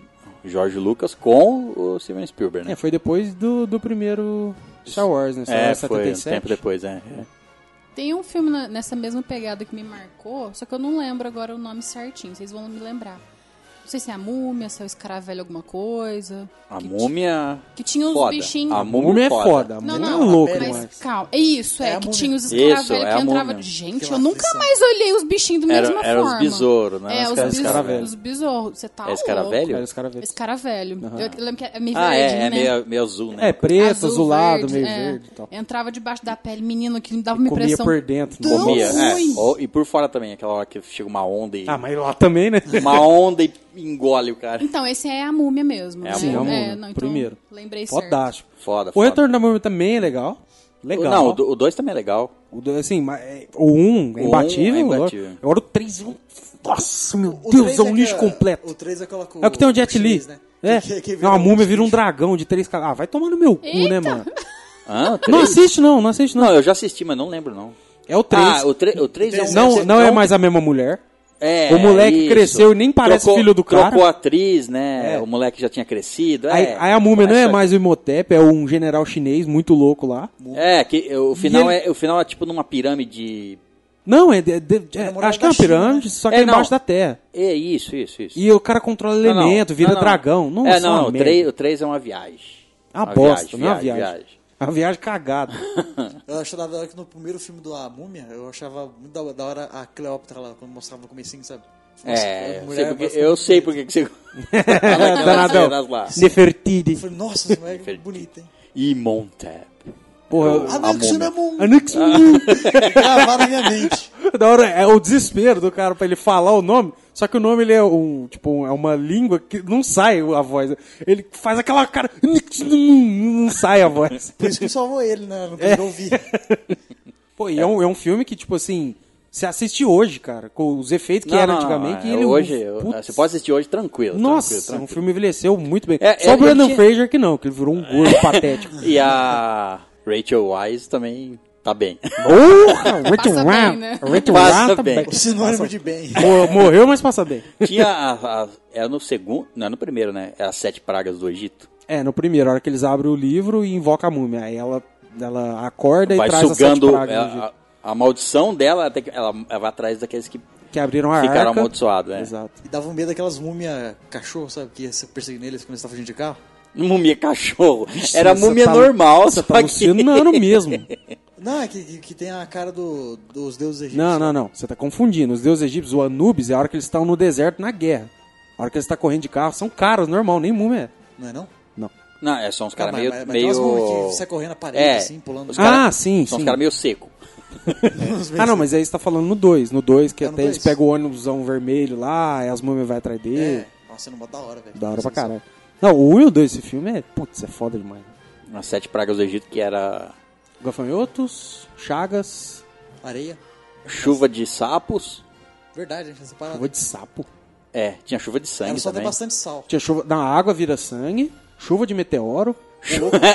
George Lucas com o Steven Spielberg, É, né? foi depois do, do primeiro Star Wars, né? Star É, Wars foi um tempo 77. depois, é. é. Tem um filme na- nessa mesma pegada que me marcou, só que eu não lembro agora o nome certinho, vocês vão me lembrar. Não sei se é a múmia, se é o escaravelho alguma coisa. A que ti- múmia. que tinha os foda. bichinhos. A O múmia homem é foda, o Não, homem é não, louco mas- demais. Calma, é isso, é, É a que múmia. tinha os Isso, é escaravelhos a que múmia. entravam. Gente, Aquela eu nunca aflição. mais olhei os bichinhos da Era- mesma era os forma. besouros, né? É, Os os, caras- bis- escaravelho. os besouros. Você tá É escaravelho? Era os caras louco. verdes. Escaravelho. Eu lembro que é meio Ah, verdinho, é, é né? meio, meio azul, né? É, preto, Azul, azulado, meio é. verde e tal. Entrava debaixo da pele, menino, aquilo me dava uma Comia impressão. por dentro. tão né? Comia, é. ruim. Ou- e por fora também, aquela hora que chega uma onda e. Ah, mas lá também, né? Uma onda e engole o cara. Então, esse é a múmia mesmo. É a múmia. né? Sim, a múmia. Primeiro. Lembrei certo. Fodástico. Foda, O foda. Retorno da Múmia também é legal. Legal. Não, o do- o 2 também é legal. O do- assim, mas é- o 1 um é O um imbatível. é agora- imbatível. Agora o 3 é um. Nossa, meu Deus, é um lixo completo. O 3 é aquela co- É o que tem o Jet Li. chinês, né? É, Que- que é uma múmia vira um bicho. dragão de três caras. Ah, vai tomar no meu cu, né, mano? Hã? O Não três? assiste, não, não assiste, Não, não. eu já assisti, mas não lembro, não. É o 3. Ah, o 3 tre... o três é um não, não é decepção mais a mesma mulher. É, O moleque cresceu e nem parece Trocou- filho do cara. Trocou a atriz, né? É. O moleque já tinha crescido. É, Aí, aí a múmia não é Começa- mais o Imhotep, é um general chinês muito louco lá. É, que o final, E é, o final é tipo numa pirâmide. Não, é, de- de- é- namorado acho que é uma da China, né? pirâmide, só que É, é embaixo não. da terra. É isso, isso, isso. E o cara controla Não, não. elemento, vira Não, não. dragão. Não, é, isso é uma não, o merda. 3, o três é uma viagem. A Uma bosta, viagem, não é uma viagem, viagem. A viagem cagada. Eu achava da hora que no primeiro filme do A Múmia, eu achava muito da- da hora a Cleópatra lá, quando mostrava no comecinho, sabe? É, eu Mulher, sei mas porque, foi eu muito sei bonito. porque que você. Danadão. cenas lá. Nefertiti. Eu falei, nossa, essa mulher é bonita, hein? Ah, é E Montep. Porra, eu- A Múmia. Anux- Gravado na minha mente. Da hora é o desespero do cara pra ele falar o nome, só que o nome ele é um, tipo, um- é uma língua que não sai a voz. Ele faz aquela cara, não sai a voz. Por isso que salvou ele, né? É. Não conseguiu ouvir. Pô, e é um, é um filme que, tipo assim, você assiste hoje, cara, com os efeitos que Não, era não, não, antigamente. é, e ele, um hoje, putz, você pode assistir hoje tranquilo. Nossa, tranquilo, o tranquilo. filme envelheceu muito bem. É, Só é, o Brandon ele tinha- Fraser que não, que ele virou um gordo patético. E a Rachel Wise também tá bem. Porra, Rachel Passa Wan, bem, né? Rachel Passa Wan tá bem. bem. O sinônimo de bem. Mor- Morreu, mas passa bem. Tinha a, a- Era no segundo. Não, é no primeiro, né? Era as Sete Pragas do Egito. É, no primeiro, a hora que eles abrem o livro e invoca a múmia. Aí ela, ela acorda vai e traz sugando. as sete pragas, né, ela- do jeito a, a maldição dela, até que ela, ela vai atrás daqueles que que abriram a ficaram arca. amaldiçoados, né? Exato. E dava um medo daquelas múmia cachorro, sabe? Que ia se perseguindo eles quando eles estavam fugindo de carro. Múmia cachorro. Era Você múmia tá- normal, Você só tá que. alucinando mesmo. Não, é que, que, que tem a cara do- dos deuses egípcios. Não, não, não. Você tá confundindo. Os deuses egípcios, o Anubis, é a hora que eles estão no deserto na guerra. A hora que eles estão correndo de carro, são caras, normal, nem múmia é. Não é não? Não. Não, é, são uns Tá, caras Ah, meio. mas, mas tem umas meio... múmias que sai correndo na parede, É, assim, pulando. os cara- Ah, sim, São uns sim. caras meio seco. Uns Ah, não, meses. mas aí você tá falando no 2. No 2, que Tá É no até eles dois. pegam o ônibusão vermelho lá, aí as múmias vai atrás dele. É, nossa, não mó da hora, velho. Da hora pra caralho. Não, o 1 um e o 2 desse filme é. Putz, é foda demais. As Sete Pragas do Egito, que era Gafanhotos, Chagas, Areia. chuva de sapos. Verdade, essa parada. chuva de sapo. É, tinha chuva de Era sangue só ter também. bastante sal. Tinha chuva. Na água vira sangue, chuva de meteoro.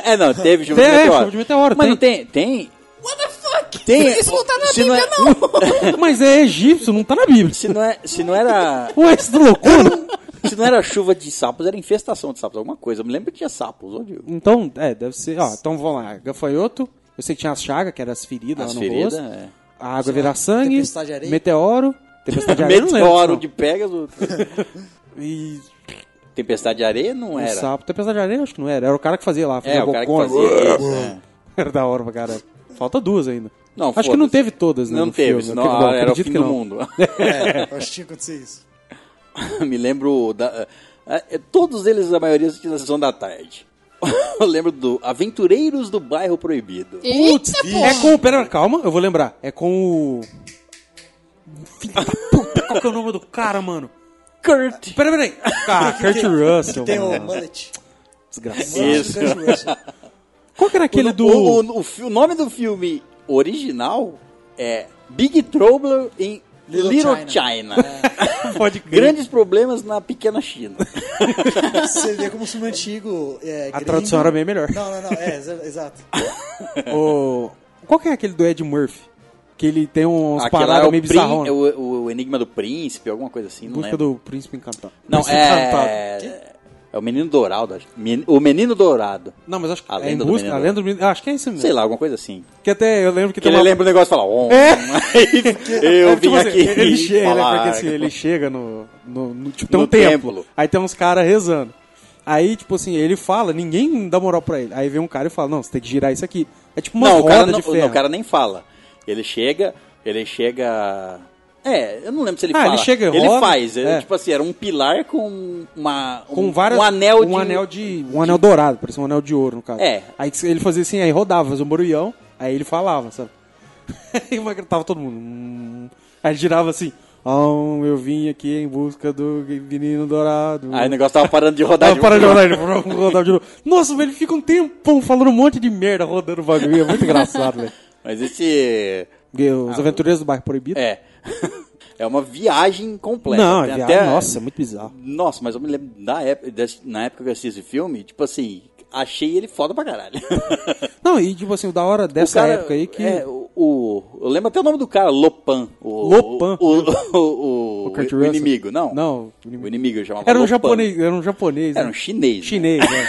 é, não, teve chuva Tem, de é, meteoro. chuva de meteoro, Mas tem. não tem. Tem. What the fuck? tem Isso não tá na se Bíblia, é- não. Mas é egípcio, não tá na Bíblia. se, não é, se não era. Ué, isso é loucura. Se não era chuva de sapos, era infestação de sapos, alguma coisa. Eu me lembro que tinha sapos, onde? Então, é, deve ser. Ó, então vamos lá. Gafanhoto. Eu sei que tinha as chagas, que eram as feridas As lá no feridas, rosto. é. A água vira sangue. tempestade de areia. Meteoro. Tipo, Tempestade de areia. eu não lembro, Meteoro não. de Pegasus. E Tempestade de areia não um era. sapo. Tempestade de areia, eu acho que não era. Era o cara que fazia lá. Fazia É, o cara que bocona. fazia isso. é. Era da hora pra caralho. Falta duas ainda. Não, Acho que não foda-se. teve todas, né? Não no teve, filme. senão Eu acredito- ah, era o acredito fim que do não. mundo. É, eu acho que tinha acontecido isso. Me lembro da. eh, Todos eles, a maioria, assisti na sessão da tarde. Eu lembro do Aventureiros do Bairro Proibido. Putz, Eita, porra. é com. Pera, calma, eu vou lembrar. É com o. Filho da puta, qual que é o nome do cara, mano? Kurt! Pera, pera aí. Cara, Kurt Russell, Tem o mano. mullet. Desgraçado. Isso. Mullet do Kurt Russell. Qual que era aquele O- do. O, o- o fi- o nome do filme original é Big Trouble in Little, Little China. China. É. Pode crer. Grandes problemas na pequena China. Você vê como o filme antigo é, A gringo. tradução era bem melhor. Não, não, não. É, exa- exato. O... Qual que é aquele do Ed Murphy? Que ele tem uns Aquela é paradas o, meio prín- bizarrão. né? é o- o- o Enigma do Príncipe, alguma coisa assim, não Busca lembro. do Príncipe Encantado. Não, Príncipe é... É o Menino Dourado. acho. Men- O Menino Dourado. Não, mas acho que A é em Lenda do busca. Menino né? A lenda do Menino- Acho que é isso mesmo. Sei lá, alguma coisa assim. Que até eu lembro que, Que tem ele uma... lembra o negócio e fala... "Oh, É. mas eu É, vim tipo assim, aqui ele chega, ele- falar." porque assim, ele chega no, no- no- tipo, tem No um templo, templo. aí tem uns caras rezando. Aí, tipo assim, ele fala, ninguém dá moral pra ele. Aí vem um cara e fala, não, você tem que girar isso aqui. É tipo uma não, o roda cara de não, ferro. não, o cara nem fala. Ele chega, ele chega. É, eu não lembro se ele Ah, fala. ele chega e Ele roda, faz. é, é. Tipo assim, era um pilar com uma. com um, várias, Um anel de. um anel de um anel dourado, parecia um anel de ouro no caso. É. Aí que ele fazia assim, aí rodava, fazia um barulhão, aí ele falava, sabe? Aí uma- tava todo mundo. "Hum." Aí ele girava assim, "Ah, eu vim aqui em busca do menino dourado. Aí o negócio tava parando de um rodar. Tava parando de rodar, ele rodava de novo. Nossa, velho, ele fica um tempão falando um monte de merda rodando o bagulho. É muito engraçado, velho. Mas esse. Porque Os aventureiros do bairro proibido. Ah, É. é uma viagem completa. Não, Tem é, até- nossa, é muito bizarro. Nossa, mas eu me lembro da época, desse- na época que eu assisti esse filme, tipo assim, achei ele foda pra caralho. Não, e tipo assim, o da hora O dessa cara- época aí que. é, o, o- eu lembro até o nome do cara, Lopan. O, Lopan. O, o, o- O Kurt o Russell. inimigo, não. Não, o inimigo. O inimigo chamava Era um Lopan. japonês, era um japonês. é Era né? um chinês. né? Chinês, né?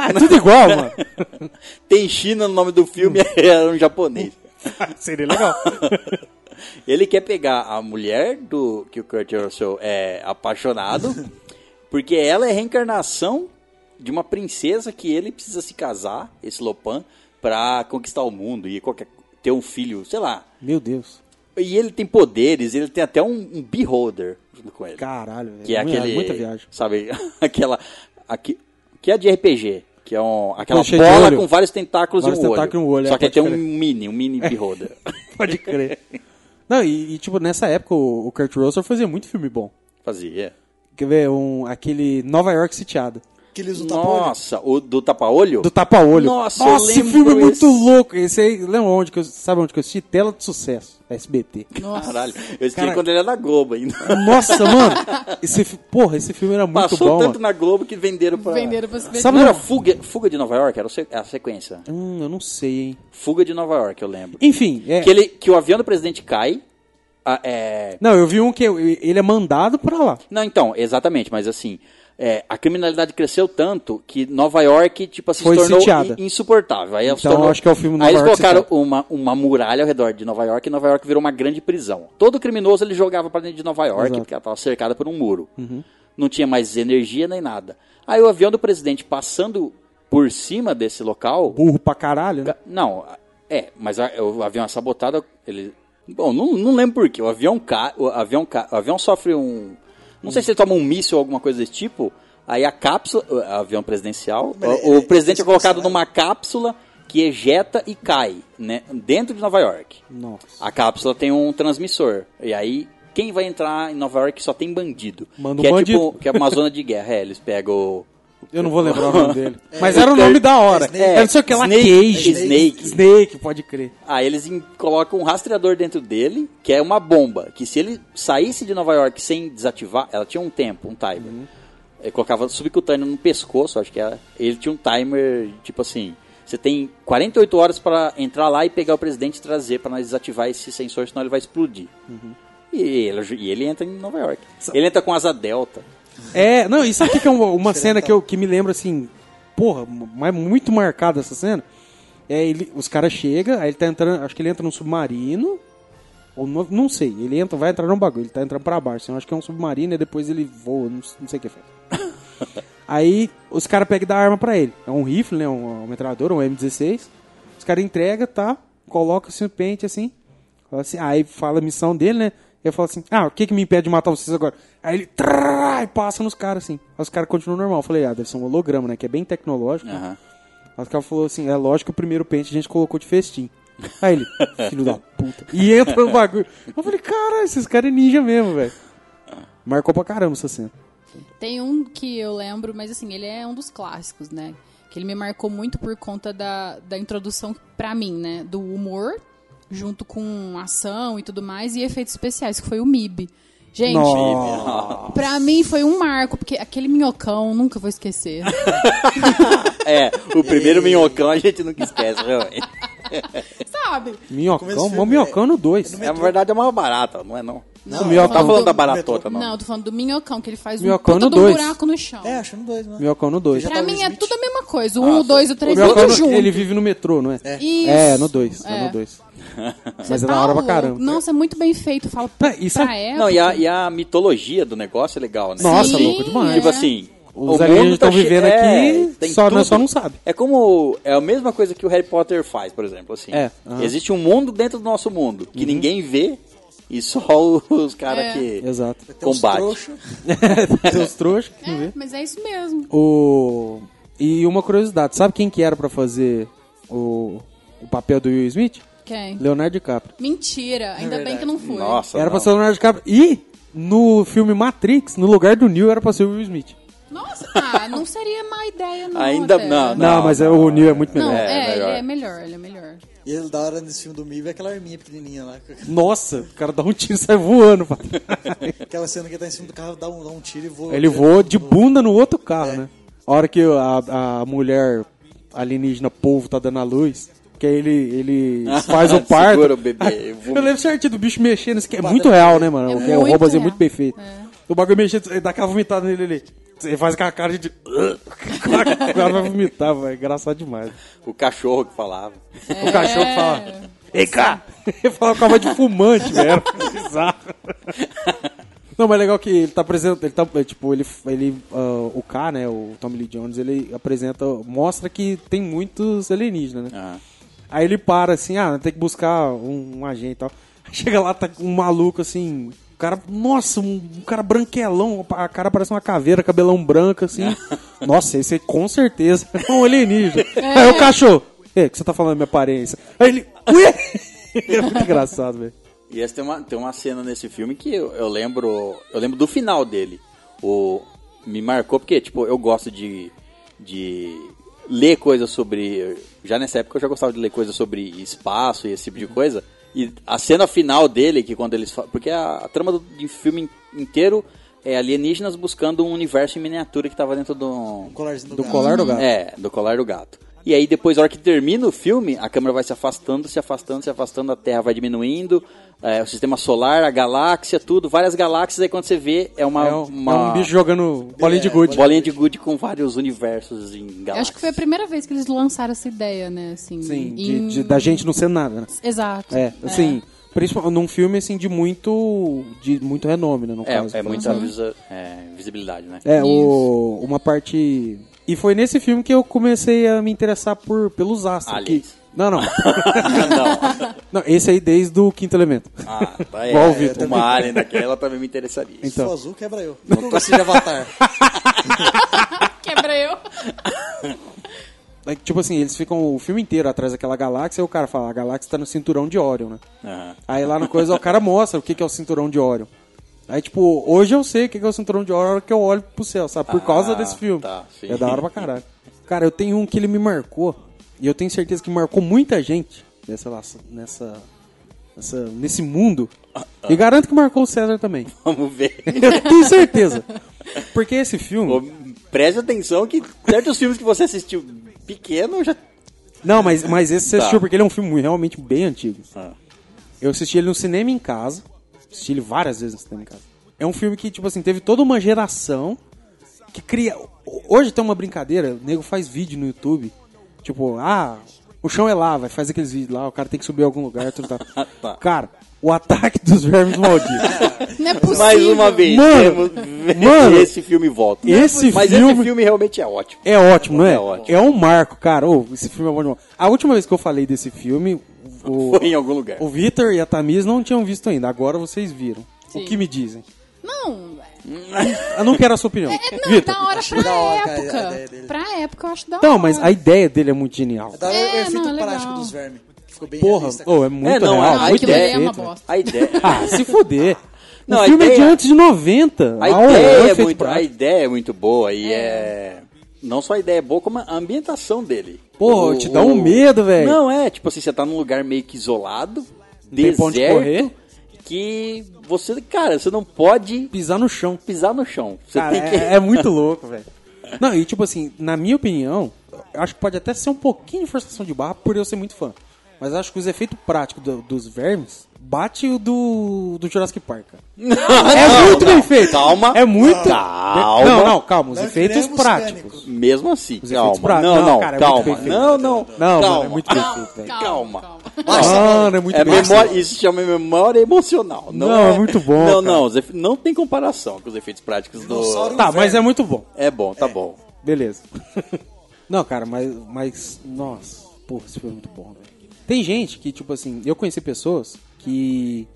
ah, é tudo igual, mano. Tem China no nome do filme, Hum. era um japonês. Seria legal. Ele quer pegar a mulher do que o Kurt Russell é apaixonado, porque ela é a reencarnação de uma princesa que ele precisa se casar, esse Lopan, pra conquistar o mundo e qualquer- ter um filho, sei lá. Meu Deus. E ele tem poderes, ele tem até um, um beholder junto com ele. Caralho, velho. que é Muita- aquele. Muita viagem. Sabe, aquela. Aqui, que é de RPG. Que é um, aquela Cheio de bola olho. com vários tentáculos Vários e um tentáculos olho. e um olho, é, Só que pode tem um crer. mini, um mini beholder. Pode crer. Não, e, e, tipo, nessa época o, o Kurt Russell fazia muito filme bom. Fazia. Quer ver? Um, aquele Nova York sitiado. Que eles usam tapa Nossa, o do tapa-olho? Do tapa-olho. Nossa, eu esse lembro filme é esse. muito louco. Esse aí, lembra onde que eu, sabe onde que eu assisti? Tela de Sucesso, da SBT. Caralho, eu assisti Cara- quando ele era da Globo ainda. Nossa, mano. Esse, fi- porra, esse filme era muito Passou bom, tanto mano. na Globo que venderam pra... Venderam pra SBT. Sabe Não era Não. Fuga, Fuga de Nova York? Era o se- é a sequência. Hum, eu não sei, hein. Fuga de Nova York, eu lembro. Enfim, é... Que, ele, que o avião do presidente cai. a- é, Não, eu vi um que eu- ele é mandado pra lá. Não, então, exatamente, mas assim, é, a criminalidade cresceu tanto que Nova York, tipo, assim, Foi se tornou sitiada. in- insuportável. Aí ela se Então, tornou- acho que é o filme Nova Aí eles York colocaram uma, uma muralha ao redor de Nova York e Nova York virou uma grande prisão. Todo criminoso ele jogava pra dentro de Nova York, Exato. Uhum. porque ela tava cercada por um muro. Não tinha mais energia nem nada. Aí o avião do presidente passando por cima desse local. Burro pra caralho, né? Ca- Não, é, mas a- o avião é sabotado, ele... Bom, não, não lembro porquê. O avião cai, o avião cai, o avião sofre um... Não sei se ele toma um míssil ou alguma coisa desse tipo, aí a cápsula, o avião presidencial, Mas o, é- o presidente é é colocado né? espaçonave? numa cápsula que ejeta e cai, né, dentro de Nova York. Nossa. A cápsula tem um transmissor, e aí quem vai entrar em Nova York só tem bandido. Manda que um é bandido. tipo, que é uma zona de guerra, é, eles pegam... o- Eu não vou lembrar o nome dele. Mas era o nome da hora. Snake. Era não sei o que lá, É. Snake. Cage. Snake. Snake, pode crer. Aí eles em- colocam um rastreador dentro dele, que é uma bomba. Que se ele saísse de Nova York sem desativar, ela tinha um tempo, um timer. Ele colocava subcutâneo no pescoço, acho que era. Ele tinha um timer, tipo assim. Você tem 48 horas para entrar lá e pegar o presidente e trazer para nós desativar esse sensor, senão ele vai explodir. E, ele, e ele entra em Nova York. Ele entra com asa delta. É, não, e sabe o que, que é uma, uma cena que, eu, que me lembra assim, porra, mas muito marcada essa cena? É, ele, os caras chegam, aí ele tá entrando, acho que ele entra num submarino, ou no- não sei, ele entra, vai entrar num bagulho, ele tá entrando pra baixo, assim, eu acho que é um submarino e depois ele voa, não, não sei o que faz. aí os caras pegam e dá arma pra ele, é um rifle, né, um, uma metralhadora, um M16, os caras entregam, tá, coloca assim, o pente assim, fala assim, aí fala a missão dele, né, ele fala assim, ah, o que que me impede de matar vocês agora? Aí ele trrr, e passa nos caras assim, aí os caras continuam normal, eu falei, ah, deve ser um holograma, né, que é bem tecnológico, Aí o cara falou assim: é lógico que o primeiro pente a gente colocou de festim. Aí ele, filho da puta. E entra no bagulho. Eu falei: caralho, esses caras é ninja mesmo, velho. Marcou pra caramba essa cena. Tem um que eu lembro, mas assim, ele é um dos clássicos, né? Que ele me marcou muito por conta da, da introdução pra mim, né? Do humor, junto com ação e tudo mais, e efeitos especiais, que foi o MIB. Gente, Oh. Nossa. pra mim foi um marco, porque aquele minhocão, nunca vou esquecer. É, o primeiro minhocão a gente nunca esquece, realmente. Sabe? Tá Começo do Minhocão, filme, mó minhocão no 2. Na verdade é uma barata, não é não? Não, não, não é tá uma- falando da do- baratota, não. Não, tô falando do minhocão, que ele faz Minhocão um puta no de um dois. buraco no chão. É, achando dois, mano. Minhocão no 2. Já Pra tá o mim é Smith. tudo a mesma coisa. O 1, o 2, o 3, Minhocão tudo no, tá junto. ele vive no metrô, não é? Isso. É, no 2. É, É. no 2. Você Mas é tá da hora pra louco. caramba. É, Nossa, é muito bem feito. Fala Não, pra, pra e sabe- época. Não, e a, e a mitologia do negócio é legal, né? Nossa, É, Sim, louco demais. Tipo é. assim. Os alienígenas estão che- vivendo é, aqui, tem só, tudo. nós só não sabe. É como. É a mesma coisa que o Harry Potter faz, por exemplo. Assim. É, aham. Uhum. Existe um mundo dentro do nosso mundo que ninguém vê e só os caras É. que Exato. Tem uns combatem. trouxa. Tem os trouxas que não vê. É, mas é isso mesmo. O... E uma curiosidade, sabe quem que era pra fazer o... o papel do Will Smith? Quem? Leonardo DiCaprio. Mentira. Ainda bem que não foi. Nossa. era pra não. ser o Leonardo DiCaprio. E no filme Matrix, no lugar do Neo, era pra ser o Will Smith. Nossa, ah, não seria má ideia, Ah, não. Ainda até. não, Não, mas é- o Neo é muito melhor. Não, É, é, melhor. ele é melhor, ele é melhor. E ele da hora nesse filme do Mib é aquela arminha pequenininha lá. Nossa, o cara dá um tiro e sai voando. pá. Aquela cena que ele tá em cima do carro, dá um, dá um tiro e voa. Ele voa de bunda no outro carro, né? A hora que a, a mulher alienígena polvo tá dando a luz, que aí ele, ele um- faz o parto. Segura o bebê, eu vou- Eu lembro certinho do bicho mexendo, isso que é muito real, né, mano? É O que é o muito robôzinho real. É. muito bem feito. O bagulho mexendo, ele dá aquela vomitada nele ali. Ele faz aquela cara de. o cara vai vomitar, vai. Engraçado demais. O cachorro que falava. O cachorro É, fala. Ei, cá! Ele fala com a voz de fumante, velho. Bizarro. Não, mas é legal que ele tá apresentando. Ele tá, é, tipo, ele. ele ah, o K, né? O Tommy Lee Jones, ele apresenta. Mostra que tem muitos alienígenas, né? Aham. Aí ele para assim, ah, tem que buscar um, um agente e tal. Aí chega lá, tá um maluco assim. O cara, nossa, um, um cara branquelão, a cara parece uma caveira, cabelão branco, assim. nossa, esse com certeza é um alienígena. Aí o cachorro, "Ei, o que você tá falando da minha aparência? Aí ele, ué! É muito engraçado, velho. E essa tem uma, tem uma cena nesse filme que eu, eu lembro. Eu lembro do final dele. O, me marcou porque, tipo, eu gosto de, de ler coisas sobre. Já nessa época eu já gostava de ler coisas sobre espaço e esse tipo de coisa. E a cena final dele, que quando eles falam. Porque a, a trama do de filme inteiro é alienígenas buscando um universo em miniatura que tava dentro um, do. Um colarzinho do Do gato. colar do gato. É, do colar do gato. E aí depois, na hora que termina o filme, a câmera vai se afastando, se afastando, se afastando, a Terra vai diminuindo, é, o sistema solar, a galáxia, tudo, várias galáxias, aí quando você vê, é uma, É um, uma é, é um bicho jogando bolinha de gude. bolinha de gude com vários universos em galáxias. Eu acho que foi a primeira vez que eles lançaram essa ideia, né? Assim, Sim, em- de, de- da gente não sendo nada, né? Exato. É, assim, principalmente num filme assim de muito de muito renome, né, no caso. É, é muita visa- é, visibilidade, né? É, o, uma parte e foi nesse filme que eu comecei a me interessar por pelos astros Aliens. que- Não, não. Não. não, esse aí desde o Quinto Elemento. Ah, tá, Igual o é, Vitor. uma alien daquela também me interessaria. Se for Então. azul, quebra eu. Não tô de avatar. Quebra eu. É que, tipo assim, eles ficam o filme inteiro atrás daquela galáxia e o cara fala, a galáxia tá no cinturão de Orion, né? Aham. Aí lá no coisa o cara mostra o que, que é o cinturão de Orion. Aí, tipo, hoje eu sei o que, que é o cinturão de Orion na hora que eu olho pro céu, sabe? Por Ah, causa desse filme. tá, sim. é da hora pra caralho. Cara, eu tenho um que ele me marcou. E eu tenho certeza que marcou muita gente nessa. laça- nessa, nessa nesse mundo. E garanto que marcou o César também. Vamos ver. Eu tenho certeza. Porque esse filme. Ô, Preste atenção que certos filmes que você assistiu pequeno já... Não, mas, mas esse você Tá. assistiu, porque ele é um filme realmente bem antigo. Ah. Eu assisti ele no cinema em casa. Assisti ele várias vezes no cinema em casa. É um filme que, tipo assim, teve toda uma geração que cria. Hoje tem uma brincadeira, o nego faz vídeo no YouTube. Tipo, ah, o chão é lava, faz aqueles vídeos lá, o cara tem que subir a algum lugar, tudo tá. Tá. Cara, o ataque dos vermes malditos. Não é possível. Mais uma vez, Mano, temos- mano, esse filme volta. esse Mas esse filme- filme realmente é ótimo. É ótimo, não é? É ótimo. É um marco, cara. Ô, esse filme é bom demais. A última vez que eu falei desse filme, o, Foi em algum lugar. É, o Vitor e a Tamires não tinham visto ainda. Agora vocês viram. O que me dizem? Não, Eu não quero a sua opinião. é, não, Vitor. da hora pra da hora, cara, época. a ideia dele. pra época eu acho da hora. Então, mas a ideia dele é muito genial. Dá É, o efeito não, é prático legal. dos vermes. que Ficou bem Porra, realista. ô, é muito É, não, real, a- a muito ideia- bem é uma feito. bosta. A ideia, Ah, se fuder. Não, o a filme é de ideia- antes de 90. a Ah, ideia o é efeito muito, a prático. ideia é muito boa e é... Não só a ideia é boa, como a ambientação dele. Porra, te dá um medo, velho. Não, é, tipo assim, você tá num lugar meio que isolado, tem pra onde correr. deserto, que você, cara, você não pode Pisar no chão. pisar no chão. Você Cara, tem que... é, é muito louco, velho. Não, e tipo assim, na minha opinião, eu acho que pode até ser um pouquinho de forçação de barra por eu ser muito fã. Mas eu acho que os efeitos práticos do- dos vermes bate o do, do Jurassic Park, cara. é muito bem feito. Calma. É muito. Calma. Não, não, calma. Os Não efeitos queremos práticos. pânico. Mesmo assim, Os efeitos calma. práticos. Não, Não, não, cara, é muito calma. bem feito. não, não, Não, calma. mano, é muito bem feito, velho. Calma. Mano, é muito é bem feito. memória, isso chama memória emocional. Não, Não, é muito bom, Não, cara. não, os efe- não tem comparação com os efeitos práticos do. Dinossauro. Tá, mas é muito bom. É bom, tá bom. Beleza. Não, cara, mas, mas. Nossa, porra, esse foi muito bom, velho. Tem gente que, tipo assim, eu conheci pessoas que.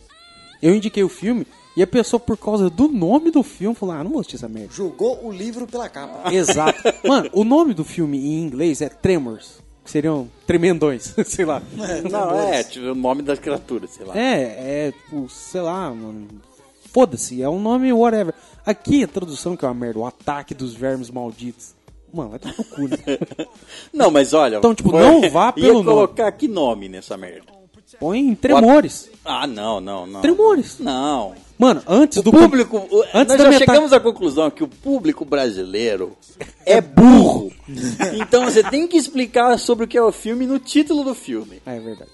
Eu indiquei o filme e a pessoa, por causa do nome do filme, falou: Ah, não vou assistir essa merda. Julgou o livro pela capa. Exato. Mano, o nome do filme em inglês é Tremors. Que seriam tremendões, sei lá. Não, é, tipo, o nome das criaturas, sei lá. assim. É, é, tipo, sei lá, mano. Foda-se, é um nome whatever. Aqui a tradução que é uma merda, o ataque dos vermes malditos. Mano, vai tomar no cu, né? Não, mas olha. Então, tipo, não vá pelo ia nome. colocar que nome nessa merda? Põe em tremores. Ah, não, não, não. Tremores. Não. Mano, antes do O público. o- antes nós da já metade- chegamos à conclusão que o público brasileiro é burro. então você tem que explicar sobre o que é o filme no título do filme. Ah, é verdade.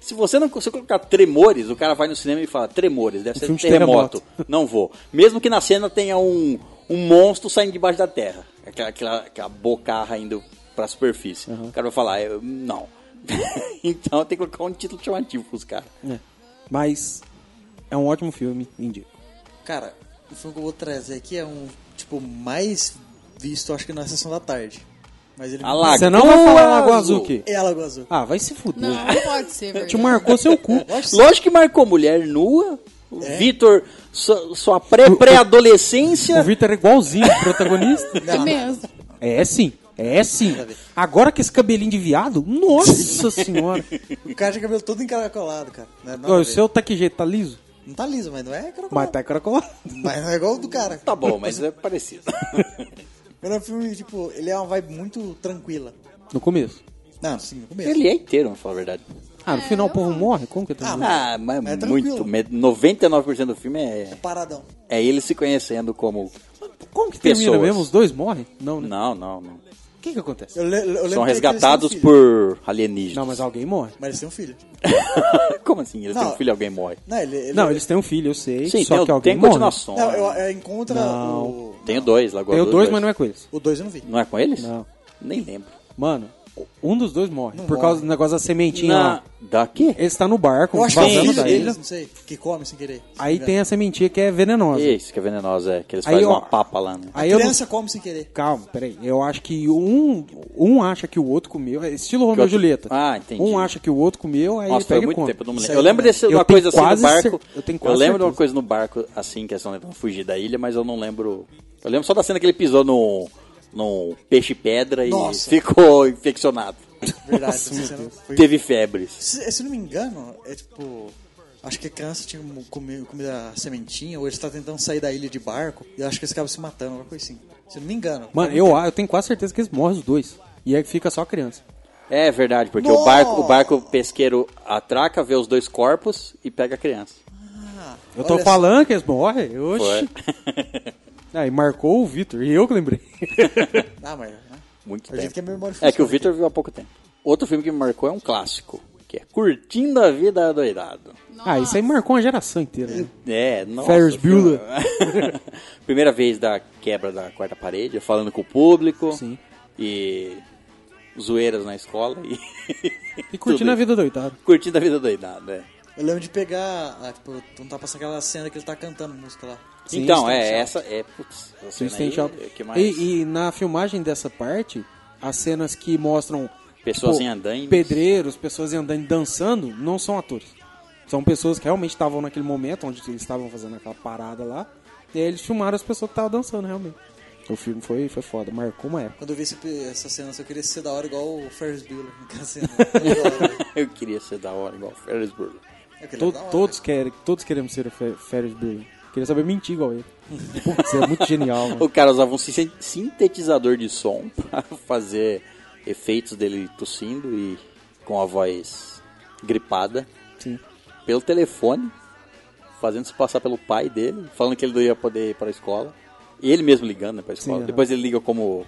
Se você não se eu colocar tremores, o cara vai no cinema e fala tremores, deve ser filme de terremoto. terremoto. Não vou. Mesmo que na cena tenha um, um monstro saindo debaixo da terra. Aquela, aquela, aquela bocarra indo pra superfície. O cara vai falar, eu- não. então tem que colocar um título chamativo pros caras. É. Mas é um ótimo filme, indico. Cara, o filme que eu vou trazer aqui é um, tipo, mais visto, acho que na sessão da tarde. Mas ele... A Lagoa Você não vai falar Azul. Lagoa Azul aqui. É a Lagoa Azul. Ah, vai se fuder. Não, não pode ser, É verdade. Te marcou seu cu. Lógico que marcou mulher nua. O É. Vitor, sua, sua pré-pré-adolescência. O Victor é igualzinho o protagonista. É mesmo. É sim. É sim. Agora com esse cabelinho de viado, nossa senhora. O cara tinha cabelo todo encaracolado, cara. Não, é nada Ó, a o ver. seu tá que jeito? Tá liso? não tá liso, mas não é Mas encaracolado. tá caracolado. Mas não é igual o do cara. Tá bom, mas é parecido. Mas é um filme, tipo, ele é uma vibe muito tranquila. No começo. Não, sim, no começo. Ele é inteiro, vamos falar a verdade. Ah, no final o povo morre? Como que tá? Ah, mas Mas é muito. tranquilo. me- 99% do filme é, Paradão. é ele se conhecendo como. Como que termina Pessoas. mesmo? Os dois morrem? Não, né? Não, não, não. O que que acontece? Eu le- eu lembro São que eles têm um resgatados filho. por alienígenas. Não, mas alguém morre. Mas eles têm um filho. Como assim? Eles têm Não. um filho e alguém morre. Não, ele, ele- Não, eles têm um filho, eu sei. Sim, só tem, que alguém tem morre. continuação. Não, eu, é- eu encontra Não. o... Tenho dois lá agora. Tem o dois, mas não é com eles. O 2 eu não vi. Não é com eles? Não. Nem lembro. Mano, um dos dois morre. por morre. causa do negócio da sementinha Na... lá. Daqui? um. Ele está no barco, Eu acho que é o vazando filho da dele, ilha. não sei, que come sem querer. se Aí não me tem a sementinha que é venenosa. Isso, que é venenosa, é. Que eles Aí, fazem ó. uma papa lá, né? Aí engano. eu não- Criança come sem querer. Calma, peraí. Eu acho que um, um acha que o outro comeu. É estilo Romeu e outro- Julieta. Ah, entendi. Um acha que o outro comeu, aí Nossa, foi pega e muito come. tempo, eu não me lembro. Isso aí Eu lembro também. desse, Eu uma tenho coisa assim no quase barco. cer- eu tenho quase lembro de uma certeza. coisa no barco, assim, que eles estão tentando fugir da ilha, mas eu não lembro. Eu lembro só da cena que ele pisou num no peixe-pedra e Nossa. ficou infeccionado. Verdade, essa cena foi... Teve febres. se, se não me engano, é tipo... Acho que a criança tinha mu- comi- comida sementinha, ou eles estão tentando sair da ilha de barco, e eu acho que eles acabam se matando, alguma coisa assim. Se não me engano. Mano, eu, eu tenho quase certeza que eles morrem os dois. E aí fica só a criança. É verdade, porque o Nossa. barco, o barco pesqueiro atraca, vê os dois corpos e pega a criança. Eu tô Olha assim. só. falando que eles morrem. Oxi. Foi. Aí marcou o Vitor. E eu que lembrei. Ah, mas... né? Muito A gente tempo. quer memória É que o funciona Victor viu há pouco tempo. Outro filme que me marcou é um clássico, que é Curtindo a Vida Doidado. Ah, isso aí marcou uma geração inteira. né? É, nossa. Ferris filme- Bueller. Primeira vez da quebra da quarta parede, eu falando com o público. Sim. E zoeiras na escola. E, E curtindo tudo. a vida doidado. Curtindo a vida doidada, é. Eu lembro de pegar, ah, tipo, não tá passando aquela cena que ele tá cantando música lá. Sim, então, é, Instant essa é, putz, a cena Twist and aí, Shout. é que mais... E, e na filmagem dessa parte, as cenas que mostram Pessoas em andaimes. pedreiros, pessoas em andaime dançando, não são atores. São pessoas que realmente estavam naquele momento onde eles estavam fazendo aquela parada lá. E aí eles filmaram as pessoas que estavam dançando, realmente. O filme foi, foi foda, marcou uma época. Quando eu vi esse- essa cena, eu só queria ser da hora igual o Ferris Bueller naquela cena. Eu Eu queria ser da hora, igual Ferris Bueller. queria To- é da hora. todos, né? querem, todos queremos ser o Fer- Ferris Bueller. Queria saber mentir igual ele. Putz, é muito genial, mano. O cara usava um sin- sintetizador de som pra fazer efeitos dele tossindo e com a voz gripada. Sim. Pelo telefone, fazendo se passar pelo pai dele, falando que ele não ia poder ir pra escola. E ele mesmo ligando né, pra escola. aham. Depois ele liga como,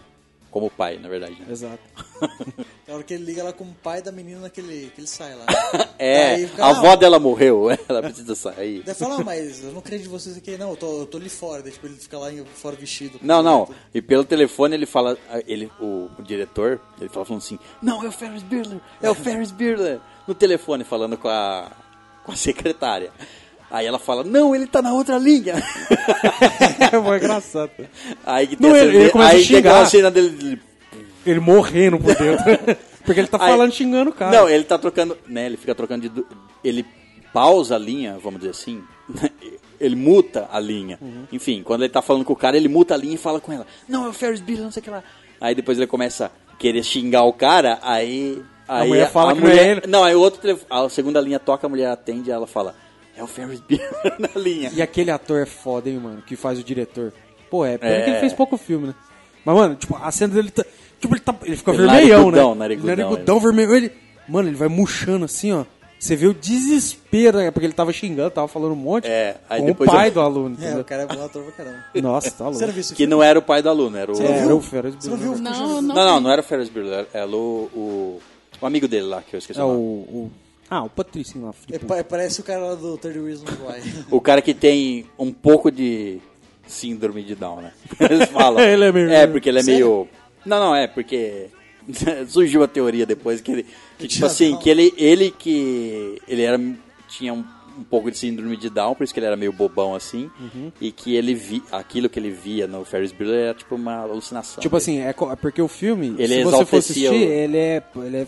como pai, na verdade. né? Exato. Na né? É hora que ele liga lá com o pai da menina naquele, que ele sai lá. É, Daí fica, a "Ah, avó dela morreu, ela precisa sair. Daí fala, ah, mas eu não acredito em vocês aqui, não, eu tô, eu tô ali fora. Daí, tipo, ele fica lá em- fora vestido. Não, não. E pelo telefone ele fala, ele, o, o diretor, ele fala falando assim, não, é o Ferris Bueller, é o Ferris Bueller. No telefone falando com a, com a secretária. Aí ela fala, não, ele tá na outra linha. É foi engraçado. aí que Não, a ele- cena ele dele- começa a aí tem aquela xingar. cena dele, dele- Ele morrendo por dentro. Porque ele tá aí- falando, xingando o cara. Não, ele tá trocando, né, ele fica trocando de... du- Ele pausa a linha, vamos dizer assim, ele muta a linha. Uhum. Enfim, quando ele tá falando com o cara, ele muta a linha e fala com ela, não, é o Ferris Bueller, não sei o que lá. Aí depois ele começa a querer xingar o cara, aí... aí mulher fala que não é mulher- ele. Não, aí o outro, telef- a segunda linha toca, a mulher atende, ela fala, é o Ferris Bueller na linha. E aquele ator é foda, hein, mano, que faz o diretor. Pô, é, pena É. que ele fez pouco filme, né? Mas, mano, tipo, a cena dele tá. Tipo, ele tá. Ele fica Ele é vermelhão, narigudão, né? narigudão, é. Ele narigudão, vermelhão. Ele. Mano, ele vai murchando assim, ó. Você vê o desespero, né? Porque ele tava xingando, tava falando um monte. É, aí com depois o pai eu- do aluno, É, o entendeu? cara é bom ator pra caramba. Nossa, tá louco. Você não viu esse Que filme? não era o pai do aluno, era o... É, era o Ferris Você não Bueller. viu? Não, não. Não, não, não era o Ferris Bueller, era o, o, o amigo dele lá, que eu esqueci É o o, nome. o- Ah, o Patricinho lá. É, Tipo, pa- parece o cara lá do 30 Reasons Why. O cara que tem um pouco de síndrome de Down, né? Eles falam. Ele é meio- É, porque ele é Sério? meio. Não, não, é, porque. Surgiu a teoria depois que ele. Que, tipo tinha assim, Down. que ele, ele que. Ele era. Tinha um, um pouco de síndrome de Down, por isso que ele era meio bobão assim. Uhum. E que ele vi. Aquilo que ele via no Ferris Bueller era tipo uma alucinação. tipo assim, é co- é porque o filme, Ele se você for assistir, exaltecia o- ele é. Ele é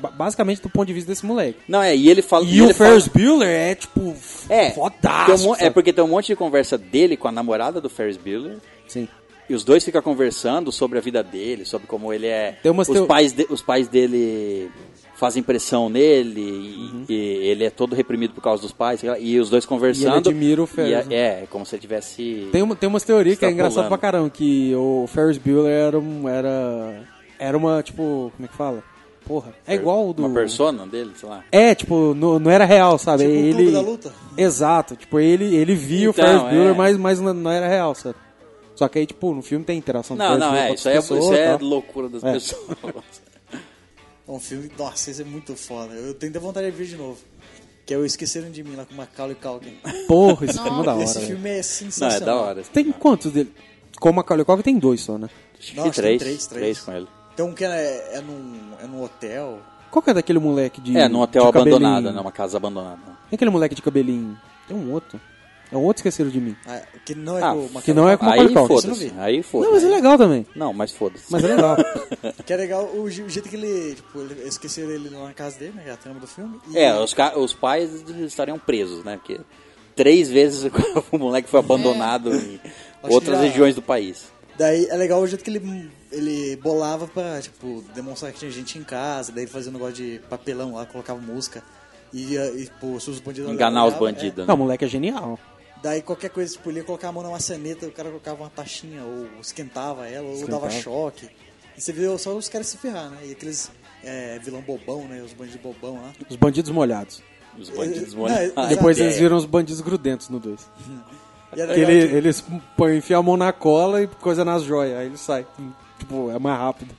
ba- basicamente do ponto de vista desse moleque. Não, é, e ele fala. assim, E, ele o fala- Ferris Bueller é, tipo, É, fodaço. tem um mon- é sabe? porque tem um monte de conversa dele com a namorada do Ferris Bueller Sim. E os dois ficam conversando sobre a vida dele, sobre como ele é. Tem umas os, teo- pais de- os pais dele fazem pressão nele, e, Uhum. e ele é todo reprimido por causa dos pais, sei lá, e os dois conversando. admira o Ferris, e é, é, como se ele tivesse. Tem, uma- tem umas teorias que é Extrapolando. engraçado pra caramba, que o Ferris Bueller era um. Era, era uma, tipo, como é que fala? Porra. É igual o do. Uma persona dele, sei lá. É, tipo, no- não era real, sabe? Tipo o ele... Clube da Luta. Exato, tipo, ele, ele via Então, o Ferris Bueller, é. mas, mas não, não era real, sabe? Só que aí, tipo, no filme tem interação do Não, Ferris não, Bueller é. com Isso, aí é, outras isso aí pessoas, é tá? loucura das É. pessoas. É um filme, nossa, esse é muito foda. Eu tenho até vontade de ver de novo. Que é o Esqueceram de Mim, lá com o Macaulay Culkin. Porra, esse filme é da hora. Esse velho. filme é Não, é sensacional. da hora. Tem quantos dele? Com o Macaulay Culkin tem dois só, né? Acho Não, que acho que três, tem três, três, três. com ele. Tem um que é, é, num, é num hotel. Qual que é daquele moleque de É, num hotel de cabelinho? abandonado, né? Uma casa abandonada. Tem aquele moleque de cabelinho. Tem um outro. É um outro esqueceram de mim. ah, Que não é Ah, com o que Macaulay não é com- Culkin. Aí Macaulay Culkin, foda-se. você não Aí não, mas foda-se. é legal também. Não, mas foda-se. Mas é legal. Que é legal o, je- o jeito que ele... Tipo, ele, esqueceram ele lá na casa dele, né? Que é a trama do filme. E- É, os, ca- os pais estariam presos, né? Porque três vezes o moleque foi abandonado em É. que outras já- regiões do país. Daí é legal o jeito que ele, ele bolava pra, tipo, demonstrar que tinha gente em casa, daí ele fazia um negócio de papelão lá, colocava música. E, ia- e pô, se os bandidos Enganar os olhavam, é. bandidos, não, né? o moleque é genial. Daí qualquer coisa, tipo, ele ia colocar a mão na maçaneta, o cara colocava uma taxinha, ou esquentava ela, ou Esquentava. dava choque. E você vê só os caras se ferrar, né? E aqueles é, vilão bobão, né? Os bandidos bobão lá. Os bandidos molhados. Os bandidos Não, molhados. exato. Depois É. eles viram os bandidos grudentos no 2. E era Que legal, ele, tipo, eles põem, enfiam a mão na cola e coisa nas joias. Aí ele sai. Tipo, é mais rápido.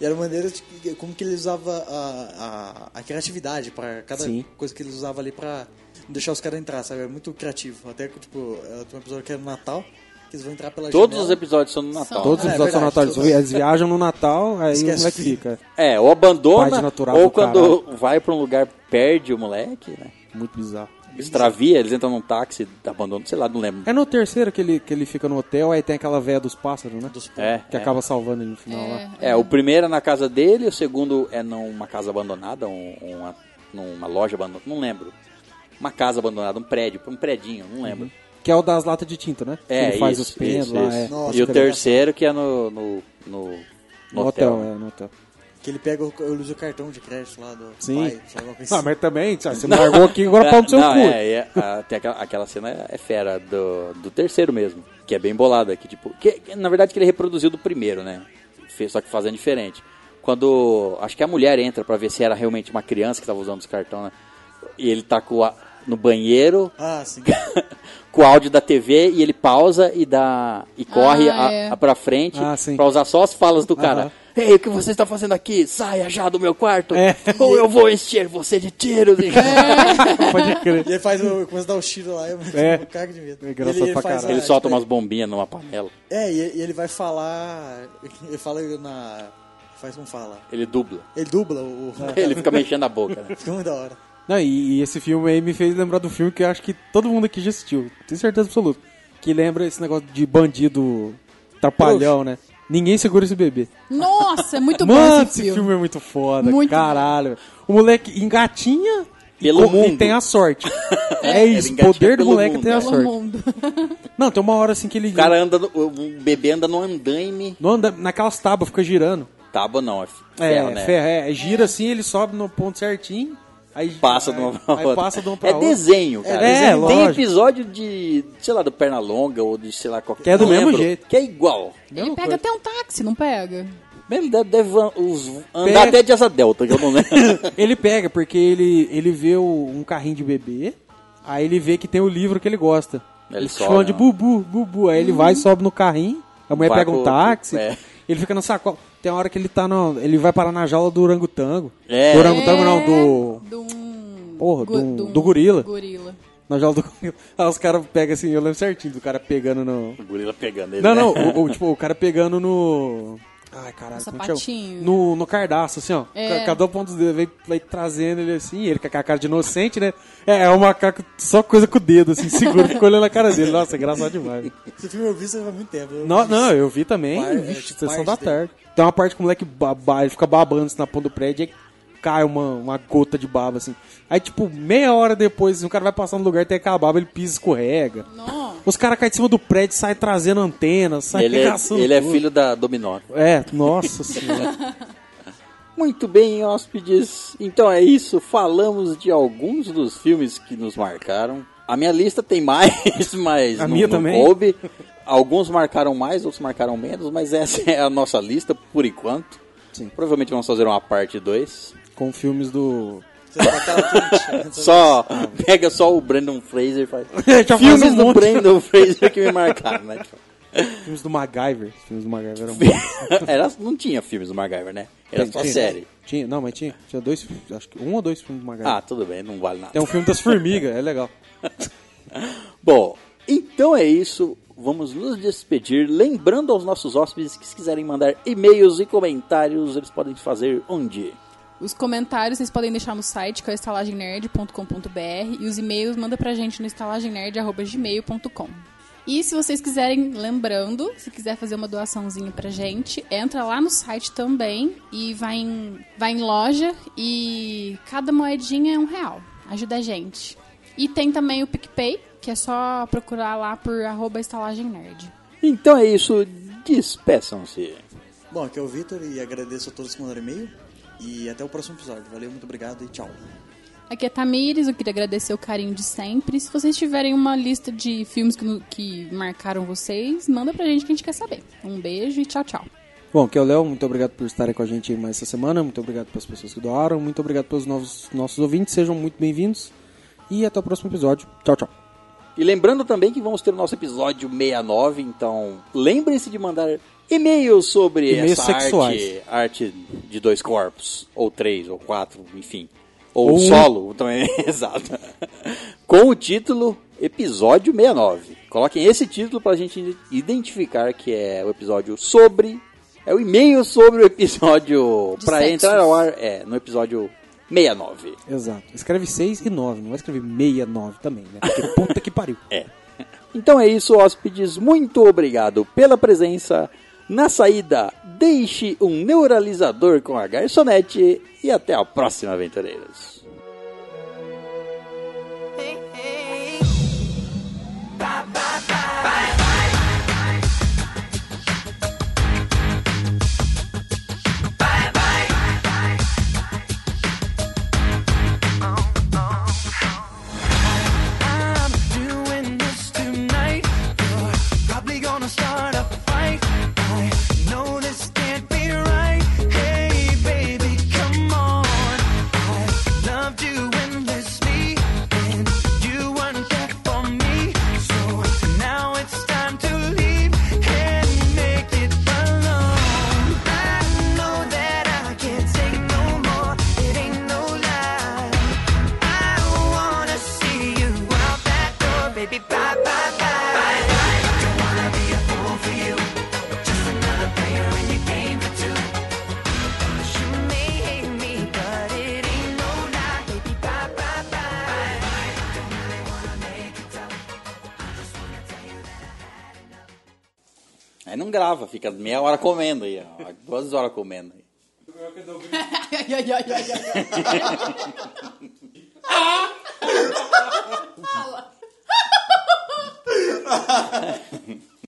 E era maneira de que- como que ele usava a, a, a criatividade para cada Sim. coisa que ele usava ali para deixar os caras entrar, sabe? Era muito criativo. Até que, tipo, eh, tem um episódio que era no Natal, que eles vão entrar pela Todos os janela. episódios são no Natal. Todos os É, episódios são verdade, natais. todos. Eles viajam no Natal, aí o Esquece moleque o filho. fica. É, ou Pai de abandona, natural ou do quando vai pra um lugar, perde o moleque, né? Muito bizarro. Extravia, eles entram num táxi, abandonam, sei lá, não lembro. É no terceiro que ele, que ele fica no hotel, aí tem aquela véia dos pássaros, né? Dos- É, que é. acaba salvando ele no final lá. É, o primeiro é na casa dele, o segundo é numa casa abandonada, um- uma, numa loja abandonada, não lembro. Uma casa abandonada, um prédio, um prédinho, não lembro. Que é o das latas de tinta, né? Que É, ele faz isso, os pêndulos isso, lá. isso. É. Nossa, e o que terceiro que é no, no, no, no No hotel. hotel, é, no hotel. Que ele pega, o- ele usa o cartão de crédito lá do Sim. pai. sei lá, alguma coisa Ah, assim. mas também, tchau, você largou aqui, agora pau no seu não, cu. é, é, a- tem aquela, aquela cena é fera do, do terceiro mesmo, que é bem bolada, que tipo, que, que, na verdade que ele reproduziu do primeiro, né? Fez- Só que fazendo diferente. Quando acho que a mulher entra pra ver se era realmente uma criança que tava usando os cartões, né? E ele tá com a- no banheiro, Ah, sim. com o áudio da TV e ele pausa e dá e corre a, é. a- pra frente Ah, sim. pra usar só as falas do cara. Aham. Ei, o que você está fazendo aqui? Saia já do meu quarto, É. ou eu vou encher você de tiros. é. Pode crer. e ele faz o, começa a dar o tiro lá, eu É. eu cago de medo. É engraçado E ele, pra faz caralho. Ele a- solta tipo, umas bombinhas numa panela. É, e, e ele vai falar... Ele fala na... Faz como fala. Ele dubla. Ele dubla o... o Ele fica mexendo a boca. Né? Fica muito da hora. Não, e, e esse filme aí me fez lembrar do filme que eu acho que todo mundo aqui já assistiu. Tenho certeza absoluta. Que lembra esse negócio de bandido trapalhão, né? Ninguém segura esse bebê. Nossa, é muito Mano, bom esse esse filme. filme é muito foda, Muito caralho. velho. O moleque engatinha Pelo e, co- e mundo. tem a sorte. É isso, o engatinha poder do pelo moleque mundo, tem a né? Pelo sorte. mundo. Não, tem uma hora assim que ele O cara anda, no, o um bebê anda no andaime. não anda naquelas tábuas, fica girando. Tábua não, é É, ferro, né? ferro, é, gira assim, ele sobe no ponto certinho, aí Passa de aí, uma pra aí outra. passa de uma pra é outra. desenho, cara. É, Desenho. Tem lógico. episódio de, sei lá, do Pernalonga ou de, sei lá, qualquer Que é do não mesmo lembro, jeito. Que é igual. Ele Mesma pega coisa. até um táxi, não pega? Ele deve, deve an- os- andar Pega- até de asa delta, que eu não lembro. Ele pega porque ele, ele vê o- um carrinho de bebê, aí ele vê que tem o livro que ele gosta. Ele Ele se sobe, chama de né? Bubu, Bubu. Aí ele vai, sobe no carrinho, a mulher Vai pega um pro- táxi, é. ele fica na sacola. Tem uma hora que ele tá no. Ele vai parar na jaula do orangotango. É. Do orangotango Então, não, do. Do um... Porra, go- do- de um do gorila. Gorila. Na jaula do gorila. Aí os caras pegam assim, eu lembro certinho do cara pegando no. o gorila pegando ele. Não, né? não, o, o- tipo, o cara pegando no. Ai, caralho, No como é que chama? sapatinho. No, no cardaço, assim, ó. É. Ca- Cada um ponto dele vem, vai trazendo ele assim, ele com a cara de inocente, né? É, é um macaco só coisa com o dedo, assim, seguro, ficou olhando a cara dele. Nossa, é engraçado demais. Esse filme eu vi isso faz muito tempo. Eu Não, vi não, eu vi também, Par- vixe, é, sessão parte da dele. tarde. Tem uma parte que o moleque baba, ele fica babando assim, na ponta do prédio, aí cai uma, uma gota de baba, assim. Aí, tipo, meia hora depois, assim, o cara vai passar no lugar, tem aquela baba, ele pisa, escorrega. Nossa. Os caras caem de cima do prédio, saem trazendo antenas, saem Ele é, arregaçando ele é tudo. filho da Dominó. É, nossa senhora. Muito bem, hóspedes. Então é isso. Falamos de alguns dos filmes que nos marcaram. A minha lista tem mais, mas A não, minha não também. coube. Alguns marcaram mais, outros marcaram menos, mas essa é a nossa lista por enquanto. Sim. Provavelmente vamos fazer uma parte 2. Com filmes do. Você tá com aquela print. Só pega só o Brandon Fraser e faz. Já faz filmes um do monte. Brandon Fraser que me marcaram, né? Filmes do MacGyver. Filmes do MacGyver eram bons. Era, não tinha filmes do MacGyver, né? Era só Tinha. série. Tinha, não, mas tinha. Tinha dois. Acho que um ou dois filmes do MacGyver. Ah, tudo bem, não vale nada. Tem um filme das formigas, é legal. Bom, então é isso. Vamos nos despedir, lembrando aos nossos hóspedes que se quiserem mandar e-mails e comentários, eles podem fazer onde? Os comentários vocês podem deixar no site, que é o estalagemnerd.com.br, e os e-mails manda pra gente no estalagemnerd.gmail.com. E se vocês quiserem, lembrando, se quiser fazer uma doaçãozinha pra gente, entra lá no site também e vai em, vai em loja e cada moedinha é um real. Ajuda a gente. E tem também o PicPay, que é só procurar lá por arroba estalagemnerd. Então é isso, despeçam-se. Bom, aqui é o Vitor e agradeço a todos que mandaram e-mail. E até o próximo episódio. Valeu, muito obrigado e tchau. Aqui é Tamires, eu queria agradecer o carinho de sempre. Se vocês tiverem uma lista de filmes que, que marcaram vocês, manda pra gente que a gente quer saber. Um beijo e tchau, tchau. Bom, aqui é o Léo, muito obrigado por estarem com a gente mais essa semana, muito obrigado pelas pessoas que doaram, muito obrigado pelos novos, nossos ouvintes, sejam muito bem-vindos e até o próximo episódio. Tchau, tchau. E lembrando também que vamos ter o nosso episódio 69, então lembrem-se de mandar e-mails sobre E-mails essa sexuais. arte, arte de dois corpos, ou três, ou quatro, enfim. Ou Ou um. solo, também, exato. Com o título Episódio 69. Coloquem esse título pra gente identificar que é o episódio sobre. É o e-mail sobre o episódio. De Pra sexos. entrar ao ar, é, no episódio 69. Exato. Escreve 6 e 9, não vai escrever 69 também, né? Porque puta que pariu. É. Então é isso, hóspedes. Muito obrigado pela presença. Na saída, deixe um neuralizador com a garçonete e até a próxima, aventureiros. I'm doing this tonight. You're probably gonna start a fight. I know this can't be right. Hey, baby, come on. I loved you endlessly, and you weren't there for me. So now it's time to leave and make it alone. I know that I can't take no more. It ain't no lie. I wanna see you out that door, baby. Bye bye bye. Bye bye. Don't wanna be a fool for you. Just another player in your game for two. You may hate me, but it ain't no lie, baby. Bye bye bye. Bye bye. Don't really wanna make it tough. I just wanna tell you that. Aí não grava, fica meia hora comendo aí, ó, duas horas comendo. aí.